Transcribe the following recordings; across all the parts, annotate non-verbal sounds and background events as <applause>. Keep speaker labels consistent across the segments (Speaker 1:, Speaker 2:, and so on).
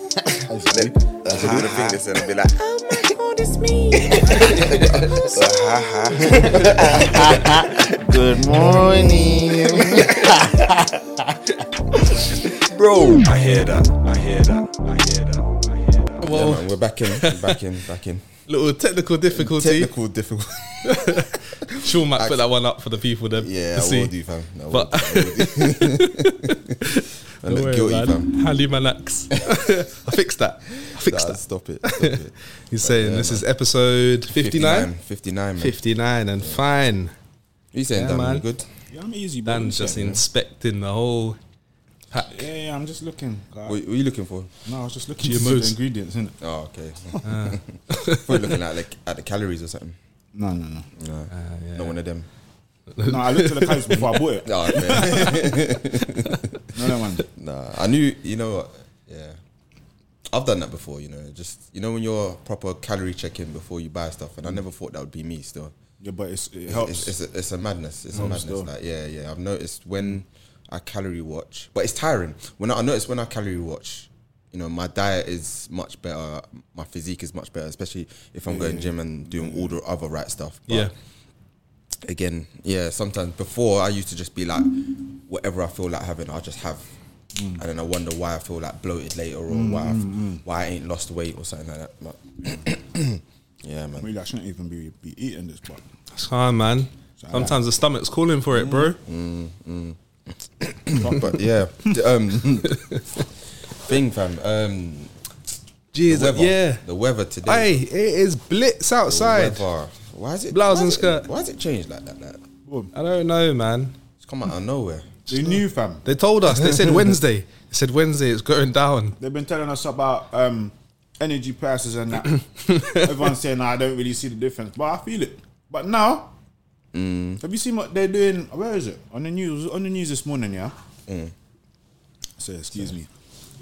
Speaker 1: That's deep. That's
Speaker 2: Put the
Speaker 1: deep.
Speaker 2: fingers in and be like,
Speaker 3: How much more does
Speaker 4: <laughs>
Speaker 3: me?
Speaker 1: Good morning.
Speaker 2: bro, I hear that. I hear that. I hear that. I hear that.
Speaker 4: Well,
Speaker 2: Yeah, man, we're back in. We're back in. Back
Speaker 4: <laughs>
Speaker 2: in.
Speaker 4: little technical difficulty.
Speaker 1: Technical
Speaker 4: <laughs>
Speaker 1: difficulty.
Speaker 4: Sean might put that one up for the people then.
Speaker 1: Yeah, I
Speaker 4: to see.
Speaker 1: will do, fam. I will
Speaker 4: But-
Speaker 1: do, I will do.
Speaker 4: <laughs>
Speaker 1: I
Speaker 4: Don't
Speaker 1: look
Speaker 4: worry,
Speaker 1: guilty,
Speaker 4: man.
Speaker 1: fam. <laughs>
Speaker 4: Hally Manax. I fixed that. I fixed
Speaker 1: Nah,
Speaker 4: that.
Speaker 1: Stop it. Stop
Speaker 4: <laughs>
Speaker 1: it.
Speaker 4: He's saying this is episode 59?
Speaker 1: 59, man.
Speaker 4: 59 and fine.
Speaker 1: You saying
Speaker 4: Yeah,
Speaker 1: Dan,
Speaker 4: man.
Speaker 1: you good?
Speaker 5: Yeah, I'm easy, bro.
Speaker 4: Dan's just
Speaker 5: Yeah,
Speaker 4: inspecting the whole pack.
Speaker 5: yeah, yeah, I'm just looking. guy.
Speaker 1: What, what are you looking for?
Speaker 5: No, I was just looking at the
Speaker 4: GMOs.
Speaker 5: ingredients, innit?
Speaker 1: Oh, okay. <laughs> Probably looking at like at the calories or something.
Speaker 5: No, no,
Speaker 1: <laughs>
Speaker 5: no.
Speaker 1: No, not one of them.
Speaker 5: No, I looked at the calories before I bought it.
Speaker 1: Oh, okay. <laughs>
Speaker 5: No, no, man.
Speaker 1: nah, I knew. You know what? Yeah, I've done that before. You know, just you know when you're proper calorie checking before you buy stuff, and I never thought that would be me. Still,
Speaker 5: Yeah, but it's, it
Speaker 1: It's-
Speaker 5: helps.
Speaker 1: It's, it's, a, it's a madness. It's
Speaker 5: Helps
Speaker 1: a madness.
Speaker 5: though.
Speaker 1: Like, yeah, yeah. I've noticed when I calorie watch, but it's tiring. When I, I notice when I calorie watch, you know, my diet is much better. My physique is much better, especially if I'm going gym and doing all the other right stuff. But
Speaker 4: Yeah.
Speaker 1: Again, yeah. Sometimes before I used to just be like, whatever I feel like having, I'll just have. And then I wonder why I feel like bloated later, or why
Speaker 4: Mm,
Speaker 1: I've, why I ain't lost weight or something like that. But <clears throat> yeah,
Speaker 4: <laughs>
Speaker 1: man.
Speaker 5: Really, I shouldn't even be, be eating this, but
Speaker 4: It's hard, man. Sometimes the stomach's calling for it, bro.
Speaker 1: Mm. but yeah, D-
Speaker 4: <laughs>
Speaker 1: um, thing fam. Um, the
Speaker 4: Jeez,
Speaker 1: weather,
Speaker 4: yeah.
Speaker 1: the weather today.
Speaker 4: Hey, it is blitz
Speaker 1: the
Speaker 4: outside.
Speaker 1: weather. Why is it
Speaker 4: Blouse
Speaker 1: why
Speaker 4: and
Speaker 1: is it-
Speaker 4: skirt.
Speaker 1: Why is it changed like that? Like
Speaker 4: I don't know, man.
Speaker 1: it's come out of nowhere.
Speaker 5: they knew, fam.
Speaker 4: They told us.
Speaker 1: <laughs>
Speaker 4: They said Wednesday. They said Wednesday. It's going down.
Speaker 5: They've been telling us about um, energy prices and that. Everyone's saying, "Nah, I don't really see the difference, but I feel it. But now, have you seen what they're doing? Where is it on the news? On the news this morning, yeah. So excuse me,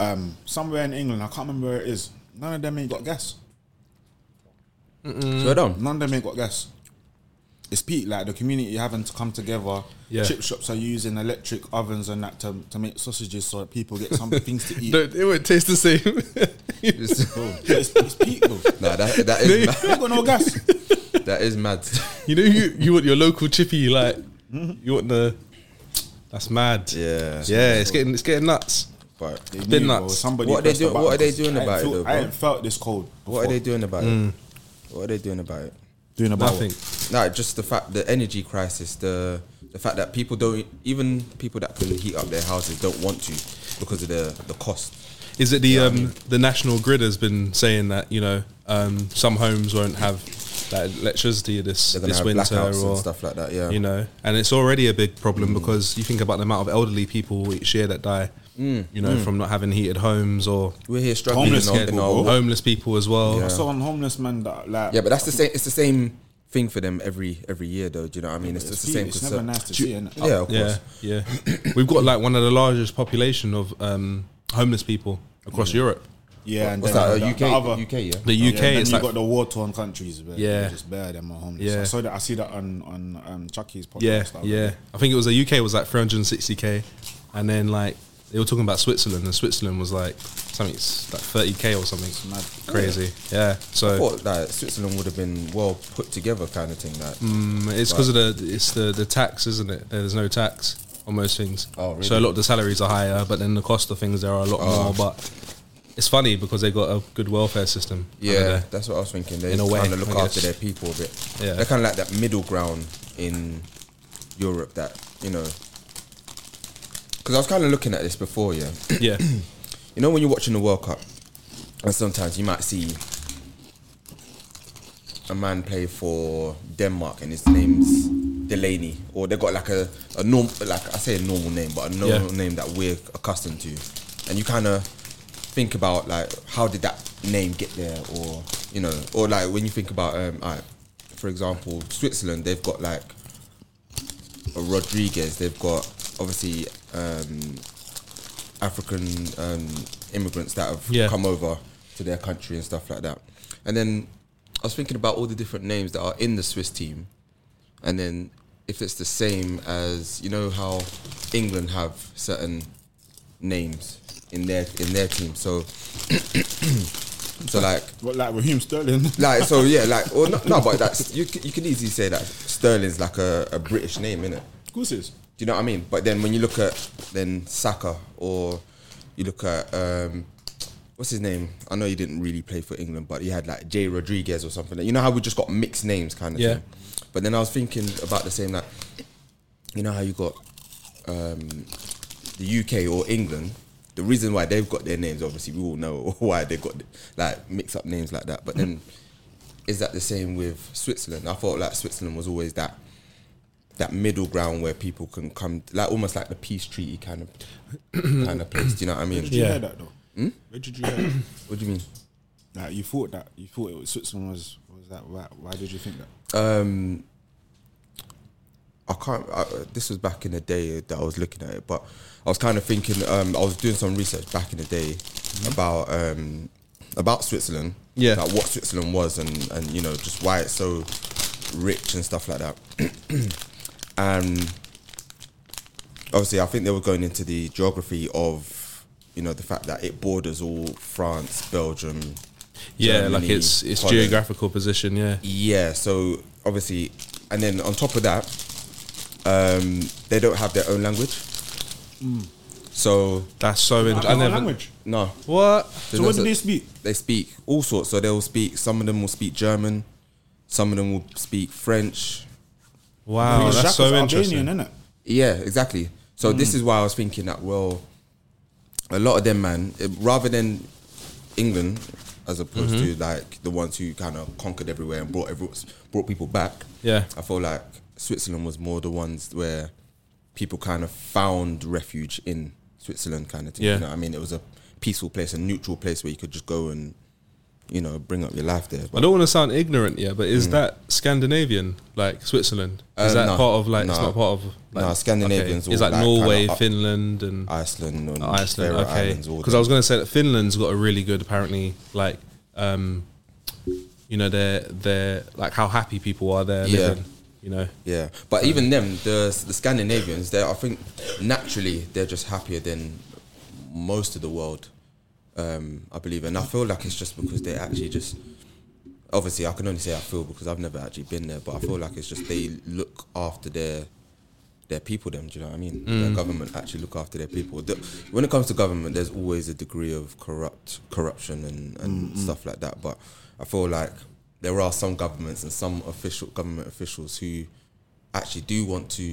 Speaker 5: um, somewhere in England, I can't remember where it is. None of them ain't got gas.
Speaker 4: Mm.
Speaker 1: So
Speaker 4: <laughs>
Speaker 1: dumb.
Speaker 5: None of them ain't got gas. It's peak, like the community having to come together.
Speaker 4: Yeah.
Speaker 5: Chip shops are using electric ovens and that to, to make sausages so that people get some things to eat.
Speaker 4: No, it won't taste
Speaker 1: <laughs>
Speaker 4: the same.
Speaker 5: Bro, it's, it's peak, bro.
Speaker 1: Nah, that, that
Speaker 4: <laughs>
Speaker 1: is mad. <laughs>
Speaker 5: They ain't got no <laughs> gas.
Speaker 1: that is mad.
Speaker 4: you know, you, you want your local chippy, like you want the. That's mad.
Speaker 1: Yeah.
Speaker 4: <laughs> yeah. It's getting it's getting nuts.
Speaker 1: But
Speaker 5: They
Speaker 4: Been
Speaker 5: knew,
Speaker 4: nuts.
Speaker 5: bro. Somebody
Speaker 1: What are they
Speaker 5: pressed the
Speaker 1: doing-
Speaker 5: button
Speaker 1: what are they
Speaker 5: 'cause
Speaker 1: doing
Speaker 5: I ain't
Speaker 1: about it
Speaker 5: feel-
Speaker 1: though,
Speaker 5: I
Speaker 1: bro?
Speaker 5: ain't felt this cold.
Speaker 1: what are
Speaker 5: before.
Speaker 1: they doing about
Speaker 4: Mm.
Speaker 1: it? What are they doing about it?
Speaker 5: doing about
Speaker 4: Nothing.
Speaker 5: it?
Speaker 1: Nah, just the fact the energy crisis, the the fact that people don't even people that can heat up their houses don't want to because of the the cost.
Speaker 4: Is it the um the national grid has been saying that you know um some homes won't have that electricity this
Speaker 1: They're gonna
Speaker 4: this
Speaker 1: have
Speaker 4: winter
Speaker 1: blackouts
Speaker 4: or
Speaker 1: and stuff like that. Mm. Yeah.
Speaker 4: you know, and it's already a big problem because you think about the amount of elderly people each year that die, you know, from not having heated homes or
Speaker 1: Mm. We're here struggling.
Speaker 5: Homeless
Speaker 1: in our- in
Speaker 5: people,
Speaker 1: our
Speaker 5: bro.
Speaker 4: homeless people as well.
Speaker 5: I saw a homeless man that like.
Speaker 1: Yeah, but that's the same. It's the same thing for them every every year, though. Do you know what I mean? It's,
Speaker 5: it's,
Speaker 1: just the same.
Speaker 5: It's
Speaker 1: concern.
Speaker 5: never nice to see. innit?
Speaker 1: Yeah, of
Speaker 4: Yeah,
Speaker 1: course.
Speaker 4: yeah. <clears throat> We've got like one of the largest population of um, homeless people across Europe.
Speaker 5: yeah. And
Speaker 1: What's
Speaker 5: then
Speaker 1: that?
Speaker 5: the-
Speaker 1: uh,
Speaker 5: the
Speaker 1: UK,
Speaker 5: other-
Speaker 1: UK, Oh, yeah.
Speaker 4: The
Speaker 5: Yeah,
Speaker 4: UK
Speaker 5: and then
Speaker 4: is
Speaker 5: you
Speaker 4: like
Speaker 5: got the war torn countries. Where
Speaker 4: Yeah.
Speaker 5: yeah, just bare them are homeless.
Speaker 4: Yeah.
Speaker 5: I saw that. I see that on on um, Chucky's podcast.
Speaker 4: yeah,
Speaker 5: the other
Speaker 4: yeah.
Speaker 5: day.
Speaker 4: I think it was the UK was like 360k, and then like they were talking about Switzerland, and Switzerland was like something s- like 30k or something
Speaker 5: mad.
Speaker 4: crazy.
Speaker 1: I
Speaker 4: Yeah, so
Speaker 1: thought that Switzerland would have been well put together, kind of thing. Like,
Speaker 4: mm, it's because of the it's the the tax, isn't it? There's no tax on most things.
Speaker 1: Oh, really?
Speaker 4: So a lot of the salaries are higher, but then the cost of things there are a lot
Speaker 1: Oh.
Speaker 4: more. But it's funny because they got a good welfare system. over
Speaker 1: yeah,
Speaker 4: there.
Speaker 1: that's what I was thinking. They
Speaker 4: In a way,
Speaker 1: kind of look
Speaker 4: I
Speaker 1: after
Speaker 4: guess.
Speaker 1: their people a bit.
Speaker 4: Yeah.
Speaker 1: they're kind of like that middle ground in Europe. That you know, because I was kind of looking at this before. Yeah, <clears throat>
Speaker 4: yeah.
Speaker 1: you know when you're watching the World Cup, and sometimes you might see a man play for Denmark and his name's Delaney, or they got like a, a norm, like I say a normal name, but a normal
Speaker 4: Yeah.
Speaker 1: name that we're accustomed to, and you kind of think about like how did that name get there, or you know, or like when you think about, um, like, for example, Switzerland, they've got like a Rodriguez, they've got obviously um, African um, immigrants that have
Speaker 4: Yeah.
Speaker 1: come over to their country and stuff like that. And then I was thinking about all the different names that are in the Swiss team, and then if it's the same as you know how England have certain names in their in their team. So, <coughs> so like
Speaker 5: What, like Raheem Sterling? <laughs>
Speaker 1: like so yeah like or no, no but that's you c- you can easily say that Sterling's like a, a British name innit?
Speaker 5: of course it is.
Speaker 1: Do you know what I mean? But then when you look at then Saka or you look at um, what's his name? I know he didn't really play for England, but he had like Jay Rodriguez or something. Like, you know how we just got mixed names kind of
Speaker 4: Yeah.
Speaker 1: thing. But then I was thinking about the same like you know how you got um, the UK or England. The reason why they've got their names, obviously, we all know <laughs> why they've got like mix up names like that. But then, is that the same with Switzerland? I thought like Switzerland was always that that middle ground where people can come, like almost like the peace treaty kind of kind of place. Do you know what I mean?
Speaker 5: Did you
Speaker 4: Yeah.
Speaker 5: hear that though?
Speaker 1: Hmm?
Speaker 5: Where did you hear that? <coughs>
Speaker 1: What do you mean?
Speaker 5: Like you thought that you thought it was Switzerland was was that right? Why did you think that?
Speaker 1: Um, I can't. I, this was back in the day that I was looking at it, but I was kind of thinking. Um, I was doing some research back in the day about um, about Switzerland.
Speaker 4: Mm-hmm. Yeah.
Speaker 1: like what Switzerland was, and and you know just why it's so rich and stuff like that. <clears throat> and obviously, I think they were going into the geography of you know the fact that it borders all France, Belgium.
Speaker 4: Yeah, like
Speaker 1: Germany,
Speaker 4: it's it's
Speaker 1: Holland.
Speaker 4: geographical position. Yeah,
Speaker 1: Yeah, so obviously, and then on top of that, um, they don't have their own language.
Speaker 5: Hmm.
Speaker 1: So
Speaker 4: that's so.
Speaker 5: Like,
Speaker 4: interesting. I
Speaker 5: our
Speaker 4: never.
Speaker 5: language.
Speaker 1: no,
Speaker 4: What?
Speaker 1: There's
Speaker 5: So
Speaker 1: no
Speaker 5: what did
Speaker 1: such-
Speaker 5: they speak?
Speaker 1: They speak all sorts. So they'll speak. Some of them will speak German. Some of them will speak French. Oh,
Speaker 4: Wow,
Speaker 5: Because
Speaker 4: that's
Speaker 5: Xhaka's
Speaker 4: so interesting.
Speaker 5: Albanian, innit?
Speaker 1: Yeah, exactly. So
Speaker 4: Mm.
Speaker 1: this is why I was thinking that well, a lot of them, man, eh, rather than England, as opposed
Speaker 4: Mm-hmm.
Speaker 1: to like the ones who kind of conquered everywhere and brought everyone, brought people back.
Speaker 4: Yeah.
Speaker 1: I feel like Switzerland was more the ones where people kind of found refuge in Switzerland, kind of thing.
Speaker 4: Yeah.
Speaker 1: You know, what I mean, it was a peaceful place, a neutral place where you could just go and, you know, bring up your life there.
Speaker 4: I
Speaker 1: But
Speaker 4: don't want to sound ignorant, yeah, but is that Scandinavian, like Switzerland? Is
Speaker 1: Mm. Uh,
Speaker 4: that
Speaker 1: no.
Speaker 4: part of like? It's
Speaker 1: No.
Speaker 4: not part of. Like,
Speaker 1: No, Scandinavians
Speaker 4: It's
Speaker 1: all,
Speaker 4: like,
Speaker 1: like,
Speaker 4: Norway,
Speaker 1: kinda up-
Speaker 4: Finland, and
Speaker 1: Iceland and
Speaker 4: Iceland.
Speaker 1: uh, Faroe
Speaker 4: Okay,
Speaker 1: Islands, all
Speaker 4: because I
Speaker 1: them.
Speaker 4: was going to say that Finland's got a really good, apparently, like, um, you know, their their like how happy people are there.
Speaker 1: Yeah.
Speaker 4: Living, you know.
Speaker 1: Yeah, but even them, the the Scandinavians, they I think naturally they're just happier than most of the world. Um, I believe, and I feel like it's just because they actually just. Obviously, I can only say I feel because I've never actually been there, but I feel like it's just they look after their their people. Them, do you know what I mean? Their government actually look after their people. The- when it comes to government, there's always a degree of corrupt corruption and and stuff like that. But I feel like there are some governments and some official government officials who actually do want to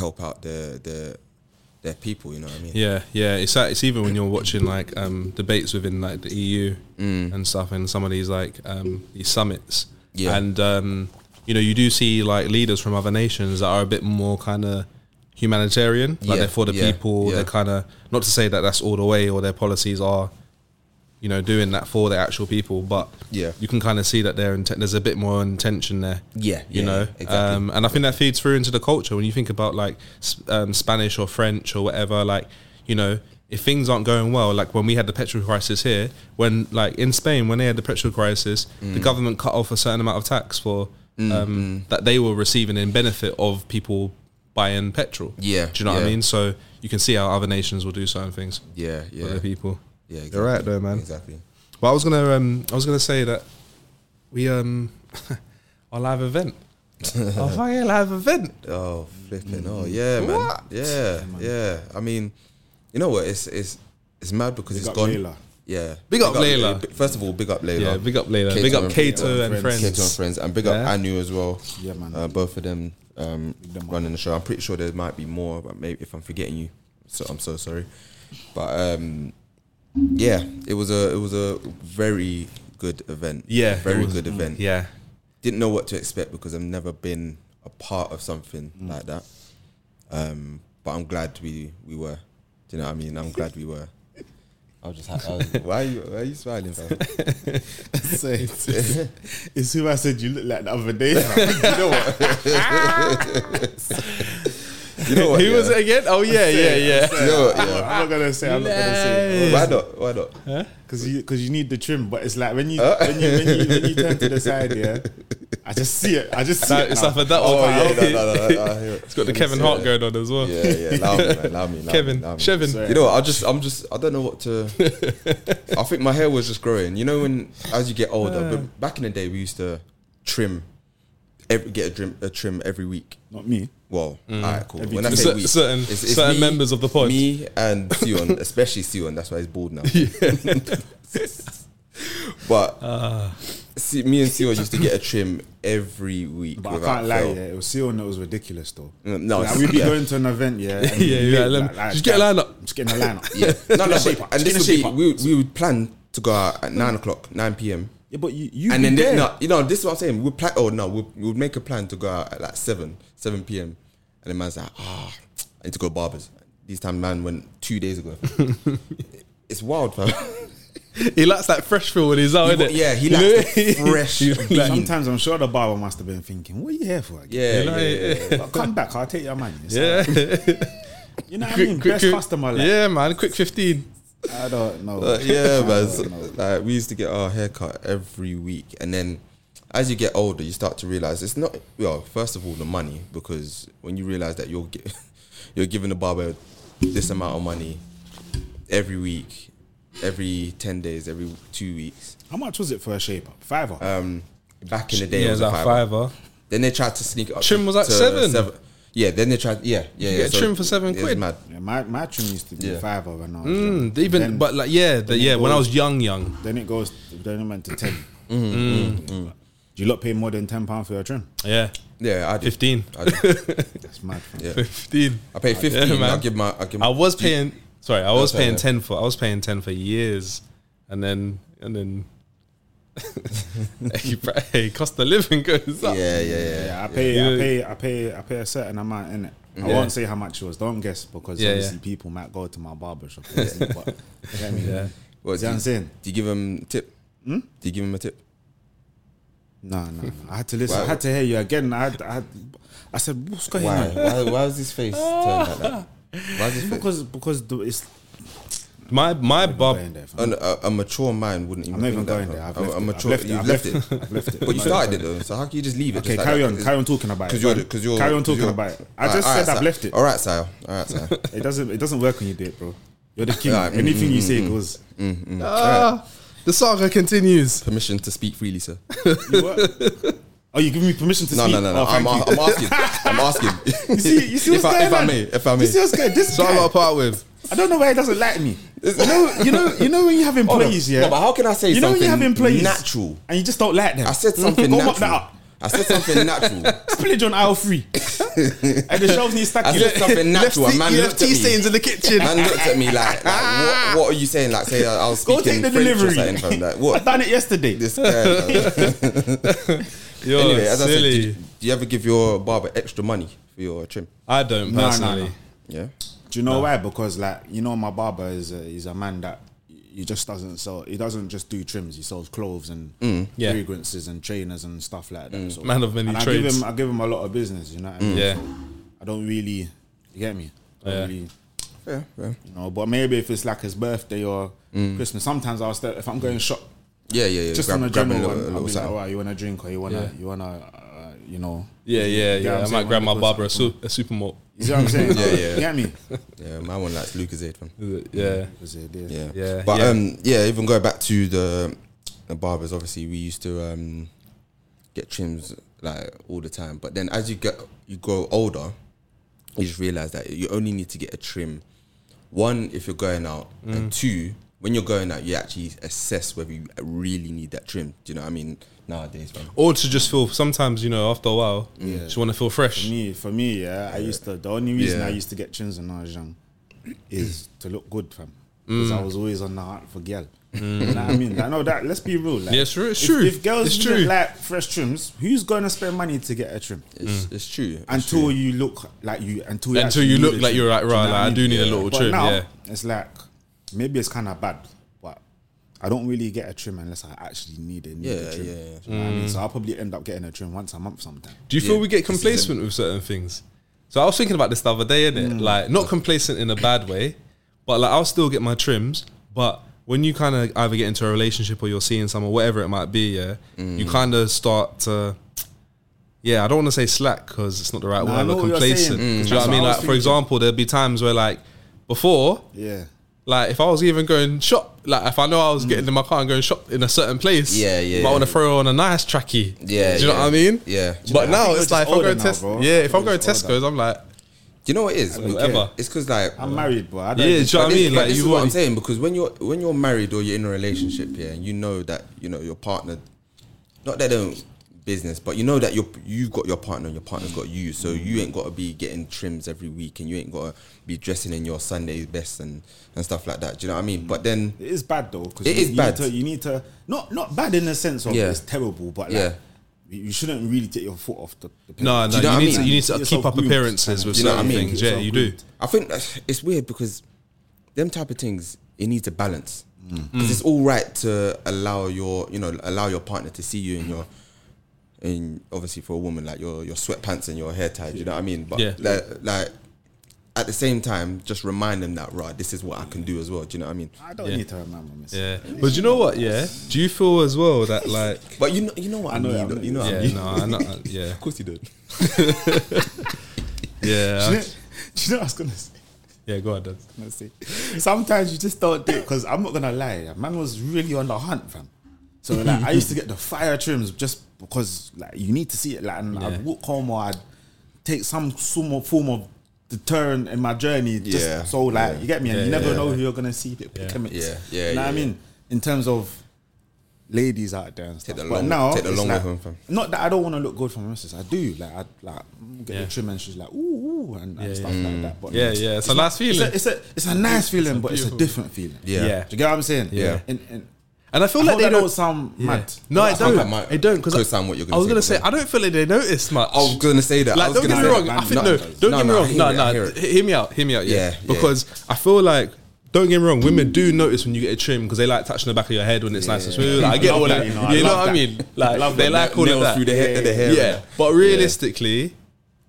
Speaker 1: help out their their their people. You know what I mean?
Speaker 4: Yeah, yeah. It's that- it's even when you're watching like um, debates within like the EU
Speaker 1: Mm.
Speaker 4: and stuff, and some of these like um, these summits.
Speaker 1: Yeah.
Speaker 4: And um, you know, you do see like leaders from other nations that are a bit more kind of humanitarian, like
Speaker 1: Yeah,
Speaker 4: they're for the
Speaker 1: yeah,
Speaker 4: people.
Speaker 1: yeah.
Speaker 4: They're kind of not to say that that's all the way or their policies are, you know, doing that for the actual people, but
Speaker 1: Yeah.
Speaker 4: you can kind of see that their inten- there's a bit more intention there.
Speaker 1: Yeah,
Speaker 4: you
Speaker 1: yeah,
Speaker 4: know,
Speaker 1: exactly.
Speaker 4: um, and I think that feeds through into the culture when you think about like s- um, Spanish or French or whatever. Like, you know, if things aren't going well, like when we had the petrol crisis here, when like in Spain when they had the petrol crisis, the
Speaker 1: Mm.
Speaker 4: government cut off a certain amount of tax for um, that they were receiving in benefit of people buying petrol.
Speaker 1: Yeah,
Speaker 4: do you know what I
Speaker 1: yeah.
Speaker 4: mean? So you can see how other nations will do certain things
Speaker 1: Yeah, yeah,
Speaker 4: for
Speaker 1: yeah.
Speaker 4: their people.
Speaker 1: exactly.
Speaker 4: You're right though, man.
Speaker 1: Exactly.
Speaker 4: Well, I was gonna, um, I was gonna say that we um, <laughs> our
Speaker 1: <laughs>
Speaker 4: live event, our fucking live event.
Speaker 1: Oh flipping! Oh
Speaker 4: Mm.
Speaker 1: yeah, man.
Speaker 4: What?
Speaker 1: Yeah, yeah, I mean, you know what? It's it's it's mad because
Speaker 5: Big
Speaker 1: it's
Speaker 5: up
Speaker 1: gone.
Speaker 5: Layla.
Speaker 1: Yeah,
Speaker 4: Big up Layla.
Speaker 1: Bi- First of all, big up Layla.
Speaker 4: Yeah, big up Layla.
Speaker 1: Kato
Speaker 4: Big up
Speaker 1: and-
Speaker 4: Kato and friends.
Speaker 1: Kato and friends, and big up
Speaker 4: Yeah. Mm.
Speaker 1: Anu as well.
Speaker 5: Yeah, man.
Speaker 1: Uh, both of them um,
Speaker 5: them up.
Speaker 1: running the show. I'm pretty sure there might be more, but maybe if I'm forgetting you, so I'm so sorry. But um, yeah, it was a it was a very good event.
Speaker 4: Yeah, it
Speaker 1: very
Speaker 4: was.
Speaker 1: good event
Speaker 4: Yeah,
Speaker 1: didn't know what to expect because I've never been a part of something
Speaker 4: Mm.
Speaker 1: like that. Um, but I'm glad we we were. Do you know what I mean? I'm glad we
Speaker 4: <laughs>
Speaker 1: were. I was just ha- I was, why are you why are you smiling? Fam?
Speaker 5: <laughs> So
Speaker 1: <laughs>
Speaker 5: it's, it's who I said you look like the other day. <laughs> you know what?
Speaker 1: You
Speaker 4: <laughs>
Speaker 1: know what? <laughs>
Speaker 4: who
Speaker 1: yeah?
Speaker 4: was it again? Oh yeah, yeah, yeah.
Speaker 1: You know what? Yeah.
Speaker 5: I'm not gonna say. I'm not gonna say.
Speaker 1: Why not? Why not? Uh.
Speaker 5: Because you, cause you need the trim, but it's like when you, when, you, when, you when you turn to the side, yeah, I just see it. I just see
Speaker 4: That-
Speaker 5: it.
Speaker 4: it's
Speaker 5: now.
Speaker 4: like for that one.
Speaker 1: Oh yeah,
Speaker 4: like,
Speaker 1: no, no, no, no, I
Speaker 4: <laughs>
Speaker 1: hear it.
Speaker 4: It's got the Kevin Hart going on as well.
Speaker 1: Yeah, yeah, allow me, man, allow me, allow
Speaker 4: Kevin,
Speaker 1: me, allow me.
Speaker 4: Chevin.
Speaker 5: Sorry.
Speaker 1: You know, what, I just, I'm just, I don't know what to. I think my hair was just growing. You know, when as you get older, but back in the day, we used to trim, every, get a trim, a trim every week.
Speaker 5: Not me.
Speaker 1: Well,
Speaker 5: Mm.
Speaker 1: alright, cool.
Speaker 5: Every
Speaker 1: when I
Speaker 5: two-
Speaker 1: say
Speaker 4: Cer-
Speaker 1: we,
Speaker 4: certain- certain members of the pod.
Speaker 1: me and Sion, <laughs> especially Sion. That's why he's bald now. <laughs>
Speaker 4: <laughs>
Speaker 1: but
Speaker 4: Ah.
Speaker 1: see, me and Sion used to get a trim every week.
Speaker 5: But
Speaker 1: without
Speaker 5: I can't lie,
Speaker 1: fail.
Speaker 5: yeah. It was still that was ridiculous though.
Speaker 1: Mm, no,
Speaker 5: like,
Speaker 1: it's-
Speaker 5: we'd be
Speaker 1: yeah.
Speaker 5: going to an event, yeah.
Speaker 1: <laughs>
Speaker 5: and
Speaker 4: Yeah,
Speaker 5: we'd
Speaker 4: yeah,
Speaker 5: be
Speaker 4: let me- just get a
Speaker 5: damn,
Speaker 4: lineup.
Speaker 5: Just getting a lineup.
Speaker 1: Yeah, no, no,
Speaker 5: Just get a
Speaker 1: but, and
Speaker 5: shape up.
Speaker 1: this would
Speaker 5: Just get a
Speaker 1: be
Speaker 5: shape up.
Speaker 1: we would, we would plan to go out at nine o'clock, nine p.m.
Speaker 5: Yeah, but you, you
Speaker 1: and
Speaker 5: be
Speaker 1: then they,
Speaker 5: there.
Speaker 1: no, you know this is what I'm saying. We plan. Oh no, we we would make a plan to go out at like seven, seven p.m. And the man's like, ah, I need to go barbers. These time, man went two days
Speaker 4: <laughs>
Speaker 1: ago. it's wild, fam.
Speaker 4: He likes that fresh feel when he's out,
Speaker 1: He
Speaker 4: innit?
Speaker 1: wa- yeah, he
Speaker 4: Oh, You
Speaker 1: likes
Speaker 5: <laughs>
Speaker 4: know?
Speaker 1: the fresh
Speaker 4: You know, like-
Speaker 1: bean.
Speaker 5: Sometimes I'm sure the barber must have been thinking, "What are you here for?"
Speaker 1: Yeah,
Speaker 4: You know,
Speaker 1: yeah, yeah, yeah.
Speaker 5: But come back, I'll take your money. It's like,
Speaker 4: yeah. <laughs>
Speaker 5: you know what I
Speaker 4: Quick-
Speaker 5: mean.
Speaker 4: quick-
Speaker 5: Best
Speaker 4: quick-
Speaker 5: customer, like,
Speaker 4: Yeah, man. Quick 15.
Speaker 5: I don't know.
Speaker 4: Uh,
Speaker 1: But
Speaker 4: <laughs>
Speaker 1: yeah, man. so,
Speaker 5: know.
Speaker 1: like we used to get our haircut every week, and then as you get older, you start to realize it's not. Well, first of all, the money because when you realize that you're gi- <laughs> you're giving the barber this amount of money every week, every ten days, every two weeks.
Speaker 5: How much was it for a shape up? Fiver.
Speaker 1: Um, back in the day, it
Speaker 4: Yeah, it
Speaker 1: was
Speaker 4: was
Speaker 1: a
Speaker 4: at
Speaker 1: fiver.
Speaker 4: fiver.
Speaker 1: Then they tried to sneak it up.
Speaker 4: Trim
Speaker 1: to-
Speaker 4: was at
Speaker 1: to
Speaker 4: seven.
Speaker 1: Yeah, then they tried. Yeah, yeah. yeah,
Speaker 4: You get a trim for seven
Speaker 1: it was
Speaker 4: quid.
Speaker 1: Mad.
Speaker 5: yeah, my my trim used to be
Speaker 1: Yeah.
Speaker 5: fiver when I was
Speaker 4: Mm,
Speaker 5: young.
Speaker 4: even,
Speaker 5: then,
Speaker 4: but like, yeah, the, yeah, when I was young, young.
Speaker 5: then it goes. Then it went to ten.
Speaker 4: Mm,
Speaker 5: Do you lot pay more than ten pound for your trim?
Speaker 4: Yeah.
Speaker 1: Yeah, I did.
Speaker 4: <laughs> 15.
Speaker 1: I, did.
Speaker 5: That's mad. fam.
Speaker 1: Yeah.
Speaker 4: 15.
Speaker 1: I
Speaker 4: <laughs>
Speaker 1: paid fifteen. and I
Speaker 4: man.
Speaker 1: give my. I give.
Speaker 4: I was
Speaker 1: Do you-
Speaker 4: paying, sorry, I was
Speaker 1: sorry,
Speaker 4: paying
Speaker 1: yeah.
Speaker 4: 10 for, I was paying 10 for years. And then, and then, <laughs> hey, cost of living goes up.
Speaker 1: Yeah, yeah, yeah.
Speaker 5: Yeah, I pay, I
Speaker 4: Yeah.
Speaker 5: pay, I pay, I pay a certain amount in it. I
Speaker 4: Yeah.
Speaker 5: won't say how much it was. Don't guess because
Speaker 4: Yeah,
Speaker 5: obviously
Speaker 4: yeah.
Speaker 5: people might go to my barber
Speaker 4: <laughs>
Speaker 5: shop. obviously, but you get me? Yeah.
Speaker 1: What,
Speaker 5: See what I'm
Speaker 1: do, you,
Speaker 5: saying?
Speaker 1: do you give him tip?
Speaker 5: Hmm?
Speaker 1: Do you give him a tip?
Speaker 5: No, no, no. I had to listen.
Speaker 1: Why-
Speaker 5: I had to hear you again. I, had, I, had, I said, what's going
Speaker 1: Why?
Speaker 5: on?
Speaker 1: why? Why is his <laughs> face turned like that? Why is his face?
Speaker 5: Because because the, it's
Speaker 4: My, my
Speaker 5: not
Speaker 4: bob,
Speaker 5: going there. fam.
Speaker 1: An- <laughs> a, a mature mind wouldn't even.
Speaker 5: I'm not even
Speaker 1: think that,
Speaker 5: going
Speaker 1: bro.
Speaker 5: there. I've
Speaker 1: A-
Speaker 5: left
Speaker 1: Oh, a
Speaker 5: it. I've
Speaker 1: mature-
Speaker 5: left it.
Speaker 1: you've
Speaker 5: I've
Speaker 1: left it.
Speaker 5: left it. I've left it. <laughs>
Speaker 1: But you
Speaker 5: I'm not
Speaker 1: started it
Speaker 5: even
Speaker 1: though, so how can you just leave it?
Speaker 5: Okay,
Speaker 1: just like
Speaker 5: carry
Speaker 1: that?
Speaker 5: on.
Speaker 1: It's-
Speaker 5: Carry on talking about it.
Speaker 1: Cause you're,
Speaker 5: Go on.
Speaker 1: cause you're,
Speaker 5: carry on
Speaker 1: 'cause
Speaker 5: talking
Speaker 1: you're-
Speaker 5: about it. I
Speaker 1: Alright,
Speaker 5: just
Speaker 1: alright,
Speaker 5: said I've
Speaker 1: Sal.
Speaker 5: left it.
Speaker 1: All right, Sal. All right,
Speaker 5: <laughs>
Speaker 1: Sal.
Speaker 5: It doesn't. It doesn't work when you do it, bro. You're the king.
Speaker 1: <laughs> Alright, mm,
Speaker 5: Anything
Speaker 1: mm,
Speaker 5: you say goes.
Speaker 4: ah, the saga continues.
Speaker 1: Permission to speak freely, sir.
Speaker 5: You what?
Speaker 1: <laughs>
Speaker 5: Oh, you giving me permission to
Speaker 1: No,
Speaker 5: speak?
Speaker 1: no, no, no.
Speaker 5: Oh,
Speaker 1: I'm,
Speaker 5: thank you.
Speaker 1: I'm
Speaker 5: <laughs>
Speaker 1: asking. I'm asking.
Speaker 5: You see,
Speaker 1: <laughs>
Speaker 5: you see
Speaker 1: if,
Speaker 5: what's
Speaker 1: I,
Speaker 5: going
Speaker 1: if I
Speaker 5: on?
Speaker 1: may, if I may.
Speaker 5: You see what's going- This
Speaker 4: So I
Speaker 5: guy,
Speaker 4: got to part with.
Speaker 5: I don't know why he doesn't like me. You know, you know, you know when you have
Speaker 1: Oh, no.
Speaker 5: employees, yeah.
Speaker 1: No, but how can I say
Speaker 5: you know
Speaker 1: something
Speaker 5: when you have employees
Speaker 1: natural?
Speaker 5: and you just don't like them. Mm.
Speaker 1: I said something
Speaker 5: Go
Speaker 1: natural.
Speaker 5: mop that up.
Speaker 1: I said something natural.
Speaker 5: Spillage on
Speaker 1: <laughs>
Speaker 5: aisle three, and the shelves need
Speaker 1: I
Speaker 5: stacking.
Speaker 1: said something natural.
Speaker 4: Left
Speaker 1: and Man
Speaker 4: tea-
Speaker 1: looked at
Speaker 4: tea
Speaker 1: me.
Speaker 4: stains in the kitchen.
Speaker 1: Man looked at me like, like what, what are you saying? Like, say I I was
Speaker 5: <laughs> Go
Speaker 1: speaking
Speaker 5: take the
Speaker 1: French or
Speaker 5: delivery.
Speaker 1: something from that.
Speaker 5: I <laughs>
Speaker 1: What?
Speaker 5: done it yesterday.
Speaker 1: This
Speaker 5: <laughs>
Speaker 1: guy.
Speaker 4: <laughs> You're
Speaker 1: anyway, as I said, do
Speaker 4: silly.
Speaker 1: you, do you ever give your barber extra money for your trim?
Speaker 4: I don't
Speaker 5: no,
Speaker 4: personally.
Speaker 5: no.
Speaker 1: Yeah.
Speaker 5: Do you know why? Because like you know, my barber is a, is a man that he just doesn't sell. He doesn't just do trims. He sells clothes and
Speaker 1: Mm.
Speaker 4: Yeah.
Speaker 5: fragrances and trainers and stuff like that. So-
Speaker 4: Man of many
Speaker 5: and I give
Speaker 4: trades. Mm.
Speaker 5: him I give him a lot of business. You know what I mean?
Speaker 4: Yeah.
Speaker 5: So I don't really. You get me? I don't
Speaker 4: Yeah.
Speaker 5: really-
Speaker 1: Yeah. Yeah.
Speaker 5: you know, but maybe if it's like his birthday or Christmas, sometimes I'll step if I'm going shop
Speaker 1: Yeah. Yeah. yeah.
Speaker 5: just
Speaker 1: Grab-
Speaker 5: on a
Speaker 1: grab
Speaker 5: general
Speaker 1: little-
Speaker 5: one. I'll
Speaker 1: little
Speaker 5: be like,
Speaker 1: something.
Speaker 5: all right, you want to drink or you wanna
Speaker 4: Yeah.
Speaker 5: you wanna uh, you know.
Speaker 4: Yeah, yeah, yeah.
Speaker 5: I'm
Speaker 4: I
Speaker 5: saying
Speaker 4: might grab
Speaker 5: one
Speaker 4: my
Speaker 5: of
Speaker 4: barber a,
Speaker 5: those-
Speaker 4: su- a supermalt.
Speaker 5: You see what I'm saying?
Speaker 1: Yeah, yeah.
Speaker 5: You get me?
Speaker 1: Yeah. My one likes Lucasade from.
Speaker 4: Yeah.
Speaker 5: Because it is.
Speaker 1: Yeah.
Speaker 4: Yeah,
Speaker 1: But
Speaker 4: yeah.
Speaker 1: um, yeah. Even going back to the, the barbers, obviously we used to um, get trims like all the time. But then as you get you grow older, you just realize that you only need to get a trim. One, if you're going out,
Speaker 4: Mm.
Speaker 1: and two, when you're going out, you actually assess whether you really need that trim. Do you know what I mean? Nowadays, man.
Speaker 4: Or to just feel, sometimes, you know, after a while, you just want to feel fresh.
Speaker 5: me, for me, yeah, I used to. The only reason
Speaker 1: Yeah.
Speaker 5: I used to get chins when I was young is to look good, fam. Because I was always on the hunt for girl. You know what I mean? I know that. Let's be real. Like,
Speaker 4: Yeah, it's true, it's
Speaker 5: if,
Speaker 4: true,
Speaker 5: If girls
Speaker 4: it's
Speaker 5: didn't
Speaker 4: true.
Speaker 5: like fresh trims, who's gonna spend money to get a trim?
Speaker 1: It's,
Speaker 4: Mm.
Speaker 1: it's true. It's
Speaker 5: Until
Speaker 1: true.
Speaker 5: you look like you. Until
Speaker 4: Until
Speaker 5: actually
Speaker 4: you
Speaker 5: need
Speaker 4: look
Speaker 5: a
Speaker 4: like
Speaker 5: trim.
Speaker 4: you're like,
Speaker 5: Do you know
Speaker 4: right,
Speaker 5: what
Speaker 4: like, I
Speaker 5: mean?
Speaker 4: do need a little
Speaker 5: But
Speaker 4: trim,
Speaker 5: now,
Speaker 4: yeah.
Speaker 5: it's like maybe it's kind of bad, but. I don't really get a trim unless I actually need it. Need
Speaker 1: Yeah,
Speaker 5: a trim.
Speaker 1: yeah, yeah.
Speaker 5: Do you know what I mean? So I'll
Speaker 1: Mm.
Speaker 5: probably end up getting a trim once a month sometime.
Speaker 4: Do you feel
Speaker 1: Yeah,
Speaker 4: we get
Speaker 1: this is it.
Speaker 4: complacent with certain things? So I was thinking about this the other day, innit?
Speaker 5: Mm.
Speaker 4: Like, not complacent in a bad way, but like, I'll still get my trims. But when you kind
Speaker 5: Mm.
Speaker 4: of either get into a relationship or you're seeing someone, whatever it might be, yeah, you kind of start to yeah, I don't want to say slack because it's not the right
Speaker 5: Nah,
Speaker 4: word.
Speaker 5: I know
Speaker 4: but
Speaker 5: what you're saying, 'cause
Speaker 4: complacent. Do you know
Speaker 5: that's
Speaker 4: what I mean?
Speaker 5: what I was
Speaker 4: Like for
Speaker 5: thinking.
Speaker 4: example, there'd be times where like before,
Speaker 5: Yeah.
Speaker 4: like if I was even going shop, like if I know
Speaker 5: Mm.
Speaker 4: I was getting in my car and going shop in a certain place,
Speaker 1: Yeah, yeah,
Speaker 4: but I
Speaker 1: yeah.
Speaker 4: want to throw on a nice tracky.
Speaker 1: Yeah,
Speaker 4: do you know
Speaker 1: yeah.
Speaker 4: what I mean?
Speaker 1: Yeah.
Speaker 4: But
Speaker 5: I
Speaker 4: now
Speaker 5: think we're
Speaker 4: it's like
Speaker 5: just
Speaker 4: if I'm going
Speaker 5: older now,
Speaker 4: Tes-
Speaker 5: bro.
Speaker 4: yeah, if I'm
Speaker 5: We're
Speaker 4: going
Speaker 5: just older.
Speaker 4: Tesco's, I'm like
Speaker 1: Do you know what it is?
Speaker 4: Whatever.
Speaker 1: It's because like
Speaker 5: I'm married, bro. I don't
Speaker 4: yeah, do
Speaker 5: even-
Speaker 4: you know what I
Speaker 1: But this-
Speaker 4: mean?
Speaker 1: but
Speaker 4: Like
Speaker 1: this
Speaker 4: you
Speaker 1: is what I'm
Speaker 4: want
Speaker 1: saying because when you're when you're married or you're in a relationship, yeah, and you know that you know your partner, not that they don't business, but you know that you you've got your partner and your partner's got you, so you ain't got to be getting trims every week and you ain't got to be dressing in your Sunday's best and and stuff like that. Do you know what I mean? But then
Speaker 5: It is bad though. 'cause
Speaker 1: It
Speaker 5: you,
Speaker 1: is
Speaker 5: you
Speaker 1: bad.
Speaker 5: Need to, you need to not not bad in the sense of
Speaker 1: Yeah.
Speaker 5: it's terrible, but like,
Speaker 1: Yeah.
Speaker 5: you you shouldn't really take your foot off the. the pedal.
Speaker 4: no,
Speaker 1: you
Speaker 4: no.
Speaker 1: know
Speaker 4: You
Speaker 1: what I
Speaker 4: need to
Speaker 1: mean?
Speaker 4: you need to
Speaker 5: It's
Speaker 4: keep up
Speaker 5: self-groomed.
Speaker 4: appearance with
Speaker 1: You know what I
Speaker 4: certain
Speaker 1: mean?
Speaker 4: things. Yeah, you do.
Speaker 1: I think that's- it's weird because them type of things it needs a balance because
Speaker 4: Mm.
Speaker 1: it's all right to allow your you know allow your partner to see you in your in obviously for a woman like your your sweatpants and your hair tie. do You know what I mean? But
Speaker 4: Yeah.
Speaker 1: like, like at the same time, just remind them that right, this is what I can do as well. Do you know what I mean?
Speaker 5: I don't
Speaker 4: Yeah.
Speaker 5: need to remember myself.
Speaker 4: Yeah, but do you know what? Yeah, do you feel as well that like
Speaker 1: But you know you know what I,
Speaker 5: know
Speaker 1: mean.
Speaker 5: that,
Speaker 1: you know,
Speaker 5: mate.
Speaker 1: you know what I
Speaker 4: yeah,
Speaker 1: mean?
Speaker 4: no, I not, yeah,
Speaker 1: Of course you don't.
Speaker 5: Do
Speaker 4: yeah,
Speaker 5: you, know, <laughs> do you know what I was gonna say?
Speaker 4: yeah. Go ahead. Dad.
Speaker 5: I was gonna say? Sometimes you just don't do it because I'm not gonna lie, man was really on the hunt, fam. So like, I used to get the fire trims just because like you need to see it. Like, and
Speaker 4: Yeah.
Speaker 5: I'd walk home or I'd take some some form of deterrent in my journey. Just
Speaker 1: Yeah.
Speaker 5: So like,
Speaker 1: Yeah.
Speaker 5: you get me, and
Speaker 4: Yeah,
Speaker 5: you never
Speaker 4: yeah.
Speaker 5: know who you're gonna see. Pick
Speaker 4: Yeah.
Speaker 5: pick and mix.
Speaker 1: Yeah, yeah,
Speaker 5: You know
Speaker 1: yeah,
Speaker 5: what I
Speaker 1: yeah.
Speaker 5: mean? In terms of ladies out there and stuff.
Speaker 1: the
Speaker 5: but
Speaker 1: long-
Speaker 5: now
Speaker 1: take the
Speaker 5: it's
Speaker 1: long way
Speaker 5: like-
Speaker 1: home, fam.
Speaker 5: Not that I don't want to look good for my missus. I do. Like I like get
Speaker 4: Yeah.
Speaker 5: the trim and she's like ooh, ooh and, and
Speaker 4: Yeah,
Speaker 5: stuff like that. But
Speaker 4: Yeah, yeah. It's a nice
Speaker 5: it's
Speaker 4: feeling,
Speaker 5: a, it's a it's a nice feeling, but it's a different feeling.
Speaker 1: Yeah.
Speaker 4: Yeah.
Speaker 5: do you get what I'm saying?
Speaker 1: Yeah.
Speaker 5: and, and
Speaker 4: and I feel
Speaker 5: I
Speaker 4: like
Speaker 5: hope
Speaker 4: they
Speaker 5: that
Speaker 4: don't.
Speaker 5: don't sound mad.
Speaker 4: no, I
Speaker 1: That's not
Speaker 4: don't.
Speaker 1: like my-
Speaker 4: I don't because
Speaker 1: co-sign what you're gonna
Speaker 4: I was
Speaker 1: say,
Speaker 4: gonna say
Speaker 1: but- Oh,
Speaker 4: I don't feel like they notice much.
Speaker 1: I was gonna say that. I
Speaker 4: like,
Speaker 1: was
Speaker 4: don't get
Speaker 1: gonna
Speaker 4: me
Speaker 1: say
Speaker 4: wrong.
Speaker 1: that.
Speaker 4: I think
Speaker 1: No,
Speaker 4: no. Don't
Speaker 1: no,
Speaker 4: get me
Speaker 1: no, I
Speaker 4: wrong.
Speaker 1: hear
Speaker 4: No,
Speaker 1: it, I hear
Speaker 4: no.
Speaker 1: it.
Speaker 4: Hear me out. Hear me out. Yeah.
Speaker 1: Yeah, yeah.
Speaker 4: Because I feel like. Don't get me wrong, women do notice when you get a trim because they like touching the back of your head when it's nice and smooth. Like, I get all that.
Speaker 5: you
Speaker 4: You
Speaker 5: know,
Speaker 4: know,
Speaker 5: I love
Speaker 4: what I
Speaker 5: that.
Speaker 4: mean? Like,
Speaker 5: Love
Speaker 4: they
Speaker 5: when
Speaker 4: like all of
Speaker 1: Nails
Speaker 4: that.
Speaker 1: through the hair, the hair
Speaker 4: yeah.
Speaker 1: and-
Speaker 4: But realistically,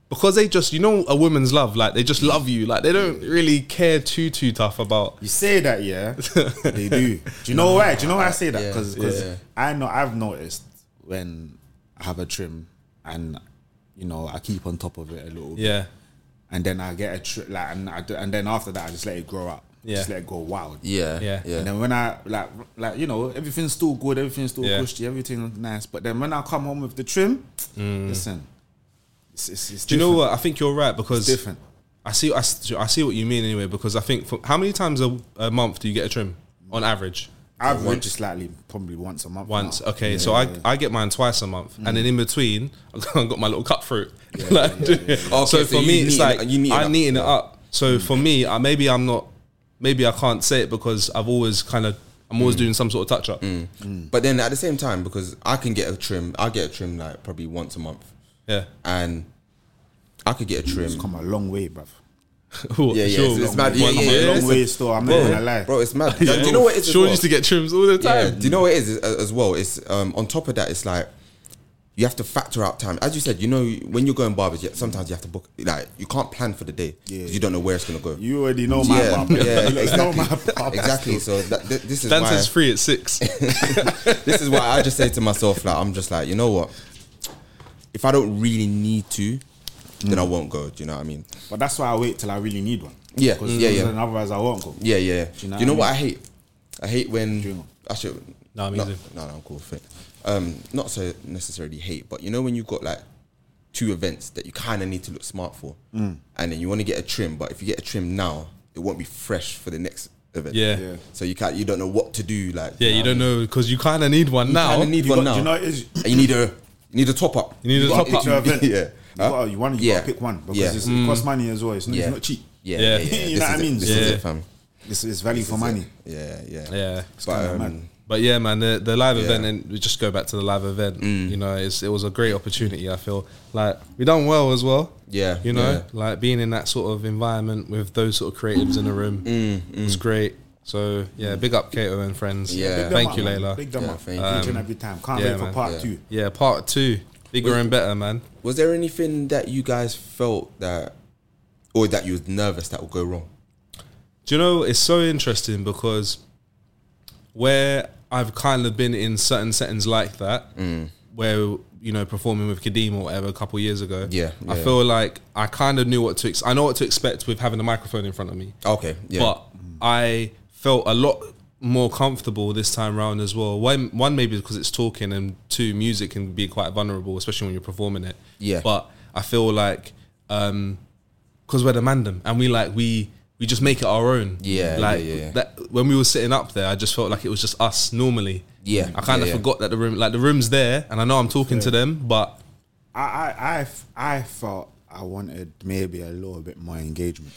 Speaker 4: because they just you know a woman's love, like they just love you, like they don't really care too too tough about.
Speaker 5: You say that, yeah, they do. Do you know why? Do you know why I say that?
Speaker 1: Yeah,
Speaker 5: Because
Speaker 1: yeah.
Speaker 5: I know I've noticed when I have a trim and you know I keep on top of it a little bit,
Speaker 4: Yeah,
Speaker 5: and then I get a trim like and I do, and then after that I just let it grow up,
Speaker 4: Yeah.
Speaker 5: just let it go wild.
Speaker 1: Yeah,
Speaker 4: Yeah.
Speaker 1: yeah,
Speaker 5: And then when I like like you know everything's still good, everything's still
Speaker 4: Yeah.
Speaker 5: cushy, everything's nice. But then when I come home with the trim,
Speaker 1: Mm.
Speaker 5: listen, it's, it's, it's
Speaker 4: do you know
Speaker 5: different.
Speaker 4: what? I think you're right because
Speaker 5: different.
Speaker 4: I see I, s- I see what you mean anyway because I think for, how many times a, a month do you get a trim on average?
Speaker 5: I've once, just slightly probably once a month.
Speaker 4: Once,
Speaker 1: Ah,
Speaker 5: now.
Speaker 4: okay. so I, I get mine twice a month, and then in between <laughs> I got my little cut fruit. <laughs> like,
Speaker 1: Mm. yeah.
Speaker 4: So
Speaker 1: Okay, so
Speaker 4: for
Speaker 1: you
Speaker 4: me, it's
Speaker 1: neaten
Speaker 4: like
Speaker 1: it- you neaten
Speaker 4: I'm
Speaker 1: up. Mm.
Speaker 4: neating it up. So for me, I, maybe I'm not, maybe I can't say it because I've always kind of I'm always
Speaker 1: Mm.
Speaker 4: doing some sort of touch up.
Speaker 1: But then at the same time, because I can get a trim, I get a trim like probably once a month,
Speaker 4: Yeah, <laughs>
Speaker 1: and I could get a trim.
Speaker 5: It's come a long way, bruv.
Speaker 1: Yeah, yeah, it's, it's mad. Yeah,
Speaker 5: Come
Speaker 1: yeah,
Speaker 5: a long
Speaker 1: listen.
Speaker 5: way still. I'm not gonna lie.
Speaker 1: Bro, it's
Speaker 4: <laughs>
Speaker 1: mad. Do you know what it is? as
Speaker 4: Sean
Speaker 1: well?
Speaker 4: used to get trims all the
Speaker 1: Yeah,
Speaker 4: time.
Speaker 1: Do you know what it is as as well? It's um, on top of that, it's like you have to factor out time. As you said, you know when you're going barbers, yeah, sometimes you have to book. Like you can't plan for the day because
Speaker 5: Yeah.
Speaker 1: you don't know where it's gonna go.
Speaker 5: you already know
Speaker 1: <laughs>
Speaker 5: my
Speaker 1: yeah,
Speaker 5: barber.
Speaker 1: yeah,
Speaker 5: <laughs> You know my
Speaker 1: exactly. <laughs>
Speaker 5: barber.
Speaker 1: exactly. So that, th- this is
Speaker 4: Dan
Speaker 1: why
Speaker 4: says free at
Speaker 1: <laughs>
Speaker 4: six.
Speaker 1: this is why I just say to myself, like, I'm just like, you know what? If I don't really need to, then
Speaker 4: Mm.
Speaker 1: I won't go. Do you know what I mean?
Speaker 5: But that's why I wait till I really need one.
Speaker 1: Yeah,
Speaker 5: Because
Speaker 1: yeah, yeah.
Speaker 5: then otherwise I won't go.
Speaker 1: Yeah, yeah.
Speaker 5: you
Speaker 1: Do
Speaker 5: know
Speaker 1: you know
Speaker 5: what
Speaker 1: what
Speaker 5: I
Speaker 1: I hate? I hate when
Speaker 5: Drink.
Speaker 1: I should.
Speaker 4: No, I'm
Speaker 1: not,
Speaker 4: easy.
Speaker 1: no, no, I'm cool. Fit. Um, not so necessarily hate, but you know when you've got like two events that you kind of need to look smart for,
Speaker 4: Mm.
Speaker 1: and then you want to get a trim, but if you get a trim now, it won't be fresh for the next event.
Speaker 4: Yeah.
Speaker 5: Yeah.
Speaker 1: So you can't. You don't know what to do. Like,
Speaker 4: Yeah, you don't know because you kind of need one now.
Speaker 1: Kinda need
Speaker 5: You
Speaker 1: one
Speaker 5: got-
Speaker 1: now.
Speaker 5: do you know it is?
Speaker 1: and you need a. You need a top up.
Speaker 4: You need a
Speaker 1: got-
Speaker 4: top up.
Speaker 5: Your
Speaker 1: <laughs>
Speaker 5: event.
Speaker 1: yeah. Huh?
Speaker 5: You got you want you
Speaker 1: Yeah.
Speaker 5: gotta pick one because
Speaker 1: Yeah. Mm.
Speaker 5: it's, it costs money as well. It's not,
Speaker 1: Yeah.
Speaker 5: it's not cheap.
Speaker 1: Yeah,
Speaker 5: <laughs>
Speaker 4: Yeah.
Speaker 1: yeah, yeah.
Speaker 4: You
Speaker 1: This
Speaker 5: know what I
Speaker 1: is it.
Speaker 5: mean?
Speaker 1: This
Speaker 4: Yeah.
Speaker 1: is it, fam.
Speaker 5: It's, it's value for money.
Speaker 1: Yeah, yeah,
Speaker 4: Yeah.
Speaker 1: But
Speaker 5: kinda
Speaker 1: um,
Speaker 4: But yeah, man, the, the live
Speaker 1: Yeah. Mm.
Speaker 4: event, and we just go back to the live event. You know, it's, it was a great opportunity. I feel like we done well as well.
Speaker 1: Yeah,
Speaker 4: you know,
Speaker 1: yeah.
Speaker 4: like being in that sort of environment with those sort of creatives in the room
Speaker 1: Mm,
Speaker 4: was great. So yeah, big up Kato and friends.
Speaker 1: Yeah. Big
Speaker 5: Big them
Speaker 4: thank
Speaker 5: up,
Speaker 4: you,
Speaker 5: man.
Speaker 4: Layla. Um,
Speaker 5: Big them
Speaker 1: Yeah,
Speaker 5: up.
Speaker 1: thank
Speaker 5: Each and every time. Can't
Speaker 4: yeah,
Speaker 5: wait for
Speaker 4: man.
Speaker 5: part
Speaker 1: Yeah.
Speaker 5: two.
Speaker 4: Yeah, part two, bigger and better, man.
Speaker 1: was there anything that you guys felt that, or that you was nervous that would go wrong?
Speaker 4: Do you know it's so interesting
Speaker 1: Mm.
Speaker 4: because where I've kind of been in certain settings like that, where you know performing with Kadeem or whatever a couple years ago.
Speaker 1: Yeah,
Speaker 4: I
Speaker 1: yeah.
Speaker 4: feel like I kind of knew what to. Ex- I know what to expect with having a microphone in front of me.
Speaker 1: Okay, yeah.
Speaker 4: But I felt a lot more comfortable this time round as well. One, one maybe because it's talking, and two, music can be quite vulnerable, especially when you're performing it.
Speaker 1: Yeah.
Speaker 4: But I feel like um because we're the mandem and we like we we just make it our own.
Speaker 1: Yeah,
Speaker 4: Like
Speaker 1: yeah, yeah.
Speaker 4: that when we were sitting up there, I just felt like it was just us normally.
Speaker 1: Yeah,
Speaker 4: I kind of
Speaker 1: yeah, yeah.
Speaker 4: forgot that the room, like the room's there, and I know I'm talking to them, but
Speaker 5: I, I, I, f- I felt I wanted maybe a little bit more engagement.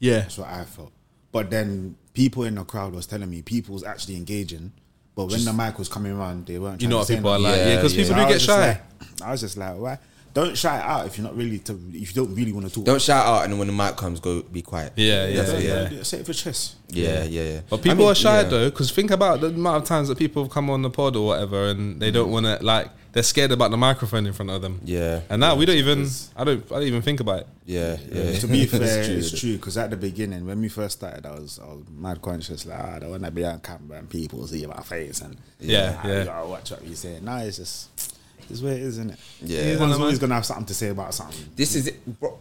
Speaker 4: yeah,
Speaker 5: That's what I felt. But then people in the crowd was telling me people was actually engaging, but when the mic was coming around, they weren't.
Speaker 4: you
Speaker 5: trying
Speaker 4: know
Speaker 5: to
Speaker 4: what
Speaker 5: say
Speaker 4: people are
Speaker 5: nothing.
Speaker 4: like, yeah,
Speaker 1: Yeah,
Speaker 4: because
Speaker 1: yeah.
Speaker 4: people
Speaker 5: I
Speaker 4: do
Speaker 5: was just
Speaker 4: get shy.
Speaker 5: like- I was just like, why? Don't shout out if you're not really to, if you don't really want to talk.
Speaker 1: Don't shout out, and then when the mic comes, go be quiet.
Speaker 4: Yeah, yeah,
Speaker 1: That's it,
Speaker 4: yeah.
Speaker 5: Say it for chess.
Speaker 1: yeah, yeah, yeah.
Speaker 4: But people are shy
Speaker 1: yeah.
Speaker 4: though, because think about the amount of times that people have come on the pod or whatever, and they don't want to like they're scared about the microphone in front of them.
Speaker 1: Mm. Yeah.
Speaker 4: and now we don't even. I don't. I don't even think about it.
Speaker 1: Yeah, yeah. <laughs>
Speaker 5: to be fair,
Speaker 1: It's
Speaker 5: it's
Speaker 1: true.
Speaker 5: true. because at the beginning, when we first started, I was I was mad conscious like, ah, I don't want to be on camera and people see my face and
Speaker 4: Yeah,
Speaker 5: ah,
Speaker 4: yeah.
Speaker 5: you gotta watch what you say. Now it's just it's where it is, isn't it?
Speaker 1: Yeah.
Speaker 5: everyone's always gonna have something to say about something.
Speaker 1: This is it, bro.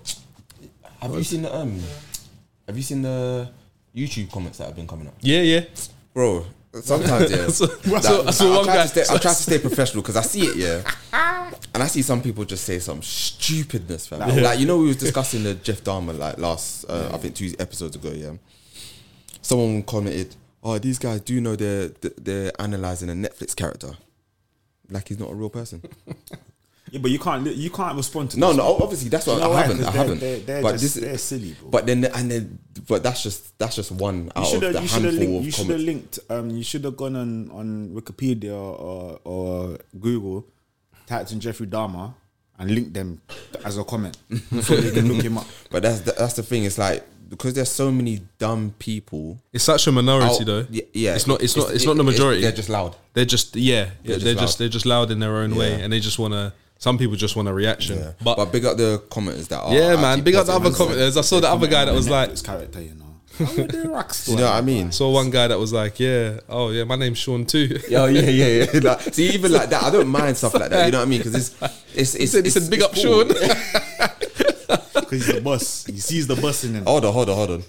Speaker 1: Have you seen the um? Have you seen the YouTube comments that have been coming up,
Speaker 4: Yeah, yeah.
Speaker 1: bro? Sometimes
Speaker 5: <laughs>
Speaker 1: yeah.
Speaker 4: So-
Speaker 1: Like,
Speaker 4: so-
Speaker 1: I,
Speaker 4: so
Speaker 1: I
Speaker 4: one
Speaker 1: try
Speaker 4: guy-
Speaker 1: to stay, I try to stay professional because I see it, yeah. And I see some people just say some stupidness, fam. Like you know, we was discussing the Jeff Dahmer like last, uh, I think two episodes ago, yeah. Someone commented, "Oh, these guys do know they're they're analyzing a Netflix character, like he's not a real
Speaker 5: <laughs>
Speaker 1: person."
Speaker 5: Yeah, but you can't li- you can't respond to
Speaker 1: No,
Speaker 5: this.
Speaker 1: no. ob- Obviously, that's what
Speaker 5: You know
Speaker 1: I
Speaker 5: why?
Speaker 1: haven't.
Speaker 5: 'Cause
Speaker 1: I
Speaker 5: they're-
Speaker 1: haven't.
Speaker 5: they're- they're
Speaker 1: but
Speaker 5: just-
Speaker 1: this,
Speaker 5: they're silly, bro.
Speaker 1: But then, and then, but that's just that's just one
Speaker 5: You
Speaker 1: out of
Speaker 5: should
Speaker 1: the
Speaker 5: have you should have
Speaker 1: handful
Speaker 5: linked you
Speaker 1: of
Speaker 5: should have
Speaker 1: comments.
Speaker 5: linked um you should have gone on on Wikipedia or or Google, typed in Jeffrey Dahmer and linked them as a comment so they can look him up.
Speaker 1: But that's the, that's the thing. It's like because there's so many dumb people.
Speaker 4: It's such a minority
Speaker 1: out-
Speaker 4: though.
Speaker 1: y- Oh, yeah.
Speaker 4: it's not. It's not. It's not the majority.
Speaker 1: They're just loud.
Speaker 4: They're just yeah. They're,
Speaker 1: just
Speaker 4: just, they're
Speaker 1: loud.
Speaker 4: just loud in their own way,
Speaker 1: Yeah.
Speaker 4: and they just want to. Some people just want a reaction,
Speaker 1: Yeah. But,
Speaker 4: but,
Speaker 1: big up the commenters that are.
Speaker 4: yeah, man.
Speaker 1: actually
Speaker 4: Big up the other
Speaker 1: positive.
Speaker 4: commenters. I saw the other guy that was like,
Speaker 5: Netflix character, you know.
Speaker 4: <laughs>
Speaker 5: How would they rock
Speaker 1: You know what I mean?
Speaker 4: saw one guy that was like, yeah, oh yeah, my name's Sean <laughs> too.
Speaker 1: Yeah, oh, yeah, yeah, yeah. <laughs> Like, see, even like that, I don't mind stuff like that. You know what I mean? Because it's it's it's,
Speaker 4: said- <laughs> he
Speaker 1: it's
Speaker 4: said, "Big
Speaker 1: it's
Speaker 4: up, Sean."
Speaker 5: Because he's the boss. He sees the boss in him.
Speaker 1: <laughs>
Speaker 4: Oh.
Speaker 1: hold on, hold on, hold on,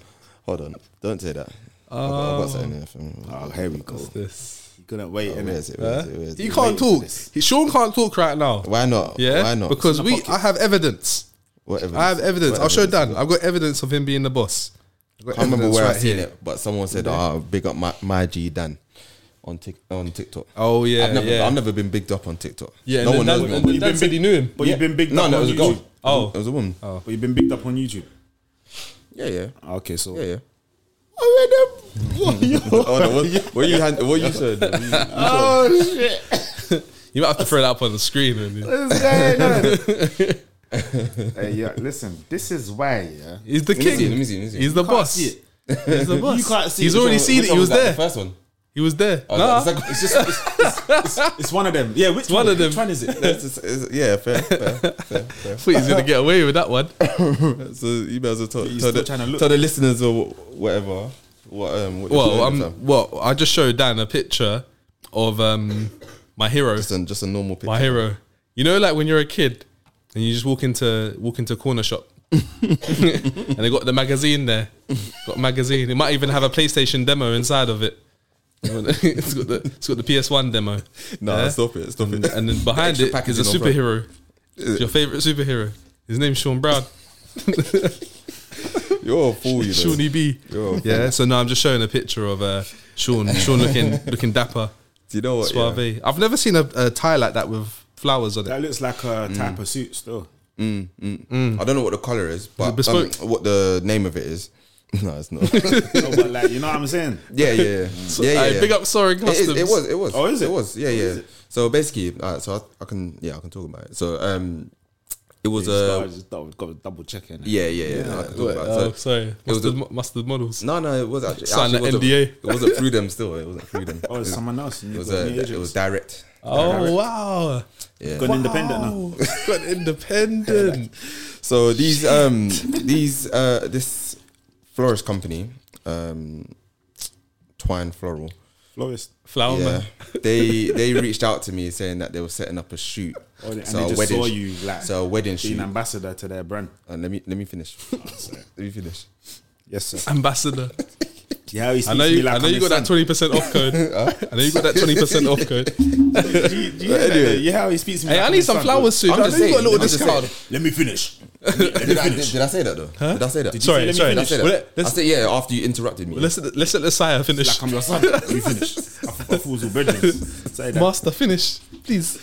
Speaker 1: hold on. Don't say that. I've got, I've got something in there for me.
Speaker 4: Uh,
Speaker 5: Oh, here we go.
Speaker 4: This. Oh,
Speaker 5: He couldn't wait,
Speaker 1: Where
Speaker 5: innit?
Speaker 1: is it? Where is it? Where is it?
Speaker 4: He can't talk. He, Sean can't talk right now.
Speaker 1: Why not?
Speaker 4: Yeah,
Speaker 1: Why not?
Speaker 4: Because we, I have evidence.
Speaker 1: whatever.
Speaker 4: I have evidence. I'll show
Speaker 1: Dan.
Speaker 4: Dan. I've got evidence of him being the boss. I've got
Speaker 1: I can't remember
Speaker 4: evidence
Speaker 1: where I
Speaker 4: right
Speaker 1: seen
Speaker 4: here.
Speaker 1: it, but someone said, "Ah, big up my, my G Dan on Tik on TikTok."
Speaker 4: Oh, yeah,
Speaker 1: I've never,
Speaker 4: yeah.
Speaker 1: I've never been bigged up on TikTok.
Speaker 4: Yeah,
Speaker 1: no
Speaker 4: and
Speaker 1: one
Speaker 4: then
Speaker 1: knows
Speaker 4: Dan-
Speaker 1: me. on
Speaker 4: and then
Speaker 1: TikTok.
Speaker 4: Dan said he knew him.
Speaker 5: But you've been bigged
Speaker 1: no,
Speaker 5: up
Speaker 1: no, it
Speaker 5: on
Speaker 1: was a girl.
Speaker 5: YouTube.
Speaker 4: Oh.
Speaker 1: it was a woman.
Speaker 5: But you've been bigged up on YouTube.
Speaker 1: Yeah, yeah,
Speaker 5: Okay, so
Speaker 1: yeah, yeah.
Speaker 5: Oh,
Speaker 1: <laughs> Oh, no, what, what you had, what you
Speaker 4: <laughs>
Speaker 1: said? What you-
Speaker 5: shit!
Speaker 4: You might have to throw it up on the screen. man.
Speaker 5: What's going
Speaker 4: <laughs>
Speaker 5: on? Hey, yeah, listen. This is why, yeah.
Speaker 4: He's the
Speaker 1: Let me see,
Speaker 4: king.
Speaker 1: let me see, let me see.
Speaker 4: He's the boss.
Speaker 5: see it.
Speaker 4: He's the boss.
Speaker 5: You can't see
Speaker 4: He's
Speaker 5: it.
Speaker 4: already
Speaker 1: Which one-
Speaker 4: seen it.
Speaker 1: which
Speaker 4: He
Speaker 1: one
Speaker 4: was
Speaker 1: that?
Speaker 4: there.
Speaker 1: The first one.
Speaker 4: He was there.
Speaker 1: Oh,
Speaker 4: Nah.
Speaker 1: no, the second- it's just it's,
Speaker 5: It's one of them. Yeah, which
Speaker 4: one
Speaker 5: one,
Speaker 4: of them.
Speaker 5: Which one is it?
Speaker 1: it's, it's- yeah, fair,
Speaker 4: <laughs>
Speaker 1: fair, fair, fair.
Speaker 4: I thought he's gonna get away with that
Speaker 1: <laughs>
Speaker 4: one.
Speaker 1: So you better well tell,
Speaker 5: You're
Speaker 1: tell,
Speaker 5: still
Speaker 1: the,
Speaker 5: trying to look.
Speaker 1: tell the listeners or wh- whatever. What, um, what you're
Speaker 4: Well,
Speaker 1: doing,
Speaker 4: I'm.
Speaker 1: fam.
Speaker 4: Well, I just showed Dan a picture of um my hero.
Speaker 1: just a, just a normal picture.
Speaker 4: My hero. You know, like when you're a kid and you just walk into walk into a corner shop and they got the magazine there. Got a magazine. It might even have a PlayStation demo inside of it. <laughs> it's got the it's got the PS1 demo.
Speaker 1: No,
Speaker 4: Yeah?
Speaker 1: stop it, stop
Speaker 4: And,
Speaker 1: it.
Speaker 4: and then behind
Speaker 1: Extra
Speaker 4: it is a
Speaker 1: packaging Uh, on
Speaker 4: superhero. It's your favorite superhero. His name's Sean Brown.
Speaker 1: <laughs> You're a fool,
Speaker 4: <laughs>
Speaker 1: you know.
Speaker 4: Shauny B.
Speaker 1: Yo.
Speaker 4: Yeah. So now I'm just showing a picture of uh, Sean. Sean looking looking dapper,
Speaker 1: Do you know what? yeah?
Speaker 4: suave. I've never seen a, a tie like that with flowers on it.
Speaker 5: That looks like
Speaker 4: Mm.
Speaker 5: a type of suit still.
Speaker 1: I don't know what the color is, but
Speaker 4: bespoke?
Speaker 1: um, what the name of it is. <laughs> No, it's not. <laughs>
Speaker 5: No, but like, you know what I'm
Speaker 4: <laughs>
Speaker 5: saying?
Speaker 1: yeah, yeah, yeah. yeah, yeah,
Speaker 4: Aye,
Speaker 1: yeah.
Speaker 4: Big up Soaring
Speaker 1: It, is,
Speaker 4: Customs.
Speaker 1: it was. It was.
Speaker 5: Oh, is it?
Speaker 1: It was. Yeah, yeah. So basically, uh, so I, I can. Yeah, I can talk about it. So um, it was
Speaker 5: Just
Speaker 1: a.
Speaker 4: uh,
Speaker 5: gotta- just double, gotta double check in.
Speaker 1: yeah, yeah, yeah. I can talk about it. So,
Speaker 4: Oh, sorry.
Speaker 1: was
Speaker 4: Mustard,
Speaker 1: a-
Speaker 4: mo- mustard models.
Speaker 1: no, no, it was actually
Speaker 4: Sign
Speaker 1: actually
Speaker 4: the
Speaker 1: wasn't-
Speaker 4: NDA.
Speaker 1: It wasn't through them. Still, it wasn't through them.
Speaker 5: Oh, it's someone else.
Speaker 1: It
Speaker 5: and you've
Speaker 1: was
Speaker 5: got
Speaker 1: a,
Speaker 5: new
Speaker 1: it was
Speaker 5: agents.
Speaker 1: direct.
Speaker 4: Oh wow!
Speaker 1: Yeah.
Speaker 5: Gone independent now.
Speaker 4: Wow. <laughs> Got independent.
Speaker 1: So these um these uh this florist company um Twine Floral
Speaker 5: Florist.
Speaker 4: <laughs> Flower
Speaker 1: yeah,
Speaker 5: <laughs>
Speaker 4: man.
Speaker 1: they they reached out to me saying that they were setting up a shoot,
Speaker 5: Oh, and
Speaker 1: so
Speaker 5: they
Speaker 1: a
Speaker 5: just
Speaker 1: wedding,
Speaker 5: saw
Speaker 1: sh-
Speaker 5: you like
Speaker 1: so a wedding
Speaker 5: being Oh,
Speaker 1: shoot.
Speaker 5: ambassador to their brand.
Speaker 1: And let me let me
Speaker 5: <laughs>
Speaker 1: finish. let me finish.
Speaker 5: Yes, sir.
Speaker 4: Ambassador.
Speaker 5: Yeah, Um, how he
Speaker 4: I know
Speaker 5: speaks to me
Speaker 4: you.
Speaker 5: like
Speaker 4: I know you got that twenty percent off
Speaker 1: <laughs>
Speaker 4: code. I know you got that twenty percent off code.
Speaker 5: that. <laughs> Do you, do you hear that,
Speaker 1: Anyway.
Speaker 5: though? You hear how he speaks to me
Speaker 4: Hey,
Speaker 5: like
Speaker 4: I
Speaker 5: I'm
Speaker 4: need
Speaker 5: his
Speaker 4: some
Speaker 5: son?
Speaker 4: flowers soon. I
Speaker 1: I'm
Speaker 4: know
Speaker 1: just
Speaker 4: you got a
Speaker 1: saying,
Speaker 4: little
Speaker 1: I'm just
Speaker 4: discount.
Speaker 1: saying.
Speaker 5: Let me finish. <laughs> Let me
Speaker 1: Did I, did,
Speaker 5: finish.
Speaker 1: did I say that though? Did I say that?
Speaker 4: Sorry,
Speaker 1: did
Speaker 4: sorry.
Speaker 1: I say that?
Speaker 4: Well, let's-
Speaker 1: I said yeah after you interrupted me.
Speaker 4: Let's let's let the sire finish.
Speaker 5: Like I'm your son. Let me finish. I f- I fools all bedrooms. Say that.
Speaker 4: Master, finish, please.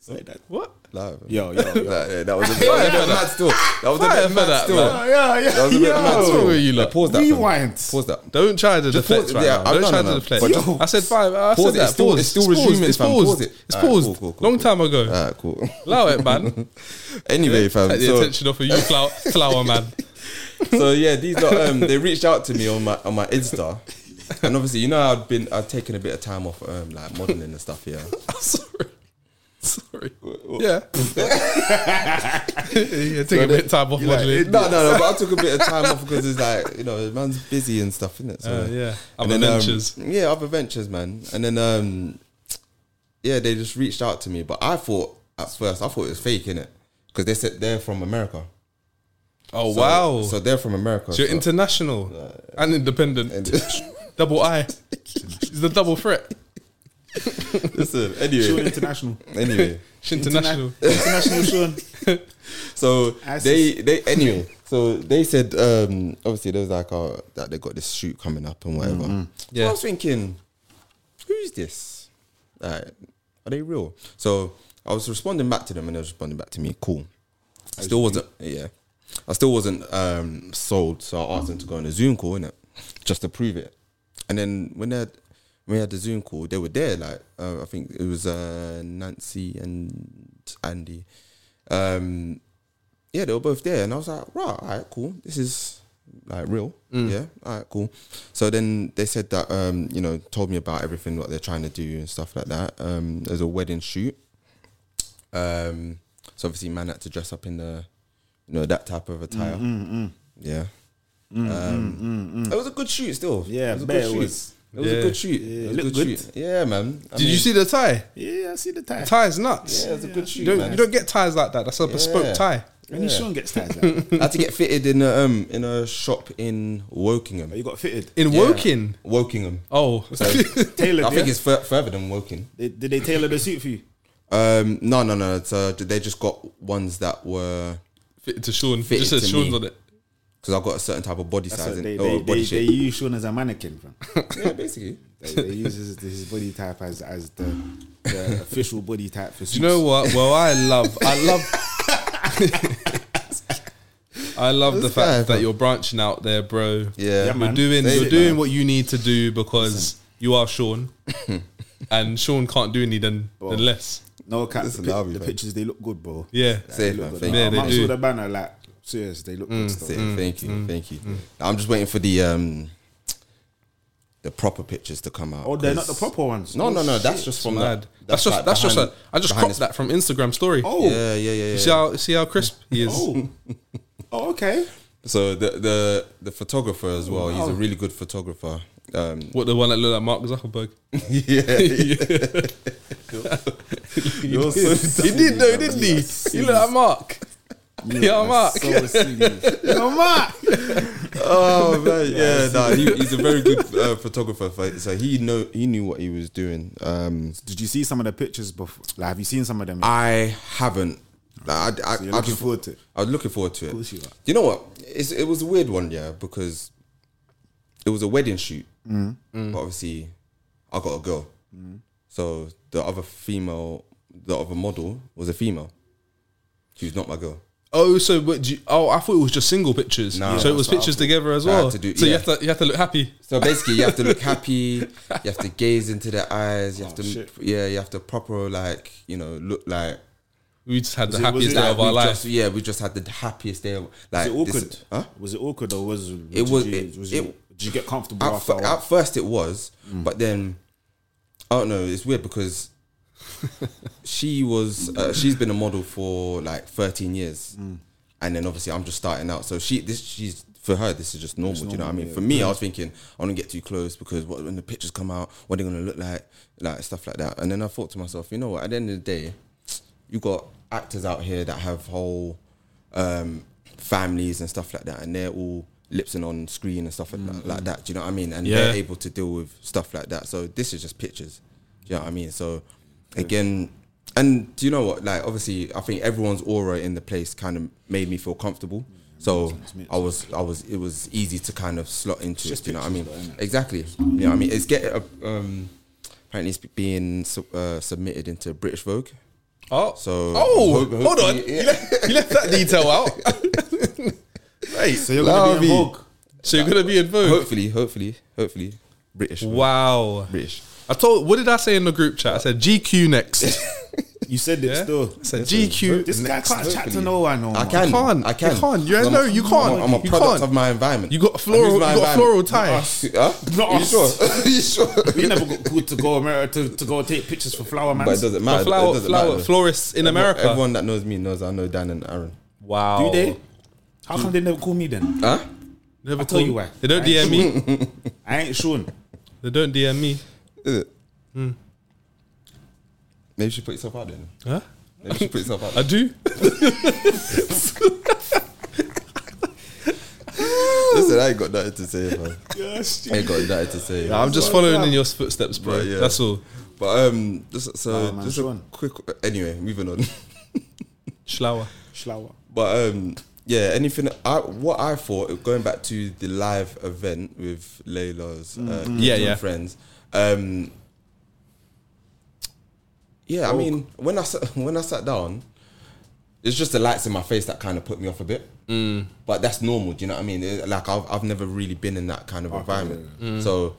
Speaker 5: Say that.
Speaker 4: <laughs> what?
Speaker 1: Live.
Speaker 5: Yo, yo, yo.
Speaker 1: Like, yeah, that was a
Speaker 5: <laughs>
Speaker 1: bit, that was a bit mad still. That was a
Speaker 4: Fire
Speaker 1: bit
Speaker 4: for
Speaker 1: mad
Speaker 4: that,
Speaker 1: still.
Speaker 5: Yeah,
Speaker 4: man.
Speaker 1: That
Speaker 5: yeah,
Speaker 1: was a bit mad
Speaker 5: yo.
Speaker 1: still.
Speaker 4: were you lot?
Speaker 1: Pause that. fam.
Speaker 5: Rewind.
Speaker 1: Pause that.
Speaker 4: Don't try to deflect
Speaker 1: pause-
Speaker 4: right
Speaker 1: yeah,
Speaker 4: now.
Speaker 1: I've
Speaker 4: Don't
Speaker 1: done
Speaker 4: try
Speaker 1: it,
Speaker 4: to
Speaker 1: man.
Speaker 4: deflect.
Speaker 1: But just-
Speaker 4: I said five. I
Speaker 1: Pause
Speaker 4: said
Speaker 1: it,
Speaker 4: that.
Speaker 1: it's still-
Speaker 4: pause.
Speaker 1: it's still
Speaker 4: It's paused.
Speaker 1: resuming,
Speaker 4: It's
Speaker 1: fam.
Speaker 4: paused.
Speaker 1: Pause it.
Speaker 4: It's
Speaker 1: Alright,
Speaker 4: paused.
Speaker 1: cool, cool, cool,
Speaker 4: Long
Speaker 1: cool.
Speaker 4: time
Speaker 1: <laughs>
Speaker 4: ago.
Speaker 1: Alright, cool.
Speaker 4: Allow it, man.
Speaker 1: Anyway, fam.
Speaker 4: Take the
Speaker 1: so,
Speaker 4: attention off of you, flower,
Speaker 1: <laughs>
Speaker 4: flower man. <laughs>
Speaker 1: so yeah, these lot, um, they reached out to me on my on my Insta, and obviously you know I'd been I'd taken a bit of time off um, like modeling and stuff. Yeah,
Speaker 4: I'm sorry. <laughs> Sorry. Yeah.
Speaker 1: <laughs>
Speaker 4: <laughs> yeah, take a bit of time off modeling.
Speaker 1: no, no, no. But I took a bit of time off because it's like you know, man's busy and stuff, isn't it? So
Speaker 4: Uh, yeah.
Speaker 1: And
Speaker 4: Other
Speaker 1: then, um,
Speaker 4: ventures.
Speaker 1: yeah, other ventures, man. And then um, yeah, they just reached out to me, but I thought at first I thought it was fake, innit? Because they said they're from America.
Speaker 4: oh,
Speaker 1: So-
Speaker 4: wow.
Speaker 1: So
Speaker 4: So,
Speaker 1: they're from America.
Speaker 4: you're
Speaker 1: so-
Speaker 4: international and independent. double I. He's the double threat.
Speaker 1: <laughs> Listen,
Speaker 5: Sean
Speaker 1: anyway,
Speaker 5: International.
Speaker 1: anyway.
Speaker 4: It's international.
Speaker 5: Interna- international Sean.
Speaker 1: So
Speaker 5: Isis.
Speaker 1: they they anyway. So they said um obviously there was like uh that they got this shoot coming up and whatever.
Speaker 4: Yeah.
Speaker 1: I was thinking, who's this? Like, are they real? So I was responding back to them and they was responding back to me. Cool. I still wasn't yeah. I still wasn't um sold, so I asked them to go on a Zoom call, innit? Just to prove it. And then when they had when we had the Zoom call, they were there. Like uh, I think it was uh, Nancy and Andy. Um, yeah, they were both there, and I was like, right, all right, cool. This is like real.
Speaker 5: Mm.
Speaker 1: Yeah, all right, cool. So then they said that, um, you know, told me about everything what they're trying to do and stuff like that. Um, there's a wedding shoot. Um, so obviously, man had to dress up in the, you know, that type of
Speaker 5: Mm,
Speaker 1: attire. Yeah. um, It was a good shoot still.
Speaker 5: Yeah,
Speaker 1: it was a
Speaker 5: bet
Speaker 1: good
Speaker 5: it
Speaker 1: shoot.
Speaker 5: was.
Speaker 1: It was
Speaker 4: Yeah.
Speaker 1: a good shoot. It was a
Speaker 5: looked
Speaker 1: good,
Speaker 5: good.
Speaker 1: shoot. Yeah, man. I
Speaker 4: Did
Speaker 1: mean,
Speaker 4: you see the tie?
Speaker 5: Yeah, I see the tie.
Speaker 4: Tie's nuts.
Speaker 1: Yeah, it was a good shoot.
Speaker 4: You don't,
Speaker 1: man.
Speaker 4: you don't get ties like that. That's a bespoke
Speaker 1: Yeah.
Speaker 4: tie.
Speaker 5: Only Sean gets <laughs> ties. Like. that.
Speaker 1: I had to get fitted in a um in a shop in Wokingham.
Speaker 5: But you got fitted.
Speaker 4: In Woking.
Speaker 1: Wokingham. <laughs>
Speaker 4: Oh.
Speaker 5: Tailored.
Speaker 1: I think
Speaker 5: yeah?
Speaker 1: it's fur- further than Woking.
Speaker 5: They- Did they tailor the suit for you?
Speaker 1: Um, no, no, no. It's, uh, they just got ones that were
Speaker 4: Fitted to Sean.
Speaker 1: Fitted
Speaker 4: Just says
Speaker 1: to
Speaker 4: Sean's
Speaker 1: me.
Speaker 4: on it.
Speaker 1: because I got a certain type of body
Speaker 5: That's
Speaker 1: size and
Speaker 5: what they,
Speaker 1: or
Speaker 5: they,
Speaker 1: oh, body
Speaker 5: they, they
Speaker 1: shape.
Speaker 5: use Sean as a mannequin,
Speaker 1: <laughs>
Speaker 5: fam.
Speaker 1: yeah, basically.
Speaker 5: They, they use his, his body type as as the, the
Speaker 1: <laughs>
Speaker 5: official body type for suits.
Speaker 4: Do you know what? Well, I love, I
Speaker 1: <laughs>
Speaker 4: love, <laughs> I love the
Speaker 1: This
Speaker 4: fact
Speaker 1: guy,
Speaker 4: that
Speaker 1: bro.
Speaker 4: you're branching out there, bro.
Speaker 1: Yeah,
Speaker 5: Yeah,
Speaker 1: man.
Speaker 5: man.
Speaker 4: you're doing,
Speaker 1: Save
Speaker 4: you're
Speaker 1: it,
Speaker 4: doing
Speaker 1: man.
Speaker 4: what you need to do because you
Speaker 1: <laughs>
Speaker 4: are Sean, and Sean can't do any than, than less.
Speaker 5: No cap.
Speaker 1: Listen,
Speaker 5: The, pic-
Speaker 1: I'll be
Speaker 5: the
Speaker 1: fine.
Speaker 5: pictures they look good, bro.
Speaker 4: Yeah,
Speaker 1: Safe, man. Thank
Speaker 4: Yeah,
Speaker 1: you.
Speaker 4: they
Speaker 5: I'm
Speaker 4: do.
Speaker 5: the banner like serious. They look good. Still.
Speaker 1: Safe. Thank you. Thank you. I'm just waiting for the um the proper pictures to come out.
Speaker 5: Oh, they're not the
Speaker 1: 'cause-
Speaker 5: proper ones.
Speaker 1: No,
Speaker 5: Oh,
Speaker 1: no, no. That's
Speaker 5: shit.
Speaker 1: just from
Speaker 4: mad.
Speaker 1: that.
Speaker 4: That's, just,
Speaker 1: like
Speaker 4: that's just.
Speaker 1: behind-
Speaker 4: A, I just
Speaker 1: behind this-
Speaker 4: cropped that from Instagram story.
Speaker 5: Oh,
Speaker 1: Yeah, yeah, yeah.
Speaker 4: You
Speaker 1: yeah.
Speaker 4: see how see how crisp he is.
Speaker 5: oh, <laughs>
Speaker 1: <laughs>
Speaker 5: oh, okay.
Speaker 1: So the the the photographer as well. He's a
Speaker 5: Wow.
Speaker 1: really good photographer. <laughs> Um,
Speaker 4: What the one that looked like Mark
Speaker 1: <laughs>
Speaker 4: Zuckerberg?
Speaker 1: yeah,
Speaker 4: He
Speaker 5: <laughs>
Speaker 1: <laughs>
Speaker 4: did though, didn't he? He looked like Mark. Yeah, Mark.
Speaker 1: <laughs>
Speaker 5: So serious. Yo, Mark.
Speaker 1: Oh <laughs> man, yeah, nah, he, he's a very <laughs> good uh, photographer. for- So he know he knew what he was doing. Um,
Speaker 5: Did you see some of the pictures before? Like, have you seen some of them?
Speaker 1: I haven't. Like, I, I,
Speaker 5: you're
Speaker 1: I
Speaker 5: looking forward to it?
Speaker 1: I was looking forward to it.
Speaker 5: course you are.
Speaker 1: You know what? It's, it was a weird one, yeah, because it was a wedding shoot, but obviously I got a girl. So the other female, the other model was a female. She was not my girl.
Speaker 4: Oh, so but do you, oh, I thought it was just single pictures.
Speaker 1: No.
Speaker 4: so it was
Speaker 1: That's what I
Speaker 4: pictures
Speaker 1: thought.
Speaker 4: together as
Speaker 1: I had
Speaker 4: well.
Speaker 1: to do-
Speaker 4: so you
Speaker 1: yeah.
Speaker 4: have to you have to look happy.
Speaker 1: So basically, you have to look happy. You have to gaze into their eyes. You have to,
Speaker 5: shit.
Speaker 1: yeah, you have to proper like you know look like
Speaker 4: We just had the
Speaker 5: it- was
Speaker 4: happiest
Speaker 5: it
Speaker 4: day
Speaker 5: like
Speaker 4: of our
Speaker 1: we
Speaker 4: life.
Speaker 1: Just, yeah, we just had the happiest day. Of,
Speaker 5: was
Speaker 1: like
Speaker 5: it awkward?
Speaker 1: This, huh?
Speaker 5: Was it awkward or was
Speaker 1: It was-
Speaker 5: Did you,
Speaker 1: it-
Speaker 5: was you-
Speaker 1: it-
Speaker 5: did you get comfortable
Speaker 1: At,
Speaker 5: after?
Speaker 1: fir-
Speaker 5: a while?
Speaker 1: at first, it was, but then I don't know. It's weird because she was uh, she's been a model for like 13 years, and then obviously I'm just starting out. So she this she's for her, this is just normal. do you know what I mean? For me, I was thinking I don't get too close because what, when the pictures come out, what are they gonna look like, like stuff like that. And then I thought to myself, you know what? At the end of the day, you got actors out here that have whole um, families and stuff like that, and they're all lips and on screen and stuff like, that,
Speaker 5: Mm-hmm.
Speaker 1: like that. Do you know what I mean? And they're
Speaker 4: Yeah.
Speaker 1: able to deal with stuff like that. So this is just pictures. Do you know what I mean? So again, and do you know what? Like obviously, I think everyone's aura in the place kind of made me feel
Speaker 5: Mm.
Speaker 1: comfortable. So I was, I was, it was easy to kind of slot into it.
Speaker 5: just
Speaker 1: Do you know what I mean?
Speaker 5: pictures though, innit?
Speaker 1: Exactly. You know what I mean? It's get uh, um, apparently it's being su- uh, submitted into British Vogue.
Speaker 4: Oh,
Speaker 1: So-
Speaker 4: oh,
Speaker 1: Ho-
Speaker 4: hold on.
Speaker 1: hopefully-
Speaker 4: You, left, you left that detail out.
Speaker 1: <laughs>
Speaker 4: Wait, so you're
Speaker 5: gonna be in Vogue?
Speaker 4: So you're gonna be in Vogue.
Speaker 1: Hopefully, hopefully, hopefully, British. Vogue.
Speaker 4: Wow.
Speaker 1: British.
Speaker 4: I told. What did I say in the group chat? I said
Speaker 1: <laughs>
Speaker 4: GQ next.
Speaker 5: You said it
Speaker 4: Yeah?
Speaker 5: still.
Speaker 4: I said GQ.
Speaker 5: This guy
Speaker 4: next.
Speaker 5: can't chat to no one. No
Speaker 1: I
Speaker 5: more.
Speaker 1: can.
Speaker 4: You can't.
Speaker 1: I can.
Speaker 4: Oh You can't. You-
Speaker 1: I'm a-
Speaker 4: no, you can't.
Speaker 1: I'm a
Speaker 4: You
Speaker 1: product
Speaker 4: can't.
Speaker 1: of my environment.
Speaker 4: You got
Speaker 1: I
Speaker 4: floral.
Speaker 1: use
Speaker 4: You
Speaker 1: my
Speaker 4: got floral
Speaker 1: environment.
Speaker 4: tie.
Speaker 1: Huh?
Speaker 5: Not
Speaker 1: you
Speaker 5: us.
Speaker 1: sure? <laughs> you sure? <laughs>
Speaker 5: We never got called to go America to, to go take pictures for flower man.
Speaker 1: But it doesn't matter.
Speaker 4: But flower,
Speaker 1: it doesn't
Speaker 4: flower
Speaker 1: matter.
Speaker 4: florists in America.
Speaker 1: Everyone that knows me knows I know Dan and Aaron.
Speaker 5: Do
Speaker 4: wow.
Speaker 5: they? How come they never call me then?
Speaker 1: Huh?
Speaker 4: Never
Speaker 5: I'll tell
Speaker 4: call-
Speaker 5: you why.
Speaker 4: They don't DM me.
Speaker 5: I ain't Sean.
Speaker 4: <laughs> They don't DM me.
Speaker 1: Is it? Maybe you should put yourself out there. then.
Speaker 4: Huh?
Speaker 1: Maybe you should put yourself out
Speaker 4: I <laughs>
Speaker 1: there.
Speaker 4: do.
Speaker 1: Listen, I ain't got nothing to say, man. I ain't got nothing to say.
Speaker 4: I'm just following in your footsteps, bro.
Speaker 1: Right, yeah.
Speaker 4: That's all.
Speaker 1: But um, just, so
Speaker 5: Oh, man,
Speaker 1: just
Speaker 5: go
Speaker 1: a
Speaker 5: on.
Speaker 1: quick. Anyway, moving on. <laughs>
Speaker 4: Schlauer.
Speaker 5: Schlauer.
Speaker 1: But um, yeah, anything. I what I thought going back to the live event with Layla's uh,
Speaker 4: Yeah,
Speaker 1: yeah,
Speaker 4: yeah.
Speaker 1: friends. Um, yeah, I mean, when I sat, <laughs> when I sat down, it's just the lights in my face that kind of put me off a bit. Mm. But that's normal. Do you know what I mean? It- like I've I've never really been in that kind of environment,
Speaker 4: Mm.
Speaker 1: so.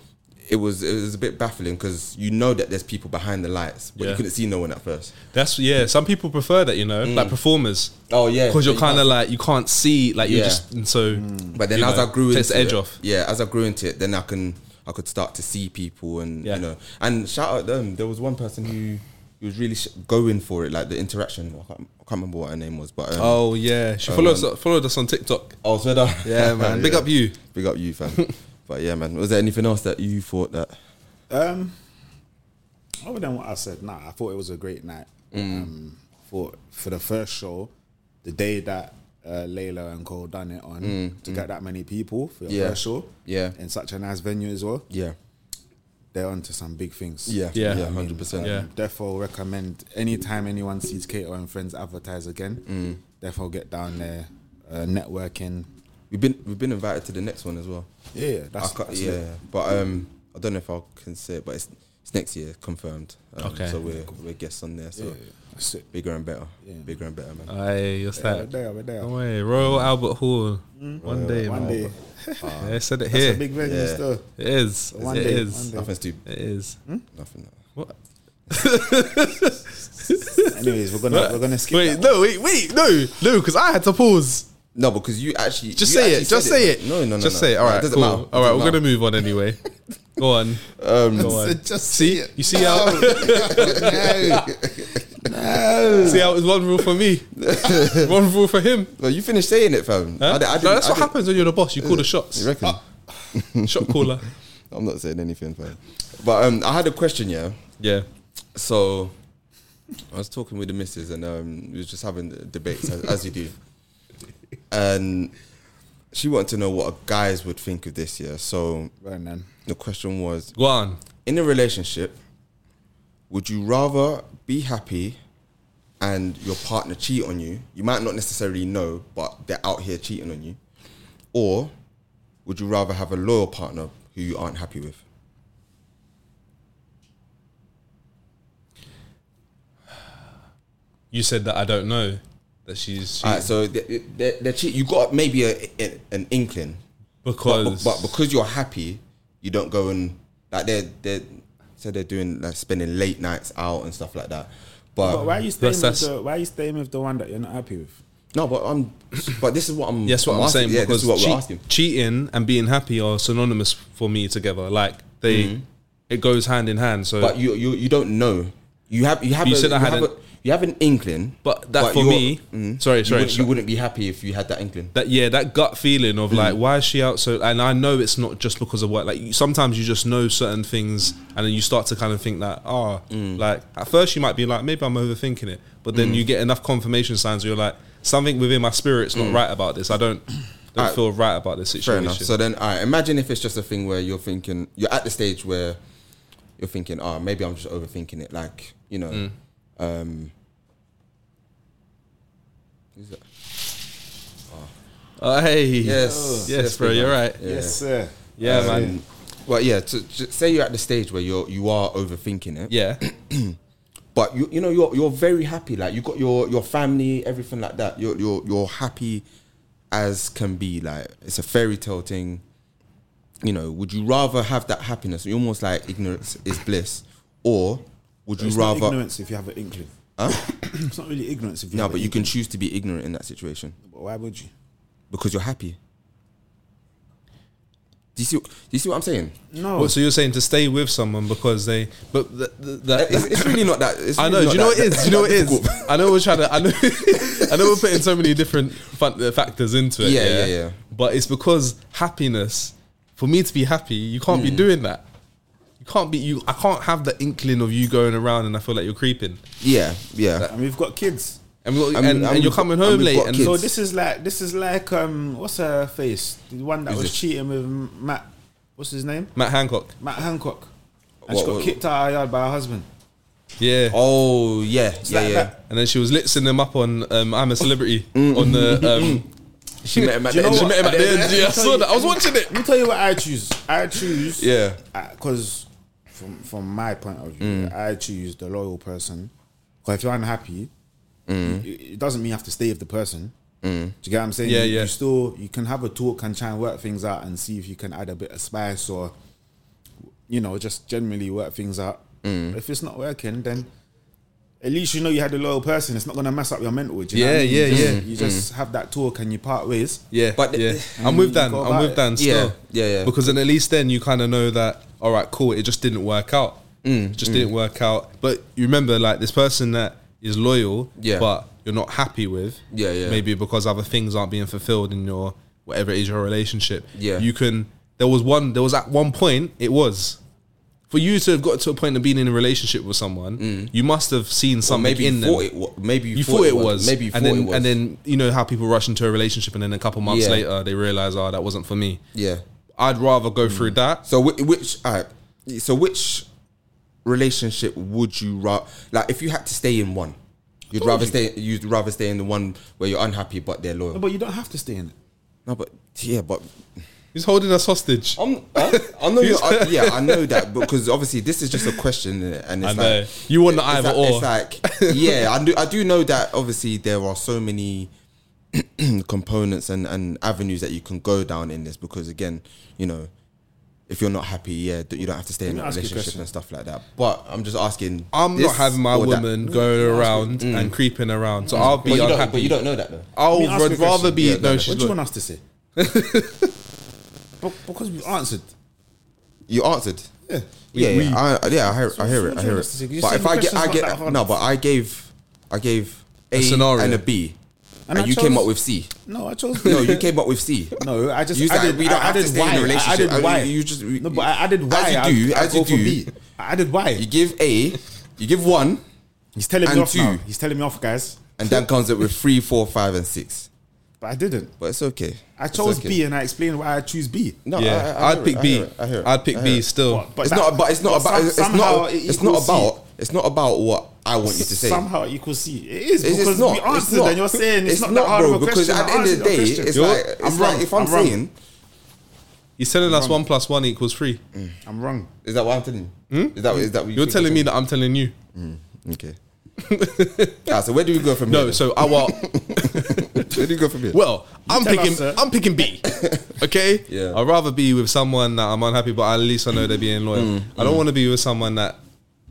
Speaker 1: It was it was a bit baffling because you know that there's people behind the lights, but
Speaker 4: Yeah.
Speaker 1: you couldn't see no one at first.
Speaker 4: That's yeah. Some people prefer that, you know, like performers,
Speaker 1: Oh Mm. yeah,
Speaker 4: because you're
Speaker 1: you can't
Speaker 4: kind of like you can't see, like you're
Speaker 1: Yeah. Mm.
Speaker 4: just and so.
Speaker 1: But then
Speaker 4: you
Speaker 1: as
Speaker 4: know,
Speaker 1: I grew into
Speaker 4: takes the
Speaker 1: it,
Speaker 4: edge off.
Speaker 1: yeah, as I grew into it, then I can I could start to see people and
Speaker 4: Yeah.
Speaker 1: you know and shout out them. There was one person who, who was really sh- going for it, like the interaction. I can't, I can't remember what her name was, but um,
Speaker 4: Oh yeah, she followed us, followed us on TikTok.
Speaker 1: oh, so that,
Speaker 4: Yeah,
Speaker 1: <laughs>
Speaker 4: man. Big up you.
Speaker 1: big up you,
Speaker 4: <laughs>
Speaker 1: fam. but yeah, man. Was there anything else that you thought that?
Speaker 5: Um, other than what I said, nah, I thought it was a great night.
Speaker 1: Mm.
Speaker 5: Um, for for the first show, the day that uh, Layla and Cole done it on to get that many people for your
Speaker 1: Mm, Yeah.
Speaker 5: first show,
Speaker 1: Yeah.
Speaker 5: in such a nice venue as well,
Speaker 1: Yeah,
Speaker 5: they're onto some big things.
Speaker 1: yeah,
Speaker 4: Yeah.
Speaker 1: yeah, hundred percent.
Speaker 4: Yeah.
Speaker 5: Therefore, recommend anytime anyone sees Cato and Friends advertise again,
Speaker 1: Mm.
Speaker 5: therefore get down there, uh, networking.
Speaker 1: We've been we've been invited to the next one as well.
Speaker 5: Yeah,
Speaker 1: I
Speaker 5: that's,
Speaker 1: ca-
Speaker 5: that's
Speaker 1: yeah,
Speaker 5: it.
Speaker 1: but um, I don't know if I can say it, but it's, it's next year confirmed. Um,
Speaker 4: Okay.
Speaker 1: so we're we're guests on there. So
Speaker 5: Yeah, that's it.
Speaker 1: bigger and better,
Speaker 5: Yeah.
Speaker 1: bigger and better, man.
Speaker 4: Aye, you're
Speaker 5: We're
Speaker 4: that.
Speaker 5: there, we're there.
Speaker 4: No way, Royal Albert Hall.
Speaker 1: Hmm?
Speaker 4: One day,
Speaker 5: One
Speaker 4: man.
Speaker 5: day,
Speaker 4: Yeah, I said it
Speaker 5: it's
Speaker 4: here.
Speaker 5: a big venue
Speaker 1: Yeah.
Speaker 5: still.
Speaker 4: it is.
Speaker 5: One
Speaker 4: it
Speaker 5: day,
Speaker 4: is.
Speaker 5: one
Speaker 1: Nothing's too
Speaker 4: It is.
Speaker 1: Hmm? nothing.
Speaker 4: What?
Speaker 5: Anyways, we're gonna we're gonna skip.
Speaker 4: Wait,
Speaker 5: that
Speaker 4: no, wait, wait, no, no, because I had to pause.
Speaker 1: No, because you actually
Speaker 4: Just
Speaker 1: you
Speaker 4: say
Speaker 1: actually
Speaker 4: it. Just
Speaker 1: said
Speaker 4: say it.
Speaker 1: No, no, no.
Speaker 4: Just
Speaker 1: no.
Speaker 4: say it. All
Speaker 1: No, it
Speaker 4: right,
Speaker 1: doesn't
Speaker 4: cool.
Speaker 1: matter.
Speaker 4: All right,
Speaker 1: Doesn't
Speaker 4: we're gonna
Speaker 1: matter. Um,
Speaker 4: move
Speaker 1: <laughs>
Speaker 4: on anyway. Go on. Go on.
Speaker 5: Just
Speaker 4: see, you see
Speaker 1: <laughs>
Speaker 4: how see how it was one rule for me,
Speaker 1: <laughs>
Speaker 4: one rule for him.
Speaker 1: Well, you finished saying it, fam.
Speaker 4: Huh?
Speaker 1: I, di- I
Speaker 4: No,
Speaker 1: didn't-
Speaker 4: that's
Speaker 1: I
Speaker 4: what
Speaker 1: didn't-
Speaker 4: happens when you're the boss. You call the shots. Ah.
Speaker 1: You reckon?
Speaker 4: Shot caller.
Speaker 1: I'm not saying anything, fam. But um, I had a question, yeah.
Speaker 4: Yeah.
Speaker 1: So I was talking with the missus, and um, we was just having the debates as, as you do, and she wanted to know what guys would think of this, yeah. So
Speaker 5: Right, man.
Speaker 1: the question was,
Speaker 4: Go on.
Speaker 1: in a relationship, would you rather be happy and your partner cheat on you? You might not necessarily know, but they're out here cheating on you. Or would you rather have a loyal partner who you aren't happy with?
Speaker 4: You said that I don't know that she's she,
Speaker 1: All right, so they're, they're, they're cheat. You got maybe a, a- an inkling, but,
Speaker 4: because
Speaker 1: but because you're happy, you don't go and like they're they so they're doing like spending late nights out and stuff like that.
Speaker 5: But why are you staying
Speaker 4: That's-
Speaker 5: with
Speaker 4: that's-
Speaker 5: the why are you staying with the one that you're not happy with?
Speaker 1: no, but I'm. But this is what I'm.
Speaker 4: Yes, what I'm,
Speaker 1: asking.
Speaker 4: saying
Speaker 1: Yeah, this
Speaker 4: because
Speaker 1: is what
Speaker 4: cheat-
Speaker 1: we're asking.
Speaker 4: cheating and being happy are synonymous for me together. Like
Speaker 1: Mm-hmm.
Speaker 4: they, it goes hand in hand. So
Speaker 1: but you you you don't know. You have you have
Speaker 4: You
Speaker 1: a,
Speaker 4: said I
Speaker 1: you have
Speaker 4: hadn't-
Speaker 1: a- you have an inkling,
Speaker 4: But that for
Speaker 1: you're- mm-hmm.
Speaker 4: me- sorry,
Speaker 1: you
Speaker 4: sorry,
Speaker 1: wouldn't, you
Speaker 4: sorry.
Speaker 1: wouldn't be happy if you had that inkling.
Speaker 4: that yeah that gut feeling of like why is she out so and i know it's not just because of work like you, sometimes you just know certain things and then you start to kind of think that ah like at first you might be like maybe i'm overthinking it but then you get enough confirmation signs where you're like something within my spirit's not right about this i don't don't
Speaker 1: Alright.
Speaker 4: feel right about this
Speaker 1: Fair
Speaker 4: situation
Speaker 1: enough. So then, all right, imagine if it's just a thing where you're thinking, you're at the stage where you're thinking, oh, maybe I'm just overthinking it. Like, you know,
Speaker 4: Mm.
Speaker 1: um, who's that?
Speaker 4: oh, hey
Speaker 1: Yes,
Speaker 4: yes bro
Speaker 1: big
Speaker 4: you're
Speaker 1: man.
Speaker 4: right
Speaker 1: Yeah.
Speaker 5: Yes, sir.
Speaker 4: yeah
Speaker 5: Um,
Speaker 4: man
Speaker 1: Well, yeah. To, to say you're at the stage where you're you are overthinking it,
Speaker 4: yeah
Speaker 1: but you you know you're you're very happy. Like you got your your family, everything like that. You're you're you're happy as can be. Like it's a fairy tale thing. You know, would you rather have that happiness? You're almost like ignorance is bliss, or would you
Speaker 5: It's not
Speaker 1: rather?
Speaker 5: ignorance if you have an inkling. <coughs> it's not really ignorance if you.
Speaker 1: No,
Speaker 5: have
Speaker 1: but
Speaker 5: an
Speaker 1: you can
Speaker 5: inkling.
Speaker 1: choose to be ignorant in that situation
Speaker 5: But why would you?
Speaker 1: because you're happy. Do you see? Do you see what I'm saying?
Speaker 5: No.
Speaker 4: Well, so you're saying to stay with someone because they but th- th- that
Speaker 1: It's, it's really not that. It's
Speaker 4: <laughs> I know.
Speaker 1: really
Speaker 4: Do you know
Speaker 1: not
Speaker 4: what it
Speaker 1: that-
Speaker 4: is? Do you know what it is?
Speaker 1: difficult.
Speaker 4: <laughs> I know we're trying to. I know. I know we're putting so many different fun, uh, factors into it.
Speaker 1: Yeah, yeah, yeah.
Speaker 4: But it's because happiness. For me to be happy, you can't
Speaker 1: Mm.
Speaker 4: be doing that. You can't be you. I can't have the inkling of you going around and I feel like you're creeping.
Speaker 1: Yeah, yeah.
Speaker 5: and we've got kids.
Speaker 4: And, we-
Speaker 1: I
Speaker 4: and,
Speaker 1: mean-
Speaker 4: and
Speaker 1: I mean,
Speaker 4: you're coming
Speaker 1: and
Speaker 4: home
Speaker 1: we've
Speaker 4: late.
Speaker 1: got
Speaker 4: And
Speaker 1: kids.
Speaker 5: So this is like this is like um what's her face? The one that
Speaker 1: Who's
Speaker 5: was
Speaker 1: this?
Speaker 5: cheating with Matt. What's his name?
Speaker 4: Matt Hancock.
Speaker 5: Matt Hancock. And
Speaker 1: What-
Speaker 5: she got
Speaker 1: what-
Speaker 5: kicked out of her yard by her husband.
Speaker 4: Yeah.
Speaker 1: Oh yeah, yeah,
Speaker 5: like
Speaker 1: yeah.
Speaker 5: that.
Speaker 4: And then she was litzing them up on um, I'm a Celebrity
Speaker 1: Mm.
Speaker 4: on
Speaker 1: <laughs>
Speaker 4: the. Um,
Speaker 1: She met him at
Speaker 5: Do you
Speaker 1: the
Speaker 5: know
Speaker 1: end.
Speaker 4: she
Speaker 5: what?
Speaker 4: met him at
Speaker 1: <laughs>
Speaker 4: the end. Yeah, I
Speaker 5: Let me
Speaker 4: saw
Speaker 5: tell
Speaker 4: that. I was
Speaker 5: you-
Speaker 4: watching it.
Speaker 5: Let me tell you what I choose. I choose.
Speaker 1: Yeah.
Speaker 5: Because from from my point of view,
Speaker 4: Mm.
Speaker 5: I choose the loyal person. Because if you're unhappy, it, it doesn't mean you have to stay with the person. Do you get what I'm saying?
Speaker 4: Mm. Yeah,
Speaker 5: you,
Speaker 4: yeah.
Speaker 5: You still you can have a talk and try and work things out and see if you can add a bit of spice or you know just generally work things out.
Speaker 4: Mm.
Speaker 5: If it's not working, then at least you know you had a loyal person. It's not gonna mess up your mental. Do you know what I
Speaker 4: Yeah,
Speaker 5: mean? You
Speaker 4: yeah,
Speaker 5: just-
Speaker 4: yeah. Mm.
Speaker 5: You just have that talk and you part ways.
Speaker 4: Yeah,
Speaker 1: But-
Speaker 4: but yeah,
Speaker 5: Mm,
Speaker 4: I'm with Dan.
Speaker 5: go
Speaker 4: I'm
Speaker 5: about
Speaker 4: with
Speaker 5: it.
Speaker 4: Dan still.
Speaker 1: Yeah, yeah, yeah.
Speaker 4: Because then at least then you kind of know that. All right, cool. It just didn't work out.
Speaker 1: Mm,
Speaker 4: It just didn't work out. But you remember, like this person that is loyal,
Speaker 1: Yeah.
Speaker 4: but you're not happy with.
Speaker 1: Yeah, yeah.
Speaker 4: Maybe because other things aren't being fulfilled in your whatever it is your relationship.
Speaker 1: Yeah.
Speaker 4: you can. There was one. There was at one point it was. For you to have got to a point of being in a relationship with someone, you must have seen
Speaker 1: Mm. Or
Speaker 4: something
Speaker 1: maybe
Speaker 4: in
Speaker 1: you
Speaker 4: them
Speaker 1: thought it was. Maybe
Speaker 4: you thought it was,
Speaker 1: Maybe you
Speaker 4: and
Speaker 1: thought
Speaker 4: then
Speaker 1: it was.
Speaker 4: and then you know how people rush into a relationship and then a couple months
Speaker 1: Yeah.
Speaker 4: later they realize oh that wasn't for me
Speaker 1: yeah. Mm.
Speaker 4: i'd rather go through that
Speaker 1: So which, which all right, so which relationship would you rather like if you had to stay in one? You'd rather stay. You'd rather stay in the one where you're unhappy but they're
Speaker 5: No,
Speaker 1: loyal.
Speaker 5: but you don't have to stay in it.
Speaker 1: No, but yeah, but
Speaker 4: he's holding us hostage
Speaker 1: I'm. I, I <laughs> know. you I, yeah, I know that because obviously this is just a question, innit? and it's
Speaker 4: I know.
Speaker 1: like
Speaker 4: You want the
Speaker 1: it's
Speaker 4: either
Speaker 1: like-
Speaker 4: or.
Speaker 1: It's
Speaker 4: <laughs>
Speaker 1: like yeah, I do. I do know that obviously there are so many <clears throat> components and and avenues that you can go down in this because again, you know, if you're not happy, yeah, th- you don't have to stay in
Speaker 5: me
Speaker 1: that
Speaker 5: ask you a
Speaker 1: relationship
Speaker 5: question.
Speaker 1: and stuff like that. But I'm just asking.
Speaker 4: i'm
Speaker 1: this
Speaker 4: not having my
Speaker 1: or that. Mm.
Speaker 4: woman going around and creeping around so i'll
Speaker 1: But
Speaker 4: be
Speaker 1: you, don't,
Speaker 4: unhappy
Speaker 1: but you don't know that though.
Speaker 5: Let
Speaker 4: i'll
Speaker 5: me ask you a
Speaker 4: rather
Speaker 5: question.
Speaker 4: be
Speaker 1: Yeah,
Speaker 4: no
Speaker 1: no,
Speaker 4: she's
Speaker 5: what do you
Speaker 4: look-
Speaker 5: want us to say? Be- because we answered.
Speaker 1: You answered.
Speaker 5: Yeah.
Speaker 1: Yeah, yeah, I, yeah, I hear, I hear it, I hear
Speaker 5: So you
Speaker 1: it.
Speaker 5: said
Speaker 1: But if
Speaker 5: the
Speaker 1: I get,
Speaker 5: question's
Speaker 1: I
Speaker 5: not that
Speaker 1: get
Speaker 5: hard.
Speaker 1: no, but I gave, I gave a,
Speaker 4: scenario.
Speaker 1: and a B, and,
Speaker 5: And I
Speaker 1: you came
Speaker 5: chose-
Speaker 1: up with C.
Speaker 5: No, I chose.
Speaker 1: No,
Speaker 5: <laughs>
Speaker 1: you came up with C.
Speaker 5: No, I just
Speaker 1: You said
Speaker 5: added.
Speaker 1: we don't
Speaker 5: I
Speaker 1: have to
Speaker 5: added
Speaker 1: stay
Speaker 5: why.
Speaker 1: in a
Speaker 5: I
Speaker 1: relationship.
Speaker 5: added
Speaker 1: I mean,
Speaker 5: why.
Speaker 1: you just-
Speaker 5: no, but I added why.
Speaker 1: As you do,
Speaker 5: I, I
Speaker 1: as you
Speaker 5: go for
Speaker 1: do.
Speaker 5: B. I added why.
Speaker 1: You give A, you give one,
Speaker 5: He's telling me
Speaker 1: and
Speaker 5: off now.
Speaker 1: two.
Speaker 5: He's telling me off, guys.
Speaker 1: and Dan comes up with three, four, five, and six.
Speaker 5: But I didn't.
Speaker 1: But it's okay.
Speaker 5: I
Speaker 1: It's
Speaker 5: chose
Speaker 1: okay.
Speaker 5: B, and I explained why I choose B.
Speaker 1: No, I,
Speaker 4: yeah
Speaker 1: I, I
Speaker 4: I,
Speaker 1: hear
Speaker 4: would
Speaker 1: it,
Speaker 4: pick
Speaker 1: I
Speaker 4: b
Speaker 1: hear it, I hear it,
Speaker 4: i'd pick
Speaker 1: I hear
Speaker 4: b
Speaker 1: it.
Speaker 4: still
Speaker 5: But- but
Speaker 1: it's
Speaker 5: that-
Speaker 1: not. But it's not about.
Speaker 5: some-
Speaker 1: It's
Speaker 5: somehow
Speaker 1: not.
Speaker 5: it
Speaker 1: It's not
Speaker 5: equals C.
Speaker 1: about. It's not about what I want you to say.
Speaker 5: Somehow it equals C. It is
Speaker 1: It's,
Speaker 5: because
Speaker 1: it's not.
Speaker 5: we
Speaker 1: it's
Speaker 5: answered,
Speaker 1: not.
Speaker 5: and you're saying it's,
Speaker 1: it's
Speaker 5: not, that hard
Speaker 1: bro,
Speaker 5: of a
Speaker 1: because
Speaker 5: question.
Speaker 1: at the
Speaker 5: I
Speaker 1: end of the
Speaker 5: answered your
Speaker 1: day,
Speaker 5: question.
Speaker 1: it's
Speaker 4: You're-
Speaker 1: like,
Speaker 5: I'm
Speaker 1: it's
Speaker 5: wrong,
Speaker 1: like if I'm,
Speaker 5: I'm wrong.
Speaker 1: saying,
Speaker 4: he's telling us one plus one equals
Speaker 1: <laughs>
Speaker 4: three
Speaker 5: I'm wrong.
Speaker 1: is that what I'm telling you? Is that is that what you
Speaker 4: Hmm? you're
Speaker 1: think
Speaker 4: telling
Speaker 1: I'm
Speaker 4: me that i'm telling you
Speaker 1: Okay. <laughs> ah, so where do we go from here?
Speaker 4: no
Speaker 1: then?
Speaker 4: so
Speaker 1: <laughs>
Speaker 4: i well
Speaker 1: where do you go from here?
Speaker 4: <laughs> Well, I'm
Speaker 5: tell us,
Speaker 4: picking.
Speaker 5: sir.
Speaker 4: I'm
Speaker 1: <laughs>
Speaker 4: picking B. Okay.
Speaker 1: Yeah.
Speaker 4: I'd rather be with someone that I'm unhappy, but at least I know they're being loyal.
Speaker 1: Mm,
Speaker 4: I don't want to be with someone that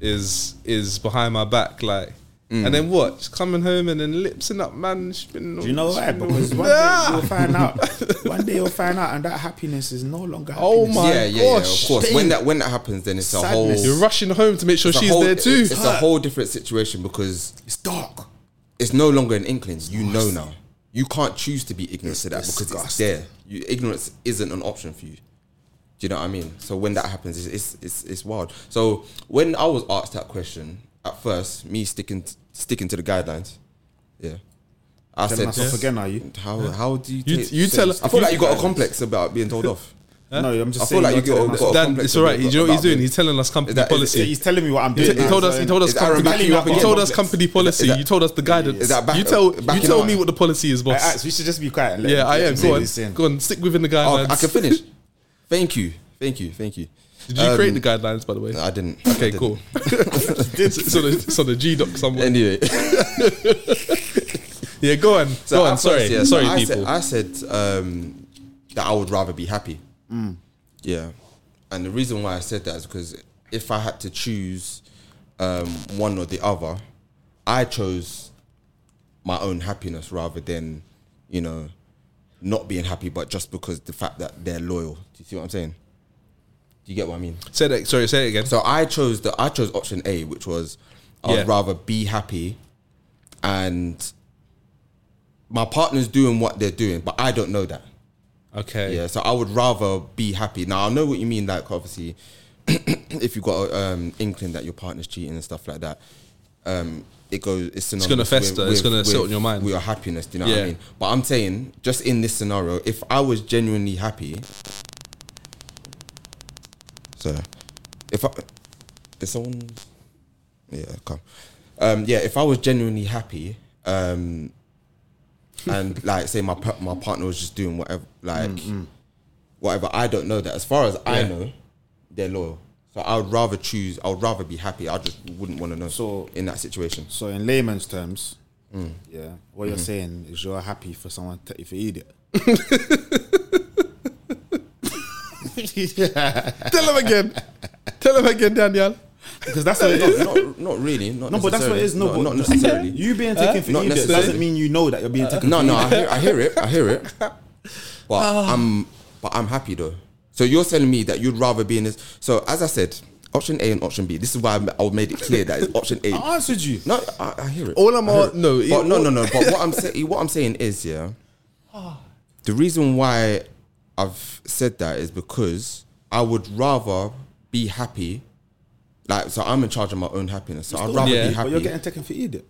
Speaker 4: is is behind my back, like.
Speaker 1: Mm.
Speaker 4: And then what? Just coming home and then lipsing up, man. spinning all-
Speaker 5: Do you know why?
Speaker 4: spinning all-
Speaker 5: Because one day
Speaker 4: Ah!
Speaker 5: you'll find out. One day you'll find out, and that happiness is no longer.
Speaker 4: Oh
Speaker 5: happiness.
Speaker 4: my
Speaker 1: yeah, yeah, yeah,
Speaker 4: gosh,
Speaker 1: of course.
Speaker 4: babe.
Speaker 1: When that when that happens, then it's a
Speaker 5: Sadness.
Speaker 1: whole.
Speaker 4: You're rushing home to make sure
Speaker 1: it's a
Speaker 4: she's
Speaker 1: whole-
Speaker 4: there too.
Speaker 1: It's a whole different situation because
Speaker 5: It's dark.
Speaker 1: it's no longer an inkling. You know now. You can't choose to be ignorant to that because it's
Speaker 5: disgusting.
Speaker 1: there. You, ignorance isn't an option for you. Do you know what I mean? So when that happens, it's it's it's, it's wild. So when I was asked that question at first, me sticking sticking to the guidelines, yeah, I
Speaker 5: Telling
Speaker 1: said
Speaker 5: myself again, are you?
Speaker 1: How how do you?
Speaker 4: You-
Speaker 1: take-
Speaker 4: you tell
Speaker 1: I
Speaker 4: us-
Speaker 1: feel
Speaker 4: you-
Speaker 1: like you got a complex about being told off.
Speaker 5: No, I'm just
Speaker 1: I feel
Speaker 5: saying.
Speaker 1: like
Speaker 5: you're
Speaker 1: you
Speaker 5: telling
Speaker 1: got-
Speaker 5: myself-
Speaker 1: got-
Speaker 4: Dan, it's all right. You know what he's doing? He's telling us company
Speaker 1: Is that- is-
Speaker 4: policy.
Speaker 1: is-
Speaker 5: He's telling me what I'm doing.
Speaker 4: he
Speaker 5: now,
Speaker 4: told us.
Speaker 5: so-
Speaker 4: He told us.
Speaker 1: Is that Aaron
Speaker 4: Company,
Speaker 1: backing you up
Speaker 4: he
Speaker 1: again?
Speaker 4: told us company policy.
Speaker 1: that-
Speaker 4: you told us the guidance.
Speaker 1: is that back-
Speaker 4: you tell. You
Speaker 1: backing
Speaker 4: tell
Speaker 1: up?
Speaker 4: me what the policy is,
Speaker 5: Hey,
Speaker 4: boss.
Speaker 5: Axe, we should just be quiet. Let
Speaker 4: yeah,
Speaker 5: him-
Speaker 4: I
Speaker 5: let
Speaker 4: am.
Speaker 5: him say
Speaker 4: Go
Speaker 5: what
Speaker 4: on.
Speaker 5: he's saying.
Speaker 4: Go on. Stick within the
Speaker 1: Oh,
Speaker 4: guidelines.
Speaker 1: I can finish. Thank you, thank you, thank you.
Speaker 4: Did you
Speaker 1: um,
Speaker 4: create the guidelines, by the way?
Speaker 1: I didn't. I
Speaker 4: Okay,
Speaker 1: didn't.
Speaker 4: cool. <laughs> it's, on a, it's on a G doc somewhere.
Speaker 1: <laughs> Anyway,
Speaker 4: yeah, go on. go on.
Speaker 1: at
Speaker 4: Sorry,
Speaker 1: first, yeah, so
Speaker 4: sorry,
Speaker 1: I Said,
Speaker 4: people.
Speaker 1: I said um, that I would rather be happy. Mm. Yeah, and the reason why I said that is because if I had to choose um, one or the other, I chose my own happiness rather than you know not being happy, but just because the fact that they're loyal. Do you see what I'm saying? Do you get what I mean?
Speaker 4: say that. Sorry, say it again.
Speaker 1: uh, So I chose the I chose option A, which was I'd
Speaker 4: Yeah.
Speaker 1: rather be happy, and my partner's doing what they're doing, but I don't know that.
Speaker 4: Okay.
Speaker 1: Yeah, so I would rather be happy. Now I know what you mean. Like obviously, <clears throat> if you've got an um, inkling that your partner's cheating and stuff like that, um, it goes. It's, it's
Speaker 4: gonna fester, it's gonna sit on your mind.
Speaker 1: With your happiness, do you know what
Speaker 4: Yeah.
Speaker 1: I mean? But I'm saying, just in this scenario, if I was genuinely happy, so if I, is someone, yeah, come, um, yeah, if I was genuinely happy, um,
Speaker 5: <laughs>
Speaker 1: and like say my pa- my partner was just doing whatever, like
Speaker 5: Mm,
Speaker 1: whatever. I don't know that. As far as I
Speaker 4: Yeah.
Speaker 1: know, they're loyal. So I would rather choose. I would rather be happy. I just wouldn't want to know.
Speaker 5: So-
Speaker 1: in that
Speaker 5: <laughs>
Speaker 1: situation,
Speaker 5: So in layman's terms, yeah, what you're saying is you're happy for someone to if you idiot. yeah.
Speaker 4: Tell him again. Tell him again, Daniel.
Speaker 5: Because that's what it is.
Speaker 1: <laughs>
Speaker 5: No,
Speaker 1: not, not really. Not
Speaker 5: but <laughs> that's what it is. No,
Speaker 1: not,
Speaker 5: but
Speaker 1: not necessarily.
Speaker 5: You being taken for
Speaker 1: Not
Speaker 5: idiot
Speaker 1: necessarily.
Speaker 5: doesn't mean you know that you're being taken.
Speaker 1: no, no. I hear, I hear it. I hear it. But I'm but I'm happy though. So you're telling me that you'd rather be in this. So as I said, option A and option B. This is why I made it clear that it's option A.
Speaker 5: I answered you.
Speaker 1: No, I, I hear it.
Speaker 4: All I'm
Speaker 1: I hear
Speaker 4: all-
Speaker 1: it.
Speaker 4: no, it-
Speaker 1: but no, no, no. But what I'm saying, what I'm saying is, yeah, the reason why I've said that is because I would rather be happy. Like, so I'm in charge of my own happiness. So I'd rather
Speaker 4: Yeah.
Speaker 1: be
Speaker 5: But you're
Speaker 1: happy.
Speaker 5: getting taken for idiot.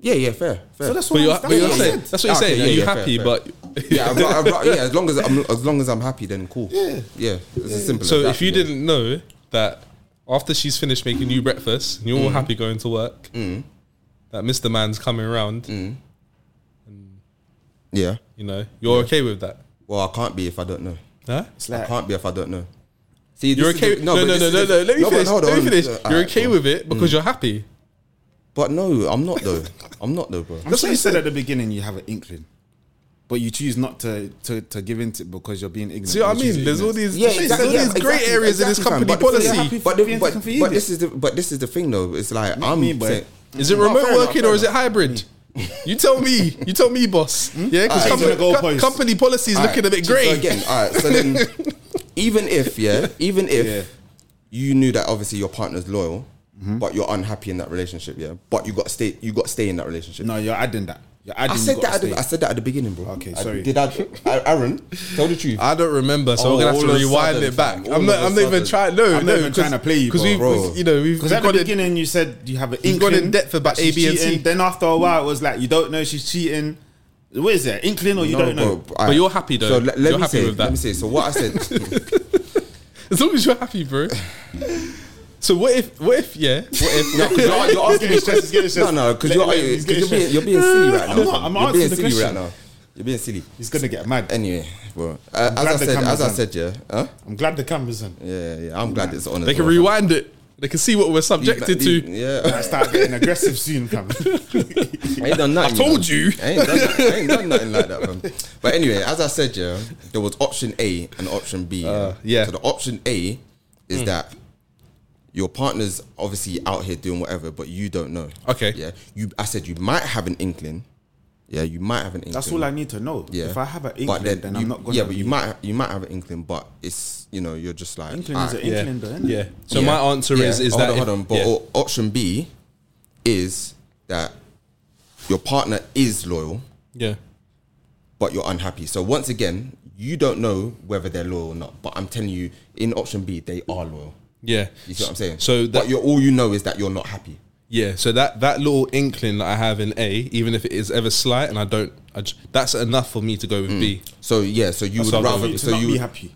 Speaker 1: yeah, yeah, fair, fair.
Speaker 5: So that's
Speaker 4: But
Speaker 5: what
Speaker 4: you're,
Speaker 5: I'm
Speaker 4: but you're
Speaker 5: that's what I
Speaker 4: saying.
Speaker 5: said.
Speaker 4: That's what you're
Speaker 1: Ah, Okay,
Speaker 4: saying.
Speaker 1: yeah,
Speaker 4: Are you
Speaker 1: yeah, fair,
Speaker 4: happy?
Speaker 1: fair.
Speaker 4: But
Speaker 1: yeah, I'd ra- I'd ra- yeah. As long as I'm, as long as I'm happy, then cool.
Speaker 5: Yeah.
Speaker 1: yeah. It's as simple. as
Speaker 4: <laughs> So
Speaker 1: that,
Speaker 4: if you
Speaker 1: yeah.
Speaker 4: didn't know that after she's finished making you breakfast, and you're
Speaker 1: Mm.
Speaker 4: all happy going to work, that Mr. Man's coming around,
Speaker 1: Mm. yeah.
Speaker 4: you know, you're okay with that.
Speaker 1: Well, I can't be if I don't know.
Speaker 4: Huh?
Speaker 5: It's
Speaker 1: I
Speaker 5: like,
Speaker 1: can't be if I don't know. See,
Speaker 4: You're
Speaker 1: this is
Speaker 4: okay.
Speaker 1: the-
Speaker 4: no, no,
Speaker 1: but
Speaker 4: no,
Speaker 1: this
Speaker 4: no,
Speaker 1: is
Speaker 4: no,
Speaker 1: the-
Speaker 4: Let me
Speaker 1: but
Speaker 4: finish.
Speaker 1: hold
Speaker 4: Let me
Speaker 1: on. Uh,
Speaker 4: finish.
Speaker 1: Alright,
Speaker 4: You're okay
Speaker 1: cool. Mm.
Speaker 4: with it because you're happy.
Speaker 1: But no, I'm not though. I'm not though, bro.
Speaker 5: that's what you said at the beginning. You have an inkling, but you choose not to to, to give into it because you're being ignorant.
Speaker 4: See what I
Speaker 5: You choose
Speaker 4: mean? There's all
Speaker 5: ignorance.
Speaker 4: these, there's all these great areas in this company policy.
Speaker 1: But,
Speaker 5: being
Speaker 1: but,
Speaker 5: taken for
Speaker 1: but
Speaker 5: idiot.
Speaker 1: this is the but this is the thing though. It's like
Speaker 5: Not
Speaker 1: I'm
Speaker 5: me, but-
Speaker 1: saying,
Speaker 4: Is it
Speaker 1: No,
Speaker 4: remote
Speaker 1: fair enough,
Speaker 4: working
Speaker 1: fair
Speaker 4: or is it hybrid? You tell me. You tell me, boss.
Speaker 1: Hmm?
Speaker 4: Yeah, because
Speaker 5: Alright,
Speaker 4: company,
Speaker 5: so the goalpost.
Speaker 4: company policy is
Speaker 1: All right,
Speaker 4: looking a bit
Speaker 1: so
Speaker 4: grey.
Speaker 1: again. All right. So
Speaker 5: <laughs>
Speaker 1: then, even if yeah, even if
Speaker 5: Yeah. Mm-hmm.
Speaker 1: you knew that obviously your partner's loyal, but you're unhappy in that relationship, yeah. But you got to stay you got to stay in that relationship.
Speaker 5: No, you're adding that. You're adding.
Speaker 1: I
Speaker 5: you
Speaker 1: said
Speaker 5: gotta
Speaker 1: that. At the,
Speaker 5: stay.
Speaker 1: I said that at the beginning, bro.
Speaker 5: Okay,
Speaker 1: I-
Speaker 5: sorry.
Speaker 1: did
Speaker 5: <laughs>
Speaker 1: I, Aaron? Tell the truth.
Speaker 4: I don't remember,
Speaker 1: Oh,
Speaker 4: so we're gonna have
Speaker 1: all
Speaker 4: to
Speaker 1: of a
Speaker 4: rewind
Speaker 1: sudden,
Speaker 4: it back.
Speaker 1: fam, all
Speaker 4: I'm not.
Speaker 1: of a
Speaker 4: I'm not even
Speaker 1: sudden.
Speaker 4: trying. No,
Speaker 5: I'm
Speaker 4: no,
Speaker 5: not even trying to play you,
Speaker 4: because
Speaker 5: bro.
Speaker 4: we've,
Speaker 1: Bro.
Speaker 4: we've- you know, we've,
Speaker 5: Because
Speaker 4: we've
Speaker 5: at the
Speaker 4: got it.
Speaker 5: beginning you said you have an
Speaker 4: You've gone
Speaker 5: inkling.
Speaker 4: in depth about
Speaker 5: that she's
Speaker 4: A, B, and C.
Speaker 5: cheating. Then after a while it was like you don't know she's cheating. What is it? Inkling or you don't know?
Speaker 4: But you're happy though.
Speaker 1: So le- let,
Speaker 4: You're
Speaker 1: me
Speaker 4: happy
Speaker 1: say,
Speaker 4: with that.
Speaker 1: let me say. So what I
Speaker 5: <laughs>
Speaker 1: said,
Speaker 4: As long as you're
Speaker 1: <laughs>
Speaker 4: happy, bro. So what if? What if? Yeah.
Speaker 1: What if, no, 'cause you're, you're asking me
Speaker 5: He's getting stressed,
Speaker 1: <laughs>
Speaker 5: he's getting
Speaker 1: No,
Speaker 5: stressed.
Speaker 1: no, because
Speaker 5: Let-
Speaker 1: you're,
Speaker 5: let-
Speaker 1: you're,
Speaker 5: he's getting
Speaker 1: 'cause you're being, you're being silly right now.
Speaker 5: I'm not, I'm
Speaker 1: you're being
Speaker 5: answering the
Speaker 1: silly
Speaker 5: question.
Speaker 1: right now. You're being silly.
Speaker 5: He's gonna get mad.
Speaker 1: Anyway, bro. Uh, as
Speaker 5: glad
Speaker 1: I
Speaker 5: the
Speaker 1: said, as
Speaker 5: camera's
Speaker 1: I
Speaker 5: on.
Speaker 1: said, yeah, huh?
Speaker 5: I'm glad the camera's on.
Speaker 1: yeah, yeah. I'm glad it's on.
Speaker 4: They can rewind it. They can see what we're subjected to.
Speaker 5: I
Speaker 1: Yeah,
Speaker 5: start getting aggressive soon,
Speaker 1: <laughs>
Speaker 5: fam.
Speaker 1: I ain't done nothing.
Speaker 4: I told
Speaker 1: man.
Speaker 4: you.
Speaker 1: I ain't, done, I ain't done nothing like that, man. But anyway, as I said, yeah, there was option A and option B.
Speaker 4: Uh, yeah.
Speaker 1: So the option A
Speaker 4: Hmm.
Speaker 1: is that your partner's obviously out here doing whatever, but you don't know.
Speaker 4: Okay.
Speaker 1: Yeah. You, I said you might have an inkling. Yeah, you might have an inkling.
Speaker 5: That's all I need to know.
Speaker 1: Yeah.
Speaker 5: If I have an
Speaker 1: But
Speaker 5: inkling, then,
Speaker 1: you-
Speaker 5: I'm not gonna.
Speaker 1: Yeah, but you might you might have an inkling, but it's you know you're just like
Speaker 5: Inkling is
Speaker 1: alright.
Speaker 5: an inkling, though. Isn't
Speaker 4: Yeah.
Speaker 5: It?
Speaker 4: So
Speaker 1: Yeah.
Speaker 4: my answer
Speaker 1: Yeah.
Speaker 4: is is
Speaker 1: hold on,
Speaker 4: that if-
Speaker 1: hold on. But
Speaker 4: yeah.
Speaker 1: o- option B is that your partner is loyal,
Speaker 4: Yeah.
Speaker 1: but you're unhappy. So once again, you don't know whether they're loyal or not. But I'm telling you, in option B, they are loyal.
Speaker 4: Yeah.
Speaker 1: You see what I'm saying?
Speaker 4: So that
Speaker 1: but you're, all you know is that you're not happy.
Speaker 4: yeah, so that that little inkling that I have in A, even if it is ever slight, and I don't, I j- that's enough for me to go with B.
Speaker 1: So yeah, so you
Speaker 4: That's
Speaker 1: would
Speaker 4: what I'm
Speaker 1: rather
Speaker 4: saying.
Speaker 1: so
Speaker 5: not
Speaker 1: you
Speaker 5: be
Speaker 1: would-
Speaker 5: happy.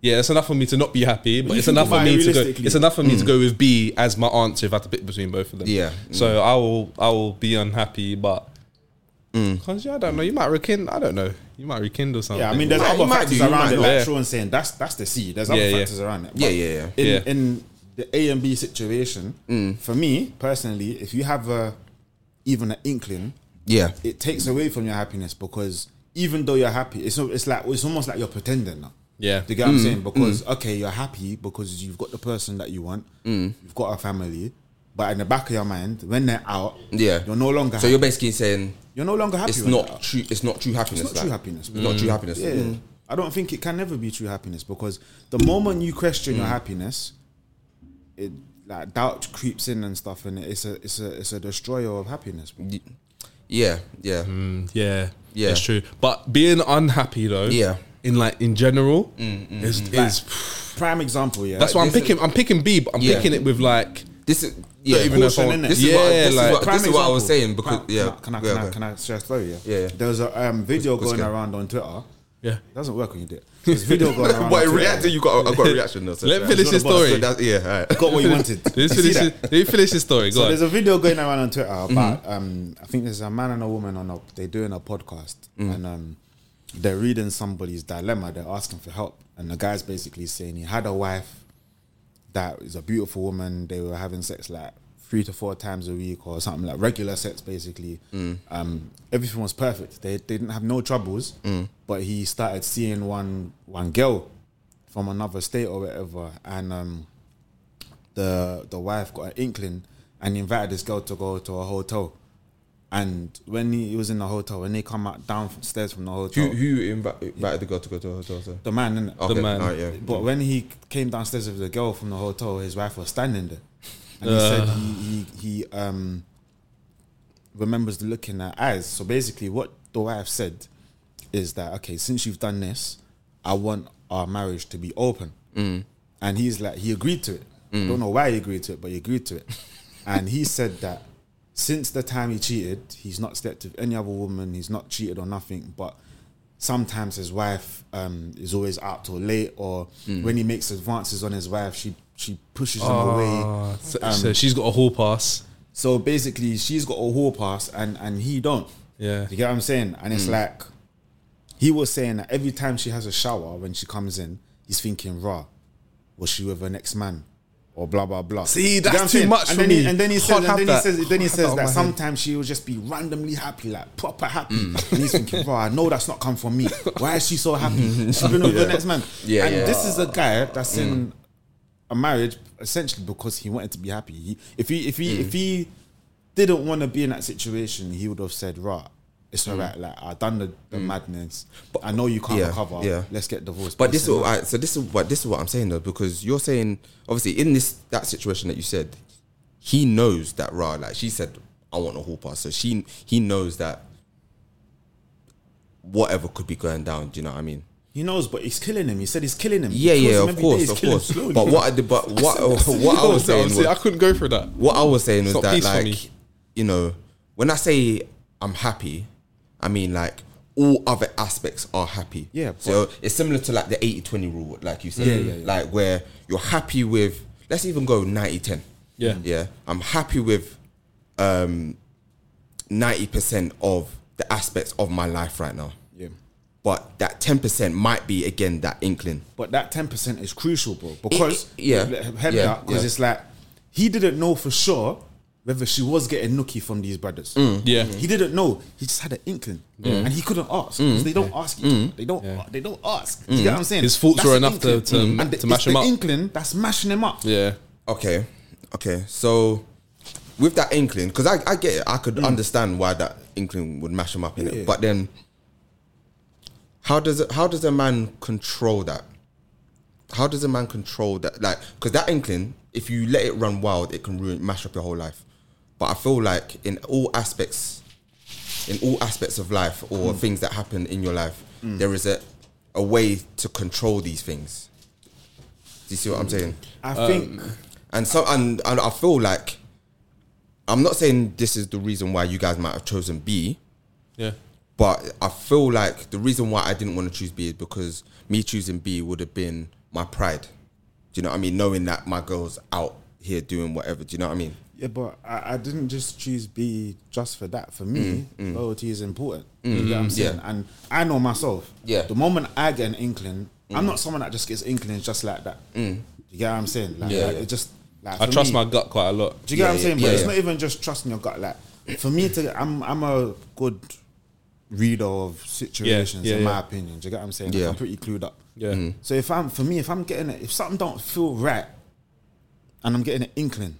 Speaker 4: Yeah, it's enough for me to not be happy, but
Speaker 5: you
Speaker 4: it's
Speaker 5: think
Speaker 4: enough for
Speaker 5: about it
Speaker 4: me to go.
Speaker 5: realistically.
Speaker 4: It's enough for me to go with B as my answer if I had to pick between both of them.
Speaker 1: Mm. Yeah. Mm.
Speaker 4: So I will, I will be unhappy, but
Speaker 1: Mm.
Speaker 4: because yeah, I don't know, you might rekindle. I don't know, you might rekindle something.
Speaker 5: Yeah, I mean, there's
Speaker 1: might- you
Speaker 5: other
Speaker 1: might
Speaker 5: factors
Speaker 1: do, you
Speaker 5: around
Speaker 1: might
Speaker 5: it.
Speaker 1: not.
Speaker 5: Like
Speaker 4: Yeah.
Speaker 5: Sean's saying, that's that's the C. There's other
Speaker 4: Yeah, yeah.
Speaker 5: factors around it.
Speaker 1: Yeah,
Speaker 5: But
Speaker 1: yeah, yeah. Mm.
Speaker 5: In,
Speaker 4: Yeah.
Speaker 5: in the A and B situation, for me personally, if you have a even an inkling,
Speaker 1: yeah.
Speaker 5: it takes away from your happiness because even though you're happy, it's not, it's like it's almost like you're pretending now.
Speaker 4: Yeah.
Speaker 5: Do you get
Speaker 1: Mm.
Speaker 5: what I'm saying? Because okay, you're happy because you've got the person that you want,
Speaker 1: Mm.
Speaker 5: you've got a family, but in the back of your mind, when they're out,
Speaker 1: Yeah.
Speaker 5: you're no
Speaker 1: So
Speaker 5: longer happy.
Speaker 1: you're
Speaker 5: You're,
Speaker 1: basically saying
Speaker 5: no longer happy.
Speaker 1: it's
Speaker 5: when they're
Speaker 1: not
Speaker 5: out.
Speaker 1: true. It's not true happiness.
Speaker 5: It's not
Speaker 1: like.
Speaker 5: true happiness.
Speaker 1: It's not true happiness.
Speaker 5: Yeah.
Speaker 1: Mm.
Speaker 5: I don't think it can never be true happiness because the moment you question
Speaker 1: Mm.
Speaker 5: your happiness, it like doubt creeps in and stuff, and it's a it's a it's a destroyer of happiness.
Speaker 1: Yeah. Yeah.
Speaker 4: Mm, yeah,
Speaker 1: Yeah.
Speaker 4: that's true. But being unhappy though,
Speaker 1: Yeah. Mm,
Speaker 4: in like in general, is is
Speaker 5: Prime example, yeah.
Speaker 4: that's why I'm
Speaker 1: This is-
Speaker 4: picking. I'm picking B, but I'm
Speaker 1: Yeah.
Speaker 4: picking it with like.
Speaker 1: This is yeah.
Speaker 5: even know if I Caution, want- innit?
Speaker 1: this is what I-
Speaker 4: Yeah,
Speaker 1: this is
Speaker 4: like-
Speaker 1: what-
Speaker 5: Prime
Speaker 1: this is what I was
Speaker 5: example.
Speaker 1: saying because
Speaker 5: Prime-
Speaker 1: yeah.
Speaker 5: Can I,
Speaker 1: Yeah,
Speaker 5: can, I,
Speaker 1: okay.
Speaker 5: can I share a story? Yeah.
Speaker 1: Yeah, yeah.
Speaker 5: There was a um, video
Speaker 1: Let's- let's
Speaker 5: going
Speaker 1: go.
Speaker 5: around on Twitter.
Speaker 4: Yeah.
Speaker 5: doesn't work when you do
Speaker 1: <laughs>
Speaker 5: it. There's a video going around.
Speaker 1: But
Speaker 5: on
Speaker 1: it
Speaker 5: Twitter.
Speaker 1: reacted. You got. I got a reaction. Though, so
Speaker 4: Let me
Speaker 1: yeah.
Speaker 4: finish this
Speaker 1: So
Speaker 4: story.
Speaker 1: that's- yeah. All
Speaker 5: got what you
Speaker 1: <laughs>
Speaker 5: wanted.
Speaker 4: Let me
Speaker 5: You see
Speaker 4: finish
Speaker 5: that?
Speaker 4: this, let me finish this story. Go
Speaker 5: So
Speaker 4: on.
Speaker 5: there's a video going around on Twitter about um, I think there's a man and a woman on a they're doing a podcast and um, they're reading somebody's dilemma. They're asking for help, and the guy's basically saying he had a wife that is a beautiful woman. They were having sex like three to four times a week or something like regular sex, basically. Um, everything was perfect. They, they didn't have no troubles, but he started seeing one one girl from another state or whatever, and um, the the wife got an inkling and invited this girl to go to a hotel. And when he, he was in the hotel, when they come out downstairs from the hotel,
Speaker 1: Who who invi- invited the girl to go to a hotel? So?
Speaker 5: the man, innit?
Speaker 1: Okay,
Speaker 4: man.
Speaker 1: alright, yeah.
Speaker 5: But when he came downstairs with the girl from the hotel, his wife was standing there, and he
Speaker 4: Uh.
Speaker 5: said he, he he um remembers the look in her eyes. So basically, what the wife said is that okay, since you've done this, I want our marriage to be open. And he's like, he agreed to it. Don't know why he agreed to it, but he agreed to it. <laughs> and he said that since the time he cheated, he's not slept with any other woman. He's not cheated or nothing, but sometimes his wife um, is always out till late, or when he makes advances on his wife, she she pushes him away.
Speaker 4: Ah, so, so she's got a hall pass.
Speaker 5: So basically, she's got a hall pass, and and he don't.
Speaker 4: Yeah. <laughs> Mm.
Speaker 5: you get what I'm saying. And it's like he was saying that every time she has a shower when she comes in, he's thinking, "Raw, was she with her next man?" Or blah blah blah.
Speaker 4: See,
Speaker 5: You get
Speaker 4: that's
Speaker 5: what I'm
Speaker 4: too
Speaker 5: saying?
Speaker 4: much
Speaker 5: and
Speaker 4: for
Speaker 5: then He,
Speaker 4: me.
Speaker 5: and then he
Speaker 4: Can't
Speaker 5: says, and
Speaker 4: have
Speaker 5: then he
Speaker 4: that.
Speaker 5: says, then he
Speaker 4: Can't have
Speaker 5: says
Speaker 4: that
Speaker 5: that
Speaker 4: on my head.
Speaker 5: sometimes she will just be randomly happy, like proper happy.
Speaker 4: Mm.
Speaker 5: And he's thinking, "Raw, I know that's not come from me. Why is she so happy?
Speaker 4: <laughs>
Speaker 5: She's been with her next man."
Speaker 1: Yeah,
Speaker 5: and
Speaker 1: yeah.
Speaker 5: this is a guy that's
Speaker 4: Mm.
Speaker 5: in a marriage essentially because he wanted to be happy. He, if he if he
Speaker 1: Mm.
Speaker 5: if he didn't want to be in that situation, he would have said, "Right, it's alright. Like I've done the, the madness. I know you can't
Speaker 1: Mm. Yeah,
Speaker 5: recover.
Speaker 1: yeah.
Speaker 5: Let's get divorced."
Speaker 1: But this is
Speaker 5: Listen,
Speaker 1: alright, so this is what this is what I'm saying though because you're saying obviously in this that situation that you said, he knows that Ra like she said I want a hall pass, so she he knows that whatever could be going down. Do you know what I mean?
Speaker 5: he knows, but he's killing him. He said he's killing him. He
Speaker 1: Yeah,
Speaker 5: kills
Speaker 1: yeah,
Speaker 5: him
Speaker 1: of
Speaker 5: every day.
Speaker 1: course,
Speaker 5: He's
Speaker 1: of
Speaker 5: killing him
Speaker 1: course.
Speaker 5: slowly.
Speaker 1: But what I did,
Speaker 5: <laughs>
Speaker 1: but what <laughs> what I was
Speaker 4: So
Speaker 1: saying
Speaker 4: obviously,
Speaker 1: was
Speaker 4: I couldn't go for that.
Speaker 1: what I was saying was
Speaker 4: not
Speaker 1: that
Speaker 4: peace for
Speaker 1: like
Speaker 4: me.
Speaker 1: you know when I say I'm happy, I mean like all other aspects are happy.
Speaker 5: Yeah,
Speaker 1: So it's similar to like the 80-20 rule, like you said.
Speaker 5: Yeah, yeah, yeah.
Speaker 1: Like where you're happy with let's even go 90-10.
Speaker 4: Yeah.
Speaker 1: Yeah. I'm happy with um 90% of the aspects of my life right now.
Speaker 5: Yeah.
Speaker 1: But that 10% might be again that inkling.
Speaker 5: But that ten percent is crucial, bro. Because
Speaker 1: it- yeah,
Speaker 5: head
Speaker 1: yeah,
Speaker 5: out because
Speaker 1: yeah.
Speaker 5: it's like he didn't know for sure whether she was getting nookie from these brothers.
Speaker 1: Mm.
Speaker 4: Yeah.
Speaker 5: He didn't know. He just had an inkling, and he couldn't ask. 'cause
Speaker 4: Mm.
Speaker 5: They don't ask. Each other. They don't. They don't ask. Do You get what I'm saying?
Speaker 4: His thoughts
Speaker 5: That's
Speaker 4: were
Speaker 5: the
Speaker 4: enough to-
Speaker 5: inkling.
Speaker 4: to-
Speaker 5: Mm.
Speaker 4: to
Speaker 5: And it's
Speaker 4: mash him
Speaker 5: the
Speaker 4: up.
Speaker 5: Inkling that's mashing him up.
Speaker 4: Yeah.
Speaker 1: Okay, okay. So with that inkling, because I, I get it, I could understand why that inkling would mash him up in it.
Speaker 5: Yeah.
Speaker 1: But then, how does it, how does a man control that? How does a man control that? Like, because that inkling, if you let it run wild, it can ruin mash up your whole life. But I feel like in all aspects in all aspects of life or things that happen in your life, there is a a way to control these things. Do you see what I'm saying?
Speaker 5: I think
Speaker 4: Um,
Speaker 1: And so and, and I feel like I'm not saying this is the reason why you guys might have chosen B,
Speaker 4: Yeah.
Speaker 1: but I feel like the reason why I didn't want to choose B is because me choosing B would have been my pride. Do you know what I mean? Knowing that my girl's out here doing whatever. Do you know what I mean?
Speaker 5: Yeah, but I, I didn't just choose B just for that. For me,
Speaker 4: Mm,
Speaker 5: loyalty is important. You get what I'm saying?
Speaker 1: yeah.
Speaker 5: And I know myself.
Speaker 1: Yeah.
Speaker 5: The moment I get an inkling, I'm
Speaker 4: Mm.
Speaker 5: not someone that just gets inklings just like that. You get what I'm saying? Like,
Speaker 1: Yeah.
Speaker 5: like, it just like
Speaker 4: I
Speaker 5: for
Speaker 4: trust
Speaker 5: me-
Speaker 4: my gut quite a lot.
Speaker 5: Do you get
Speaker 1: Yeah,
Speaker 5: what I'm
Speaker 1: yeah,
Speaker 5: saying? But
Speaker 1: yeah,
Speaker 5: it's
Speaker 1: yeah.
Speaker 5: not even just trusting your gut. Like for me to, I'm I'm a good reader of situations
Speaker 4: yeah,
Speaker 5: in my
Speaker 4: yeah.
Speaker 5: opinion. Do you get what I'm saying? Like,
Speaker 1: Yeah.
Speaker 5: I'm pretty clued up.
Speaker 4: Yeah. Mm.
Speaker 5: So if I'm for me, if I'm getting it, if something don't feel right, and I'm getting an inkling,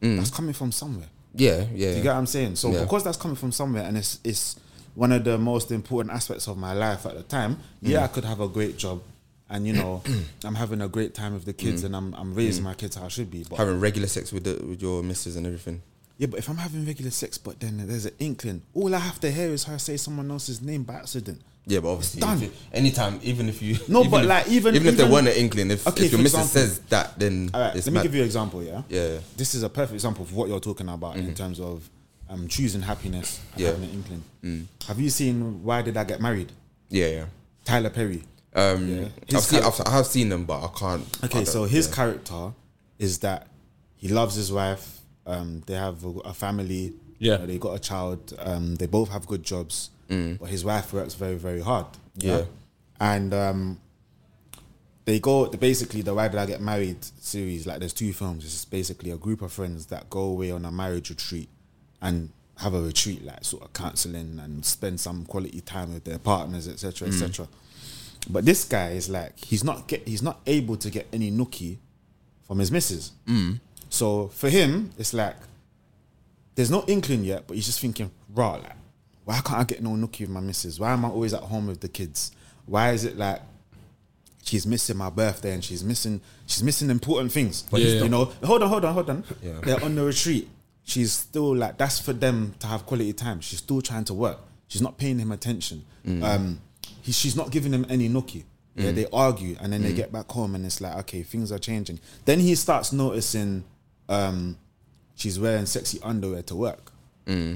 Speaker 5: that's coming from somewhere.
Speaker 1: Yeah, Mm. yeah.
Speaker 5: Do you get what I'm saying? So
Speaker 1: Yeah.
Speaker 5: because that's coming from somewhere and it's it's one of the most important aspects of my life at the time,
Speaker 1: Mm.
Speaker 5: yeah, I could have a great job and you
Speaker 1: <clears throat>
Speaker 5: know, I'm having a great time with the
Speaker 1: Mm.
Speaker 5: kids and I'm I'm raising my kids how I should be. But
Speaker 1: Having regular sex with the, with your missus and everything.
Speaker 5: yeah, but if I'm having regular sex but then there's an inkling, all I have to hear is her say someone else's name by accident.
Speaker 1: Yeah, but obviously,
Speaker 5: It's done.
Speaker 1: if it- anytime, even if you
Speaker 5: <laughs> No,
Speaker 1: even
Speaker 5: but
Speaker 1: if-
Speaker 5: like, even-
Speaker 1: even if there
Speaker 5: even-
Speaker 1: weren't an inkling, if,
Speaker 5: Okay,
Speaker 1: if your
Speaker 5: for
Speaker 1: missus
Speaker 5: example.
Speaker 1: says that, then
Speaker 5: All right,
Speaker 1: it's
Speaker 5: let me
Speaker 1: mad.
Speaker 5: give you an example, yeah?
Speaker 1: Yeah. Mm.
Speaker 5: This is a perfect example of what you're talking about in terms of um, choosing happiness and
Speaker 1: Yeah. Mm.
Speaker 5: having an inkling. Have you seen Why Did I Get Married?
Speaker 1: yeah,
Speaker 5: Tyler Perry.
Speaker 1: yeah. Um,
Speaker 5: His
Speaker 1: I've seen, I've,
Speaker 5: character.
Speaker 1: I have seen them, but I can't. I
Speaker 5: Okay,
Speaker 1: don't-
Speaker 5: so his
Speaker 1: yeah.
Speaker 5: character is that he loves his wife. Um, they have a, a family.
Speaker 4: Yeah.
Speaker 5: you know, they got a child. Um, they both have good jobs, but his wife works very, very hard.
Speaker 1: Yeah.
Speaker 5: and um, they go. They basically the Why Did I Get Married series. Like, there's two films. It's basically a group of friends that go away on a marriage retreat and have a retreat, like sort of counseling and spend some quality time with their partners, etc., etc. But this guy is like he's not get he's not able to get any nookie from his missus. So for him, it's like there's no inkling yet, but he's just thinking, rah, like, why can't I get no nookie with my missus? Why am I always at home with the kids? Why is it like she's missing my birthday and she's missing she's missing important things? But
Speaker 4: Yeah.
Speaker 5: you know, hold on, hold on, hold on.
Speaker 1: Yeah.
Speaker 5: They're on the retreat. She's still like that's for them to have quality time. She's still trying to work. She's not paying him attention.
Speaker 4: Mm.
Speaker 5: Um, he, she's not giving him any nookie. Yeah, they argue and then
Speaker 4: Mm.
Speaker 5: they get back home and it's like okay, things are changing. Then he starts noticing um, she's wearing sexy underwear to work.
Speaker 1: Mm.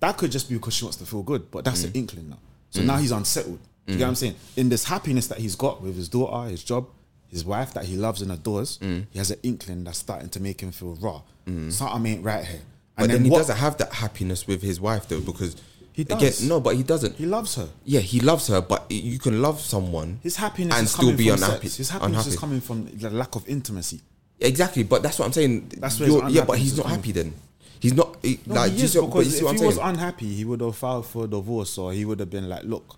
Speaker 5: That could just be because she wants to feel good, but that's an inkling now. So
Speaker 1: Mm.
Speaker 5: now he's unsettled. Do You get what I'm saying? In this happiness that he's got with his daughter, his job, his wife that he loves and adores,
Speaker 1: Mm.
Speaker 5: he has an inkling that's starting to make him feel raw. Something ain't right here.
Speaker 1: But
Speaker 5: And
Speaker 1: then, he
Speaker 5: what-
Speaker 1: doesn't have that happiness with his wife though, because
Speaker 5: He does.
Speaker 1: Again, no, but he doesn't.
Speaker 5: He loves her.
Speaker 1: yeah, he loves her, but i- you can love someone
Speaker 5: His happiness
Speaker 1: and
Speaker 5: is
Speaker 1: still
Speaker 5: coming
Speaker 1: be
Speaker 5: from
Speaker 1: unhappy.
Speaker 5: sex. His happiness
Speaker 1: unhappy.
Speaker 5: is coming from the lack of intimacy.
Speaker 1: exactly, but that's what I'm saying.
Speaker 5: That's where
Speaker 1: You're-
Speaker 5: his
Speaker 1: yeah, but
Speaker 5: unhappiness
Speaker 1: he's
Speaker 5: is
Speaker 1: not
Speaker 5: coming
Speaker 1: happy then. He's not he,
Speaker 5: No,
Speaker 1: like
Speaker 5: he
Speaker 1: do you
Speaker 5: is,
Speaker 1: see what- but you
Speaker 5: because
Speaker 1: see
Speaker 5: if
Speaker 1: what
Speaker 5: he
Speaker 1: I'm saying.
Speaker 5: was unhappy, he would have filed for a divorce, or he would have been like, "Look,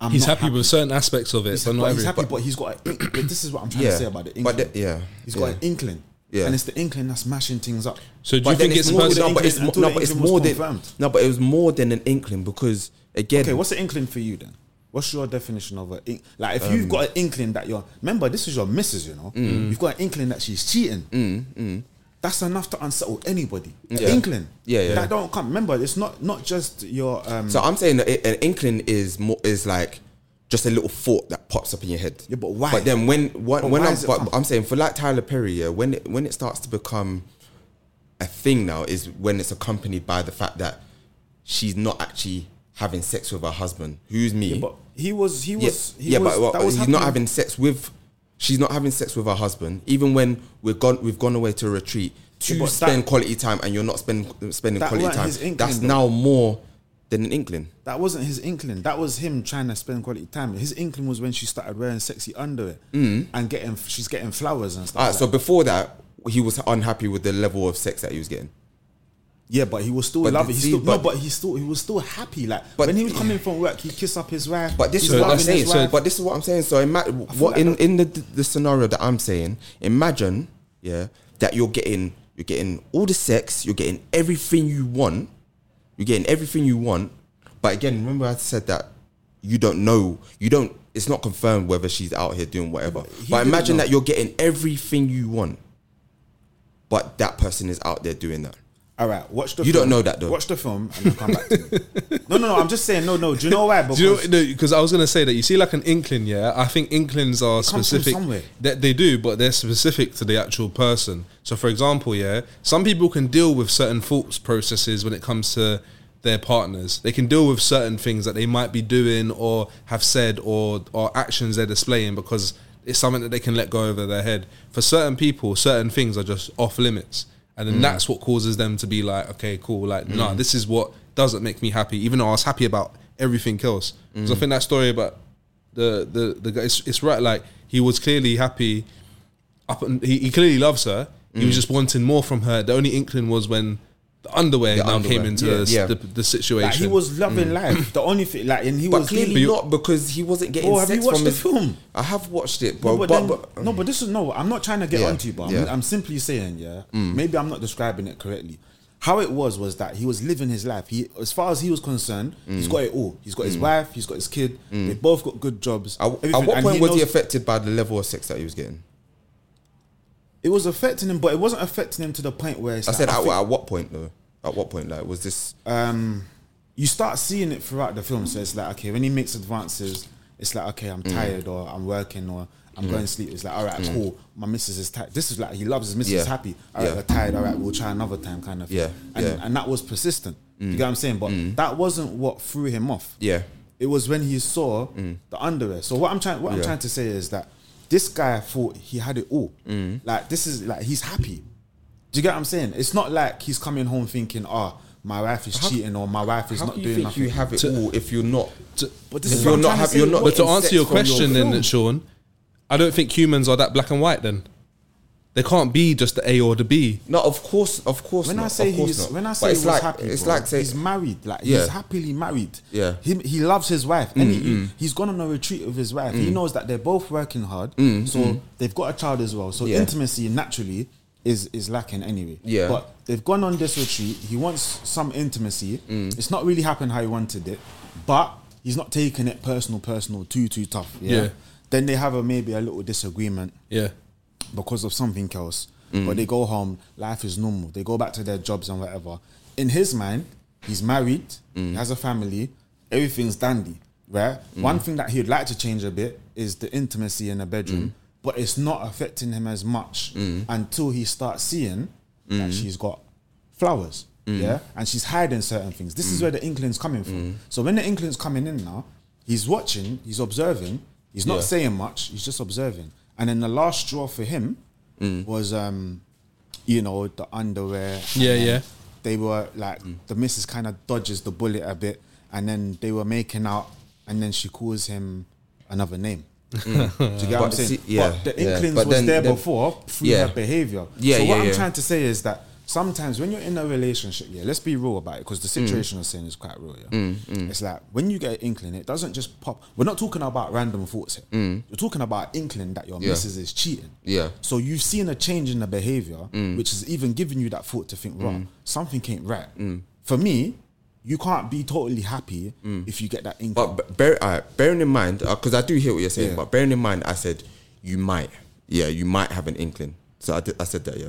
Speaker 5: I'm
Speaker 4: He's
Speaker 5: not
Speaker 4: happy, with certain aspects of it,
Speaker 5: He's,
Speaker 4: but not
Speaker 5: but he's
Speaker 4: every.
Speaker 5: happy, but, he's got. An ink- <clears throat> but this is what I'm trying
Speaker 1: yeah,
Speaker 5: to say about the
Speaker 1: but
Speaker 5: inkling.
Speaker 1: the- yeah,
Speaker 5: He's
Speaker 1: yeah.
Speaker 5: got an inkling,
Speaker 1: Yeah.
Speaker 5: and it's the inkling that's mashing things up.
Speaker 4: so do you
Speaker 1: But then
Speaker 4: think it's,
Speaker 1: it's more,
Speaker 4: person-
Speaker 1: no, but it's
Speaker 5: inkling
Speaker 1: more, no,
Speaker 5: until
Speaker 1: but it's
Speaker 5: the inkling
Speaker 1: more
Speaker 5: was
Speaker 1: than
Speaker 5: confirmed.
Speaker 1: no, but it was more than an inkling because again,
Speaker 5: Okay, what's the inkling for you then? What's your definition of an ink? Like, if
Speaker 1: Um,
Speaker 5: you've got an inkling that you're, remember, this is your missus, you know,
Speaker 1: Mm.
Speaker 5: you've got an inkling that she's cheating. That's enough to unsettle anybody. An
Speaker 1: Yeah.
Speaker 5: Inkling,
Speaker 1: Yeah, yeah.
Speaker 5: That don't come. Remember, it's not not just your. Um,
Speaker 1: so I'm saying that it- an inkling is more is like just a little thought that pops up in your head.
Speaker 5: Yeah, but why?
Speaker 1: But then when when,
Speaker 5: But
Speaker 1: when
Speaker 5: why
Speaker 1: I'm
Speaker 5: does it
Speaker 1: but
Speaker 5: come?
Speaker 1: I'm saying for like Tyler Perry, yeah, when it, when it starts to become a thing now is when it's accompanied by the fact that she's not actually having sex with her husband, who's me.
Speaker 5: but he was he
Speaker 1: Yeah,
Speaker 5: was he
Speaker 1: yeah,
Speaker 5: was,
Speaker 1: but well,
Speaker 5: that was
Speaker 1: he's
Speaker 5: happening.
Speaker 1: not having sex with. She's not having sex with her husband, even when we've gone. We've gone away to a retreat to
Speaker 5: Yeah, but
Speaker 1: spend
Speaker 5: that-
Speaker 1: quality time, and you're not spend, spending
Speaker 5: That
Speaker 1: quality
Speaker 5: weren't
Speaker 1: time.
Speaker 5: his inkling,
Speaker 1: That's
Speaker 5: though.
Speaker 1: now more than an inkling.
Speaker 5: That wasn't his inkling. That was him trying to spend quality time. His inkling was when she started wearing sexy underwear and getting she's getting flowers and stuff.
Speaker 1: All right,
Speaker 5: like
Speaker 1: Mm. so
Speaker 5: that.
Speaker 1: before that, he was unhappy with the level of sex that he was getting.
Speaker 5: yeah, but he was still
Speaker 1: But
Speaker 5: loving. He
Speaker 1: see,
Speaker 5: still
Speaker 1: but-
Speaker 5: no, but he still he was still happy. Like
Speaker 1: But-
Speaker 5: when he was coming from work, he kissed up his wife.
Speaker 1: But this
Speaker 5: He's
Speaker 1: is what I'm
Speaker 5: loving
Speaker 1: saying.
Speaker 5: his
Speaker 1: So,
Speaker 5: wife.
Speaker 1: but this is what I'm saying. So, ima- what
Speaker 5: like
Speaker 1: in
Speaker 5: that-
Speaker 1: in the the scenario that I'm saying, imagine, yeah, that you're getting you're getting all the sex, you're getting everything you want, you're getting everything you want. But again, remember I said that you don't know, you don't. It's not confirmed whether she's out here doing whatever.
Speaker 5: he
Speaker 1: But
Speaker 5: didn't
Speaker 1: imagine
Speaker 5: know.
Speaker 1: that you're getting everything you want, but that person is out there doing that.
Speaker 5: All right, watch the.
Speaker 1: You don't
Speaker 5: film.
Speaker 1: know that, though.
Speaker 5: Watch the film and then come back to
Speaker 1: <laughs>
Speaker 5: me. no, no, no. I'm just saying. No, no. Do you know why? Because
Speaker 4: Do you know? Because I was gonna say that you see, like an inkling. Yeah, I think inklings are
Speaker 5: from
Speaker 4: specific.
Speaker 5: somewhere.
Speaker 4: That they do, but they're specific to the actual person. So, for example, yeah, some people can deal with certain thoughts processes when it comes to their partners. They can deal with certain things that they might be doing or have said or or actions they're displaying because it's something that they can let go over their head. For certain people, certain things are just off limits. And then
Speaker 5: Mm.
Speaker 4: that's what causes them to be like, okay, cool, like, nah, this is what doesn't make me happy, even though I was happy about everything else.
Speaker 5: Mm.
Speaker 4: So I think that story about the the the guy, it's, it's right. Like he was clearly happy. Up and, he, he clearly loves her. He
Speaker 1: Mm.
Speaker 4: was just wanting more from her. The only inkling was when the underwear now
Speaker 1: underwear.
Speaker 4: came into
Speaker 1: Yeah,
Speaker 4: the, s-
Speaker 1: yeah.
Speaker 4: the the situation.
Speaker 5: like, he
Speaker 1: <laughs>
Speaker 5: was loving life. The only thing, like, and he
Speaker 1: Mm. But
Speaker 5: was
Speaker 1: clearly
Speaker 5: living-
Speaker 1: not because he wasn't getting
Speaker 5: Bro, have
Speaker 1: sex
Speaker 5: you watched
Speaker 1: from
Speaker 5: the
Speaker 1: his
Speaker 5: film?
Speaker 1: I have watched it, but
Speaker 5: No,
Speaker 1: but,
Speaker 5: but, then,
Speaker 1: but-
Speaker 5: no, but this is no. I'm not trying to get
Speaker 1: Yeah,
Speaker 5: onto you, but I'm,
Speaker 1: yeah. Mm.
Speaker 5: I'm simply saying, yeah. Maybe I'm not describing it correctly. How it was was that he was living his life. He, as far as he was concerned,
Speaker 1: Mm.
Speaker 5: he's got it all. He's got his wife. He's got his kid. They both got good jobs.
Speaker 1: at, at
Speaker 5: everything,
Speaker 1: what
Speaker 5: and
Speaker 1: point was he
Speaker 5: knows-
Speaker 1: affected by the level of sex that he was getting?
Speaker 5: It was affecting him, but it wasn't affecting him to the point where it's
Speaker 1: I
Speaker 5: like,
Speaker 1: said
Speaker 5: I
Speaker 1: at,
Speaker 5: think
Speaker 1: what at what point though? At what point like was this?
Speaker 5: you start seeing it throughout the film. So it's like, okay, when he makes advances, it's like, okay,
Speaker 1: Mm.
Speaker 5: I'm tired or I'm working or I'm going to sleep. It's like, all right, cool. My missus is tired. This is like, he loves his missus
Speaker 1: Yeah.
Speaker 5: is happy. All right,
Speaker 1: Yeah.
Speaker 5: we're tired. All right, we'll try another time kind of thing.
Speaker 1: Yeah,
Speaker 5: And,
Speaker 1: yeah. Mm.
Speaker 5: and that was persistent. You get what I'm saying? But that wasn't what threw him off.
Speaker 1: yeah,
Speaker 5: It was when he saw the underwear. So what I'm trying, what
Speaker 1: Mm.
Speaker 5: I'm
Speaker 1: Yeah.
Speaker 5: trying to say is that this guy thought he had it all.
Speaker 1: Mm.
Speaker 5: Like this is like he's happy. Do you get what I'm saying? It's not like he's coming home thinking, "Oh, my wife is cheating" or "My wife is
Speaker 1: how
Speaker 5: not
Speaker 1: do you
Speaker 5: doing
Speaker 1: think
Speaker 5: nothing."
Speaker 1: you have it all if you're not?
Speaker 5: but this
Speaker 1: if
Speaker 5: is
Speaker 1: you're
Speaker 5: what I'm
Speaker 1: not
Speaker 5: trying to
Speaker 1: happy,
Speaker 5: say,
Speaker 1: you're
Speaker 5: you're
Speaker 1: not.
Speaker 4: But to
Speaker 1: getting
Speaker 4: answer
Speaker 1: sex
Speaker 4: your
Speaker 1: from
Speaker 4: question, then
Speaker 1: film.
Speaker 4: Sean, I don't think humans are that black and white. Then they can't be just the A or the B.
Speaker 1: no, of course, of course.
Speaker 5: when
Speaker 1: not,
Speaker 5: I say
Speaker 1: of course
Speaker 5: he's
Speaker 1: not.
Speaker 5: when I
Speaker 1: But
Speaker 5: say he
Speaker 1: it's
Speaker 5: was
Speaker 1: like
Speaker 5: happy,
Speaker 1: it's
Speaker 5: bro,
Speaker 1: like say
Speaker 5: he's married. Like
Speaker 1: Yeah.
Speaker 5: he's happily married.
Speaker 1: Yeah. Mm,
Speaker 5: he he loves his wife, and he, he's gone on a retreat with his wife. He knows that they're both working hard, so they've got a child as well. So
Speaker 1: Mm, Yeah.
Speaker 5: intimacy naturally is is lacking anyway.
Speaker 1: Yeah.
Speaker 5: but they've gone on this retreat. He wants some intimacy.
Speaker 1: Mm.
Speaker 5: It's not really happened how he wanted it, but he's not taking it personal, personal too too tough. Yeah.
Speaker 4: Yeah.
Speaker 5: Then they have a maybe a little disagreement
Speaker 4: Yeah,
Speaker 5: because of something else. But they go home, life is normal. They go back to their jobs and whatever. In his mind, he's married, he has a family, everything's dandy, right? One thing that he'd like to change a bit is the intimacy in the bedroom, but it's not affecting him as much until he starts seeing that she's got flowers, yeah, and she's hiding certain things. This is where the inkling's coming from. So when the inkling's coming in now, he's watching, he's observing, he's not
Speaker 1: Yeah.
Speaker 5: saying much, he's just observing. And then the last straw for him was, um, you know, the underwear. and
Speaker 4: Yeah,
Speaker 5: then
Speaker 4: yeah.
Speaker 5: They were like
Speaker 1: Mm.
Speaker 5: the missus kind of dodges the bullet a bit, and then they were making out, and then she calls him another
Speaker 1: <laughs>
Speaker 5: name. Do you get what I'm
Speaker 1: Mm. But
Speaker 5: saying?
Speaker 1: see- yeah,
Speaker 5: but the
Speaker 1: yeah.
Speaker 5: inklings
Speaker 1: But
Speaker 5: was
Speaker 1: then-
Speaker 5: there
Speaker 1: then-
Speaker 5: before through
Speaker 1: Yeah.
Speaker 5: her behavior.
Speaker 1: Yeah,
Speaker 5: so
Speaker 1: yeah,
Speaker 5: what I'm
Speaker 1: yeah.
Speaker 5: trying to say is that sometimes when you're in a relationship, yeah, let's be real about it because the
Speaker 1: Mm.
Speaker 5: situation I'm saying is quite real. Yeah, it's like when you get an inkling, it doesn't just pop. We're not talking about random thoughts here. You're talking about inkling that your
Speaker 1: Mm. Yeah.
Speaker 5: missus is cheating.
Speaker 1: Yeah.
Speaker 5: So you've seen a change in the behavior, which is even giving you that thought to think, right, something ain't right. For me, you can't be totally happy if you get that inkling.
Speaker 1: But b- bear, all right, bearing in mind, because I do hear what you're saying,
Speaker 5: Yeah.
Speaker 1: but bearing in mind, I said you might, yeah, you might have an inkling. So I, did, I said that, yeah.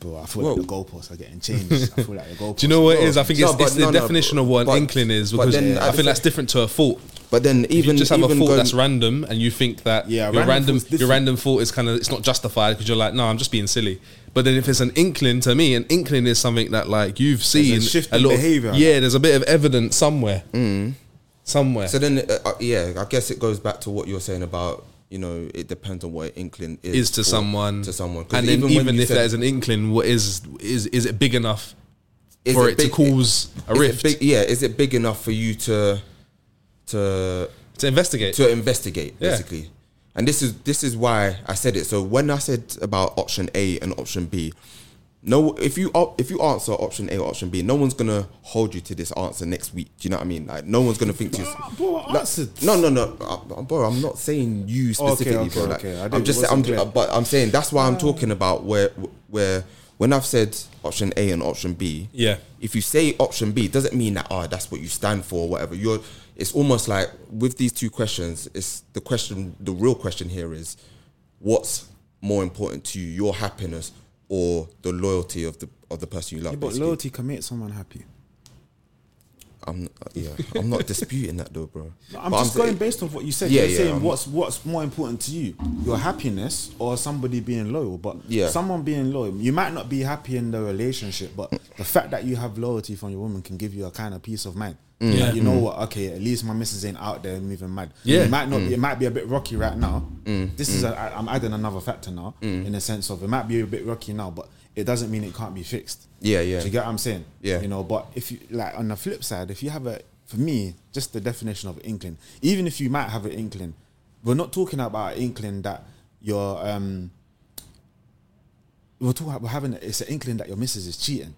Speaker 5: Bro, I feel like the goalposts are getting changed. I feel <laughs> like the goalposts.
Speaker 4: do you know what it is? I think
Speaker 1: No,
Speaker 4: it's,
Speaker 1: but
Speaker 4: it's the
Speaker 1: no, no,
Speaker 4: definition of what
Speaker 1: but-
Speaker 4: an inkling is
Speaker 1: but
Speaker 4: because
Speaker 1: then
Speaker 4: I
Speaker 1: at the
Speaker 4: think that's different to a thought.
Speaker 1: But then even
Speaker 4: you just have a
Speaker 1: even
Speaker 4: thought
Speaker 1: going-
Speaker 4: that's random and you think that
Speaker 5: Yeah,
Speaker 4: your
Speaker 5: random
Speaker 4: random
Speaker 5: thought's
Speaker 4: your
Speaker 5: different.
Speaker 4: random thought is kind of it's not justified because you're like no I'm just being silly but then if it's an inkling to me an inkling is something that like you've seen
Speaker 5: shift in
Speaker 4: lot of-
Speaker 5: behaviour.
Speaker 4: yeah there's a bit of evidence somewhere
Speaker 1: Mm.
Speaker 4: somewhere
Speaker 1: So then, uh, uh, yeah, I guess it goes back to what you're saying about you know it depends on what an inkling is,
Speaker 4: is to
Speaker 1: for-
Speaker 4: someone
Speaker 1: to someone, 'Cause
Speaker 4: and then even,
Speaker 1: when you
Speaker 4: if
Speaker 1: said-
Speaker 4: there's an inkling what is is is it big enough
Speaker 1: is
Speaker 4: for it, to
Speaker 1: big-
Speaker 4: cause a
Speaker 1: is it
Speaker 4: rift
Speaker 1: big- yeah, is it big enough for you to to
Speaker 4: to investigate
Speaker 1: to investigate
Speaker 4: Yeah.
Speaker 1: basically and this is this is why i said it so when i said about option a and option b no if you op- if you answer option a or option b no one's gonna hold you to this answer next week do you know what i mean like no one's gonna think to you
Speaker 5: Ah, bro, I answered.
Speaker 1: no no no uh, bro i'm not saying you specifically
Speaker 5: okay,
Speaker 1: bro like,
Speaker 5: okay. I
Speaker 1: i'm
Speaker 5: didn't-
Speaker 1: just i'm
Speaker 5: wasn't clear. Um,
Speaker 1: but i'm saying that's why i'm talking about where where when i've said option a and option b
Speaker 4: yeah
Speaker 1: if you say option B, it doesn't mean that oh that's what you stand for, or whatever. You're it's almost like with these two questions, it's the question the real question here is what's more important to you, your happiness or the loyalty of the of the person you love.
Speaker 5: but
Speaker 1: basically.
Speaker 5: loyalty can make someone happy.
Speaker 1: I'm yeah, I'm not disputing that though, bro.
Speaker 5: <laughs> No, I'm
Speaker 1: But
Speaker 5: just going based on what you said.
Speaker 1: Yeah,
Speaker 5: You're
Speaker 1: yeah,
Speaker 5: saying
Speaker 1: I'm-
Speaker 5: what's what's more important to you, your happiness or somebody being loyal. But
Speaker 1: Yeah.
Speaker 5: someone being loyal, you might not be happy in the relationship, but the fact that you have loyalty from your woman can give you a kind of peace of mind.
Speaker 1: Mm.
Speaker 5: Like,
Speaker 4: Yeah.
Speaker 5: you know what? Okay, at least my missus ain't out there moving mad.
Speaker 4: Yeah.
Speaker 5: it might not.
Speaker 1: Mm.
Speaker 5: Be, it might be a bit rocky right now. This is. A, I, I'm adding another factor now,
Speaker 1: Mm.
Speaker 5: in the sense of it might be a bit rocky now, but it doesn't mean it can't be fixed.
Speaker 1: Yeah, yeah.
Speaker 5: Do you get what I'm saying?
Speaker 1: Yeah.
Speaker 5: You know, but if you like on the flip side, if you have a for me, just the definition of inkling, even if you might have an inkling, we're not talking about an inkling that you're um we're talking about having it's an inkling that your missus is cheating.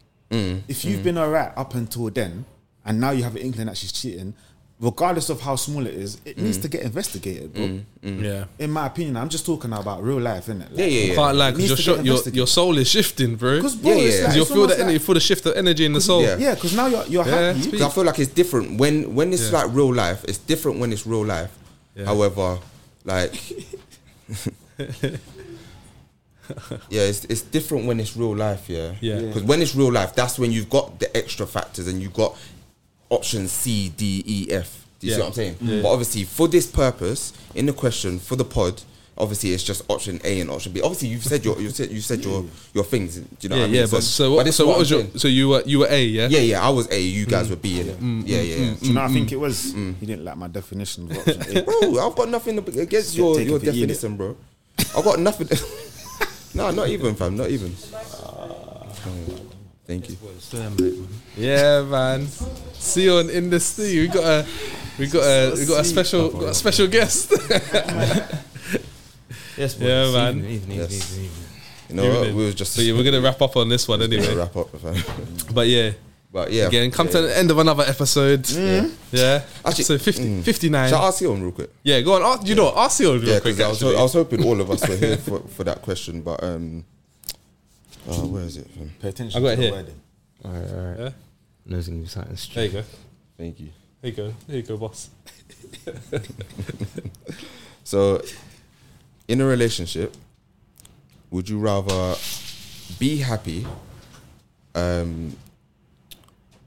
Speaker 5: If you've been alright up until then and now you have an inkling that she's cheating, regardless of how small it is, it needs to get investigated, bro.
Speaker 4: Yeah.
Speaker 5: In my opinion, I'm just talking about real life, innit? Like,
Speaker 1: yeah, yeah, yeah.
Speaker 4: You can't lie
Speaker 5: Needs
Speaker 4: because your,
Speaker 5: to
Speaker 4: sho-
Speaker 5: get
Speaker 4: your
Speaker 5: investigated.
Speaker 4: your soul is shifting, bro.
Speaker 5: 'Cause, bro,
Speaker 1: Yeah,
Speaker 5: it's
Speaker 1: yeah.
Speaker 5: like,
Speaker 4: you'll
Speaker 5: it's
Speaker 4: feel
Speaker 5: almost
Speaker 4: that energy,
Speaker 5: like-
Speaker 4: you feel the shift of energy in the soul.
Speaker 1: yeah.
Speaker 5: Yeah, because now you're you're
Speaker 4: Yeah,
Speaker 5: happy.
Speaker 4: speak.
Speaker 1: 'Cause I feel like it's different when when it's
Speaker 4: Yeah.
Speaker 1: like real life. It's different when it's real life.
Speaker 4: Yeah.
Speaker 1: However, like
Speaker 4: <laughs>
Speaker 1: yeah, it's it's different when it's real life. Yeah,
Speaker 4: Yeah. Yeah.
Speaker 1: Because when it's real life, that's when you've got the extra factors and you've got options C, D, E, F. Do you see
Speaker 4: Yeah.
Speaker 1: what I'm saying? But obviously, for this purpose, in the question for the pod. Obviously, it's just option A and option B. Obviously, you've said your you said you said your your things. Do you know
Speaker 4: yeah,
Speaker 1: what I mean?
Speaker 4: yeah, But so what?
Speaker 1: this is
Speaker 4: so what
Speaker 1: I'm
Speaker 4: was your?
Speaker 1: saying.
Speaker 4: So you were you were A, yeah.
Speaker 1: Yeah, yeah, I was A. You guys
Speaker 4: Mm.
Speaker 1: were B in it. yeah, yeah. yeah.
Speaker 5: Do you know, I think it was. He didn't like my definition. Of option
Speaker 1: <laughs>
Speaker 5: A.
Speaker 4: mm.
Speaker 1: Bro, I've got nothing against
Speaker 5: Take
Speaker 1: your,
Speaker 5: it
Speaker 1: your
Speaker 5: for you,
Speaker 1: definition, bro. I've got nothing. <laughs> no, not even, fam. Not even. Ah, Thank you.
Speaker 4: Yeah, man. See you on in the sea. We got a, we got a, we got a special, got a special <laughs> guest.
Speaker 3: Yes, boy.
Speaker 4: Yeah,
Speaker 3: It's
Speaker 4: man.
Speaker 3: Evening, evening,
Speaker 1: Yes.
Speaker 3: evening, evening.
Speaker 1: You know what?
Speaker 4: Evening.
Speaker 1: We was just
Speaker 4: so yeah, we're gonna wrap up on this one
Speaker 1: gonna
Speaker 4: anyway.
Speaker 1: wrap up, fam.
Speaker 4: But yeah,
Speaker 1: But yeah,
Speaker 4: again, come to the end of another episode. Yeah.
Speaker 1: Actually,
Speaker 4: so 50,
Speaker 1: mm.
Speaker 4: 59.
Speaker 1: Shall I ask you on real quick?
Speaker 4: Yeah, go on. Ar- you know, what? ask you real
Speaker 1: Yeah,
Speaker 4: quick.
Speaker 1: because I, was ho-
Speaker 4: actually.
Speaker 1: I was hoping all of us were
Speaker 4: <laughs>
Speaker 1: here for, for that question, but um, oh, where is it? Fam?
Speaker 5: Pay attention.
Speaker 4: I got it
Speaker 5: to the
Speaker 4: here.
Speaker 5: wording.
Speaker 3: All right, all right.
Speaker 4: Yeah.
Speaker 3: No, it's gonna be something
Speaker 4: There
Speaker 3: strange.
Speaker 4: you go.
Speaker 1: Thank you.
Speaker 4: There you go. There you go, boss.
Speaker 1: So, in a relationship, would you rather be happy, um,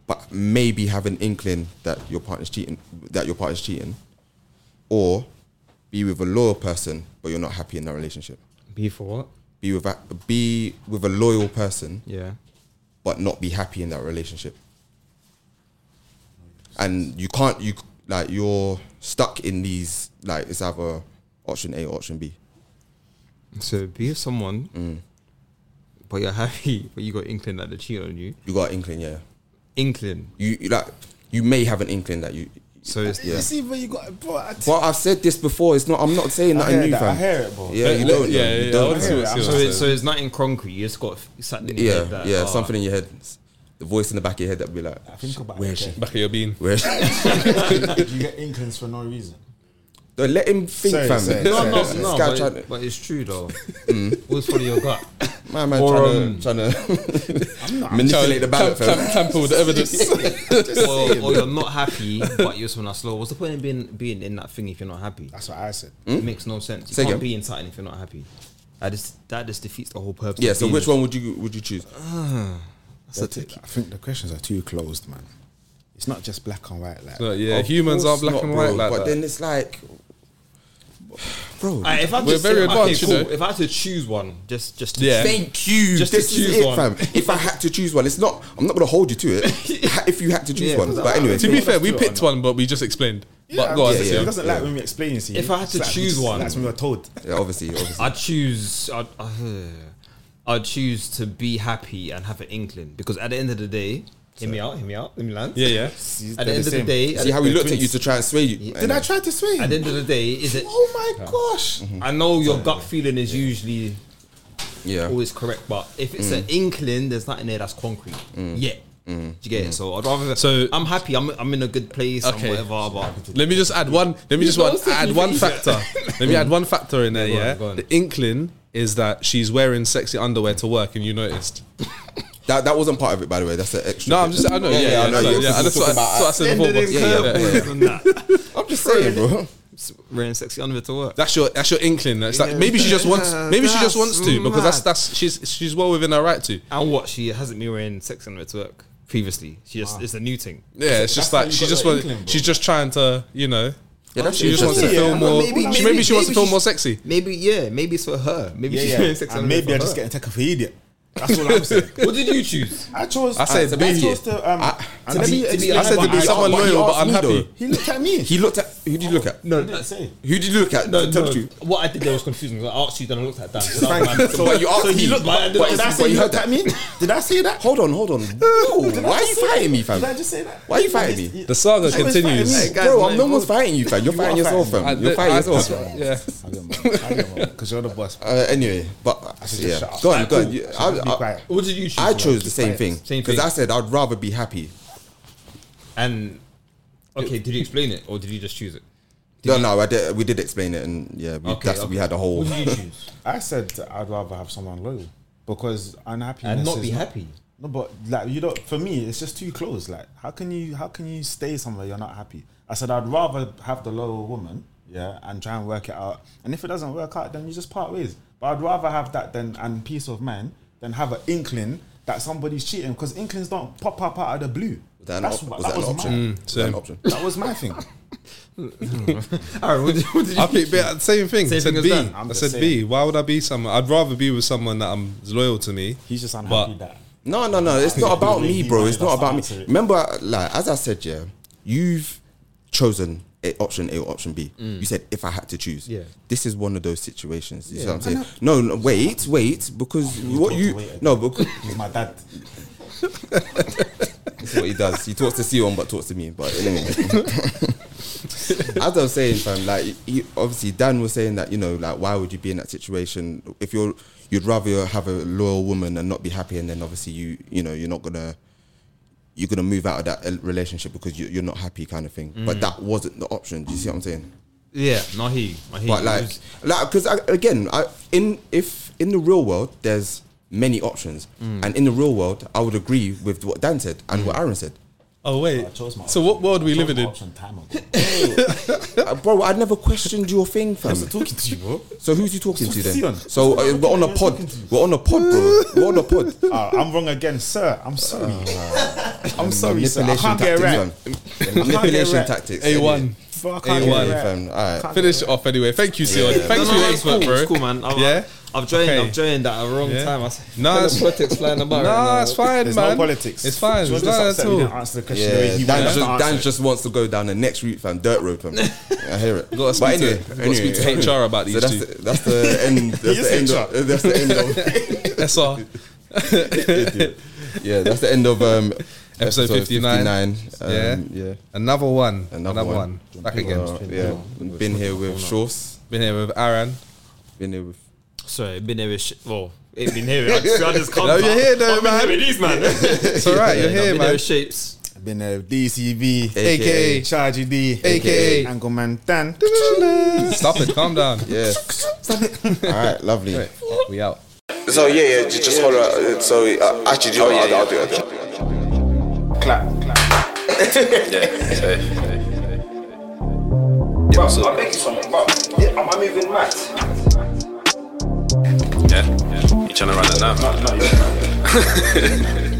Speaker 1: but maybe have an inkling that your partner's cheating, that your partner's cheating, or be with a loyal person but you're not happy in that relationship?
Speaker 3: B for what?
Speaker 1: Be with a, be with a loyal person
Speaker 3: Yeah.
Speaker 1: but not be happy in that relationship. And you can't you like you're stuck in these like it's either option A or option B.
Speaker 3: So be with someone, but you're happy, <laughs> but you got inkling that they cheat on you.
Speaker 1: You got an inkling, yeah.
Speaker 3: Inkling.
Speaker 1: You, you like you may have an inkling that you.
Speaker 3: So it's
Speaker 1: Yeah.
Speaker 5: You see where you got it, bro. I, t-
Speaker 1: Well, I've said this before. It's not. I'm not saying
Speaker 5: I
Speaker 1: nothing
Speaker 5: hear
Speaker 1: new,
Speaker 5: that. I
Speaker 1: fam.
Speaker 5: hear it, bro.
Speaker 1: Yeah, you don't.
Speaker 4: Yeah,
Speaker 1: Yeah,
Speaker 4: yeah,
Speaker 1: you
Speaker 4: yeah.
Speaker 1: don't.
Speaker 4: I wanna see what- see what
Speaker 3: so
Speaker 4: it
Speaker 3: it's
Speaker 4: says.
Speaker 3: so it's nothing concrete. You just got something. in your
Speaker 1: yeah,
Speaker 3: head that,
Speaker 1: yeah,
Speaker 5: Oh.
Speaker 3: ah,
Speaker 1: something in your head, the voice in the back of your head that be like, <laughs>
Speaker 5: I think about
Speaker 1: Where
Speaker 5: it.
Speaker 1: is she?
Speaker 4: Back of your bean.
Speaker 5: <laughs>
Speaker 1: "Where?" is she?"
Speaker 5: okay. you get inklings for no reason.
Speaker 1: Don't let him think,
Speaker 5: Sorry,
Speaker 1: fam.
Speaker 5: sorry,
Speaker 3: No,
Speaker 5: sorry.
Speaker 1: <laughs>
Speaker 3: no,
Speaker 1: This
Speaker 3: no.
Speaker 1: guy
Speaker 3: But,
Speaker 1: tryna-
Speaker 3: it- but it's true <laughs> though. Always follow your <laughs> gut.
Speaker 1: My man
Speaker 3: Or,
Speaker 1: trying
Speaker 3: um,
Speaker 1: to
Speaker 4: <laughs>
Speaker 1: manipulate the ballot,
Speaker 4: Tam- tam-
Speaker 1: fam.
Speaker 4: Tamper with the <laughs>
Speaker 5: <laughs>
Speaker 4: evidence.
Speaker 3: or, or you're not happy, but you're someone that's low. What's the point in being being in that thing if you're not happy?
Speaker 5: That's what I said.
Speaker 3: It makes no sense. You
Speaker 1: Say
Speaker 3: can't
Speaker 1: again.
Speaker 3: be in something if you're not happy. That just that just defeats the whole purpose.
Speaker 1: Yeah.
Speaker 3: of
Speaker 1: So
Speaker 3: being
Speaker 1: which
Speaker 3: there.
Speaker 1: one would you would you choose?
Speaker 3: That's a tick.
Speaker 5: I think the questions are too closed, man. It's not just black and white, like.
Speaker 4: So, yeah,
Speaker 1: Of
Speaker 4: humans are
Speaker 1: course
Speaker 4: black
Speaker 1: not,
Speaker 4: and
Speaker 1: bro,
Speaker 4: white like
Speaker 1: But
Speaker 4: that.
Speaker 1: then it's like, bro.
Speaker 3: Alright, if I'm
Speaker 4: We're
Speaker 3: just
Speaker 4: very
Speaker 3: saying, okay,
Speaker 4: advanced, you
Speaker 3: cool,
Speaker 4: know.
Speaker 3: if I had to choose one, just just to
Speaker 4: Yeah.
Speaker 1: Thank you.
Speaker 3: Just to
Speaker 1: this
Speaker 3: choose
Speaker 1: is it,
Speaker 4: one.
Speaker 1: fam. If I had to choose one, it's not. I'm not gonna hold you
Speaker 4: <laughs>
Speaker 1: to it. Ha- if you had to choose
Speaker 3: Yeah,
Speaker 1: one,
Speaker 3: 'cause
Speaker 1: but anyway,
Speaker 4: to be fair, we
Speaker 5: Let's do it
Speaker 4: picked one, but we just explained. but go on,
Speaker 5: yeah,
Speaker 4: let's
Speaker 5: yeah. He
Speaker 4: hear.
Speaker 5: doesn't like when we explain it. to you.
Speaker 3: If I had to
Speaker 5: It's like-
Speaker 3: choose
Speaker 5: it's
Speaker 3: one-
Speaker 5: like when we were told.
Speaker 1: yeah, obviously, obviously.
Speaker 3: I'd choose. I'd, uh, I'd choose to be happy and have an inkling because at the end of the day, hear me out, hear me out, let me land.
Speaker 4: Yeah, yeah.
Speaker 3: At the end of the
Speaker 5: same.
Speaker 3: day, at
Speaker 1: See
Speaker 3: the,
Speaker 1: how we looked at you to try and sway you.
Speaker 5: Did I try to swing?
Speaker 3: at the end of the day, is it?
Speaker 5: Oh my gosh!
Speaker 3: I know your gut feeling is usually
Speaker 1: Yeah.
Speaker 3: always correct, but if it's
Speaker 1: Mm.
Speaker 3: an inkling, there's nothing there that's concrete yet. Do you
Speaker 1: Mm.
Speaker 3: get it? So I'd rather.
Speaker 4: So-
Speaker 3: I'm happy. I'm I'm in a good place.
Speaker 4: Okay.
Speaker 3: I'm whatever. But
Speaker 4: Let me just add one. Let me just
Speaker 3: know,
Speaker 4: one,
Speaker 3: it's
Speaker 4: add
Speaker 3: taking
Speaker 4: one
Speaker 3: it
Speaker 4: factor. Let me add one factor in there.
Speaker 3: go on,
Speaker 4: Yeah,
Speaker 3: go on.
Speaker 4: the inkling is that she's wearing sexy underwear to work, and you noticed.
Speaker 1: That that wasn't part of it, by the way. That's an extra.
Speaker 4: No, I'm just. I know. Yeah, yeah,
Speaker 1: I know.
Speaker 4: so,
Speaker 1: yeah,
Speaker 4: yeah,
Speaker 1: because
Speaker 4: that's
Speaker 1: we're
Speaker 4: what I,
Speaker 1: talking
Speaker 4: that's what I
Speaker 1: about-
Speaker 4: said before. but-
Speaker 3: <laughs>
Speaker 1: Yeah, yeah,
Speaker 4: yeah, yeah.
Speaker 1: I'm just saying, bro.
Speaker 3: s- wearing sexy underwear to work.
Speaker 4: That's your that's your inkling. That's like maybe she just wants
Speaker 3: Yeah,
Speaker 4: maybe she
Speaker 3: that's
Speaker 4: just wants to because that's
Speaker 3: mad.
Speaker 4: that's she's she's well within her right to.
Speaker 3: and what she hasn't been wearing sexy underwear to work previously. She just it's a new thing.
Speaker 4: Yeah, it's just like
Speaker 5: you
Speaker 4: she
Speaker 5: got
Speaker 4: just
Speaker 5: that
Speaker 4: wants
Speaker 5: inkling, bro.
Speaker 4: she's just trying to you know
Speaker 1: Yeah, that's
Speaker 4: she just wants to
Speaker 1: interesting.
Speaker 4: feel more.
Speaker 3: Maybe-
Speaker 4: she- Maybe,
Speaker 3: maybe-
Speaker 4: she wants to
Speaker 3: maybe
Speaker 4: feel
Speaker 3: she's-
Speaker 4: more sexy.
Speaker 3: Maybe yeah, maybe it's for her. Maybe she's wearing sexy
Speaker 5: And
Speaker 3: underwear.
Speaker 5: maybe
Speaker 3: for
Speaker 5: I just
Speaker 3: her.
Speaker 5: getting taken for idiot. That's all I'm saying.
Speaker 3: What did you choose?
Speaker 5: I chose.
Speaker 4: I said
Speaker 5: I,
Speaker 4: to be
Speaker 5: chose
Speaker 4: here.
Speaker 5: to. Um, and
Speaker 1: to
Speaker 5: let
Speaker 1: be-
Speaker 5: me
Speaker 1: to be-
Speaker 5: explain
Speaker 4: I said to
Speaker 5: what
Speaker 4: be someone
Speaker 1: but he
Speaker 4: loyal, but
Speaker 1: asked me
Speaker 4: unhappy.
Speaker 5: He looked at me.
Speaker 1: He looked at who did you look at? No,
Speaker 5: didn't say.
Speaker 1: who did you look at? No, tell the truth.
Speaker 3: What I did there was confusing. 'cause I asked you, then I looked at
Speaker 1: <laughs>
Speaker 3: Dan.
Speaker 1: So, but you asked me.
Speaker 3: but-
Speaker 1: but,
Speaker 3: but
Speaker 1: you-
Speaker 5: Did I
Speaker 1: but
Speaker 5: say
Speaker 1: you
Speaker 5: you
Speaker 1: heard
Speaker 5: looked
Speaker 1: that.
Speaker 5: at me? Did I say that?
Speaker 1: Hold on, hold on. Yo,
Speaker 5: Did I
Speaker 1: why are
Speaker 5: just
Speaker 1: you
Speaker 5: say
Speaker 1: fighting me,
Speaker 5: that?
Speaker 1: fam?
Speaker 5: Did I just say that?
Speaker 1: Why are you fighting me?
Speaker 4: The saga
Speaker 5: She was fighting
Speaker 4: continues.
Speaker 5: me.
Speaker 3: guys,
Speaker 1: Bro, I'm
Speaker 3: man,
Speaker 1: no one's
Speaker 3: what-
Speaker 1: fighting you, fam. You're fighting
Speaker 5: are
Speaker 1: yourself,
Speaker 5: fighting
Speaker 1: fam.
Speaker 4: I-
Speaker 1: You're fighting
Speaker 4: I-
Speaker 1: yourself.
Speaker 4: Yeah.
Speaker 5: Because you're the boss.
Speaker 1: Uh, anyway, but yeah,
Speaker 5: shut up.
Speaker 1: go on, go on.
Speaker 5: Cool.
Speaker 1: You-
Speaker 5: Shut
Speaker 1: I,
Speaker 5: up, be
Speaker 1: I-
Speaker 5: quiet.
Speaker 3: What did you choose?
Speaker 1: I
Speaker 3: Mark?
Speaker 1: chose the same thing
Speaker 3: Same
Speaker 1: because
Speaker 3: thing.
Speaker 1: I said I'd rather be happy.
Speaker 3: And okay, did you explain it or did you just choose it?
Speaker 1: No, no, I did, we did explain it, and yeah, we,
Speaker 3: Okay,
Speaker 1: that's,
Speaker 3: okay.
Speaker 1: we had a whole.
Speaker 3: What did
Speaker 1: <laughs>
Speaker 3: you choose?
Speaker 5: I said that I'd rather have someone loyal because unhappiness
Speaker 3: and not be
Speaker 5: is
Speaker 3: happy.
Speaker 5: No, but like you don't. For me, it's just too close. Like, how can you how can you stay somewhere you're not happy? I said I'd rather have the loyal woman, yeah, and try and work it out. And if it doesn't work out, then you just part ways. But I'd rather have that than and peace of mind than have an inkling that somebody's cheating because inklings don't pop up out of the blue.
Speaker 1: Was that an,
Speaker 5: That's
Speaker 1: op-
Speaker 5: what-
Speaker 1: was that an
Speaker 5: was my-
Speaker 4: Mm.
Speaker 1: option? Was that an option?
Speaker 5: That was my thing.
Speaker 3: Aaron, what did, what did
Speaker 4: I
Speaker 3: you?
Speaker 4: picked B, same thing.
Speaker 3: Same
Speaker 4: I said
Speaker 3: thing as
Speaker 4: B. I
Speaker 3: Dan.
Speaker 5: I'm just
Speaker 4: said B.
Speaker 5: saying.
Speaker 4: Why would I be someone? I'd rather be with someone that I'm is loyal to me.
Speaker 5: He's just unhappy
Speaker 4: But
Speaker 5: that.
Speaker 1: No, no, no. It's not about me, bro. It's not about
Speaker 5: That's
Speaker 1: me.
Speaker 5: it.
Speaker 1: Remember, like as I said, yeah, you've chosen a option A or option B. You said if I had to choose,
Speaker 3: Yeah.
Speaker 1: This is one of those situations. You see what I'm saying? No, no, wait, wait, because what
Speaker 5: talk
Speaker 1: you
Speaker 5: away again.
Speaker 1: no, because
Speaker 5: He's my dad.
Speaker 1: That's what he does. He talks to Sion, but talks to me. But anyway, as I was saying, fam, like he, obviously Dan was saying that you know, like why would you be in that situation if you're you'd rather have a loyal woman and not be happy, and then obviously you you know you're not gonna you're gonna move out of that uh, relationship because you, you're not happy, kind of thing.
Speaker 3: Mm.
Speaker 1: But that wasn't the option. Do you see what I'm saying?
Speaker 3: Yeah, not he. Not he.
Speaker 1: But
Speaker 3: It
Speaker 1: like,
Speaker 3: was-
Speaker 1: like, because again, I, in if in the real world, there's many options,
Speaker 3: Mm.
Speaker 1: and in the real world, I would agree with what Dan said and what Aaron said.
Speaker 4: oh wait.
Speaker 5: I chose my
Speaker 4: So what
Speaker 5: option.
Speaker 4: world
Speaker 5: I
Speaker 4: <laughs> we
Speaker 5: chose
Speaker 4: living
Speaker 5: my
Speaker 4: in?
Speaker 5: Option time ago.
Speaker 1: Uh, bro, I never questioned your thing, fam.
Speaker 5: talking to you,
Speaker 1: <laughs>
Speaker 5: bro.
Speaker 1: So who's you talking to then?
Speaker 5: Sion.
Speaker 1: So uh, we're on a pod. We're on a pod, bro. We're on a
Speaker 4: <laughs>
Speaker 1: pod.
Speaker 5: Ah, I'm wrong again, sir. I'm sorry. I'm sorry, sir. I
Speaker 1: Uh, Manipulation
Speaker 5: can't
Speaker 1: tactics.
Speaker 5: get it right.
Speaker 1: man. Manipulation
Speaker 5: right.
Speaker 1: tactics.
Speaker 4: A one.
Speaker 5: Bro, I can't
Speaker 4: A1,
Speaker 5: get it right.
Speaker 1: Fam. All right.
Speaker 4: Finish it off anyway. Thank you, Sion. Thanks
Speaker 3: No,
Speaker 4: for
Speaker 3: no,
Speaker 4: your
Speaker 3: it's cool,
Speaker 4: input, bro.
Speaker 3: It's cool, man. I've,
Speaker 4: Yeah.
Speaker 3: I've joined.
Speaker 4: Okay.
Speaker 3: I've joined at a wrong
Speaker 4: Yeah.
Speaker 3: time. I said,
Speaker 4: No, it's-
Speaker 3: politics flying about.
Speaker 4: Nah,
Speaker 3: right
Speaker 4: it's
Speaker 3: now.
Speaker 4: fine,
Speaker 5: There's
Speaker 4: man.
Speaker 5: no politics.
Speaker 4: It's fine.
Speaker 5: You're
Speaker 4: It's
Speaker 5: just
Speaker 4: not
Speaker 5: upset
Speaker 4: at
Speaker 5: we
Speaker 4: all.
Speaker 5: didn't answer the question the way
Speaker 1: Yeah,
Speaker 5: he
Speaker 1: Dan
Speaker 5: wanted
Speaker 1: just,
Speaker 5: to
Speaker 1: Dan
Speaker 5: answer.
Speaker 1: just wants to go down the next route, fam. Dirt road, fam. I hear it.
Speaker 4: Gotta speak to- gotta speak to HR about
Speaker 1: So
Speaker 4: these
Speaker 1: that's
Speaker 4: two.
Speaker 1: the, that's the
Speaker 4: <laughs>
Speaker 1: end. That's
Speaker 5: is
Speaker 1: the end.
Speaker 5: HR.
Speaker 1: Of, that's the end of.
Speaker 4: That's all.
Speaker 1: Yeah, that's the end of um,
Speaker 4: Episode 59.
Speaker 1: 59. Um, yeah, yeah.
Speaker 4: Another one.
Speaker 1: Another
Speaker 4: Another,
Speaker 1: one.
Speaker 4: one. Back again.
Speaker 1: Uh, yeah, been here with Shorts.
Speaker 4: Been here with Aaron.
Speaker 1: Been here with.
Speaker 3: Sorry, been here with sh- well, ain't been <laughs> here. I just, I just come.
Speaker 4: No, you're here though,
Speaker 3: I've been
Speaker 4: man.
Speaker 3: here with these <laughs> man.
Speaker 4: It's all right. You're
Speaker 3: I've
Speaker 4: here,
Speaker 3: been here
Speaker 4: man.
Speaker 3: with shapes.
Speaker 5: Been a DCV,
Speaker 4: AKA.
Speaker 5: Charge D,
Speaker 4: AKA.
Speaker 5: Angle Man Dan.
Speaker 4: Stop it. Calm down.
Speaker 1: Yeah. All right, lovely.
Speaker 4: We out.
Speaker 1: So yeah, yeah, ju- just holler. uh, So uh, actually, do you know what? I'll, I'll do it. I'll do it.
Speaker 5: Clap, clap.
Speaker 6: Bro, I'm making something, bro. Yeah, am I moving mad?
Speaker 7: Yeah? You trying to run it down?
Speaker 6: No, no, you're not.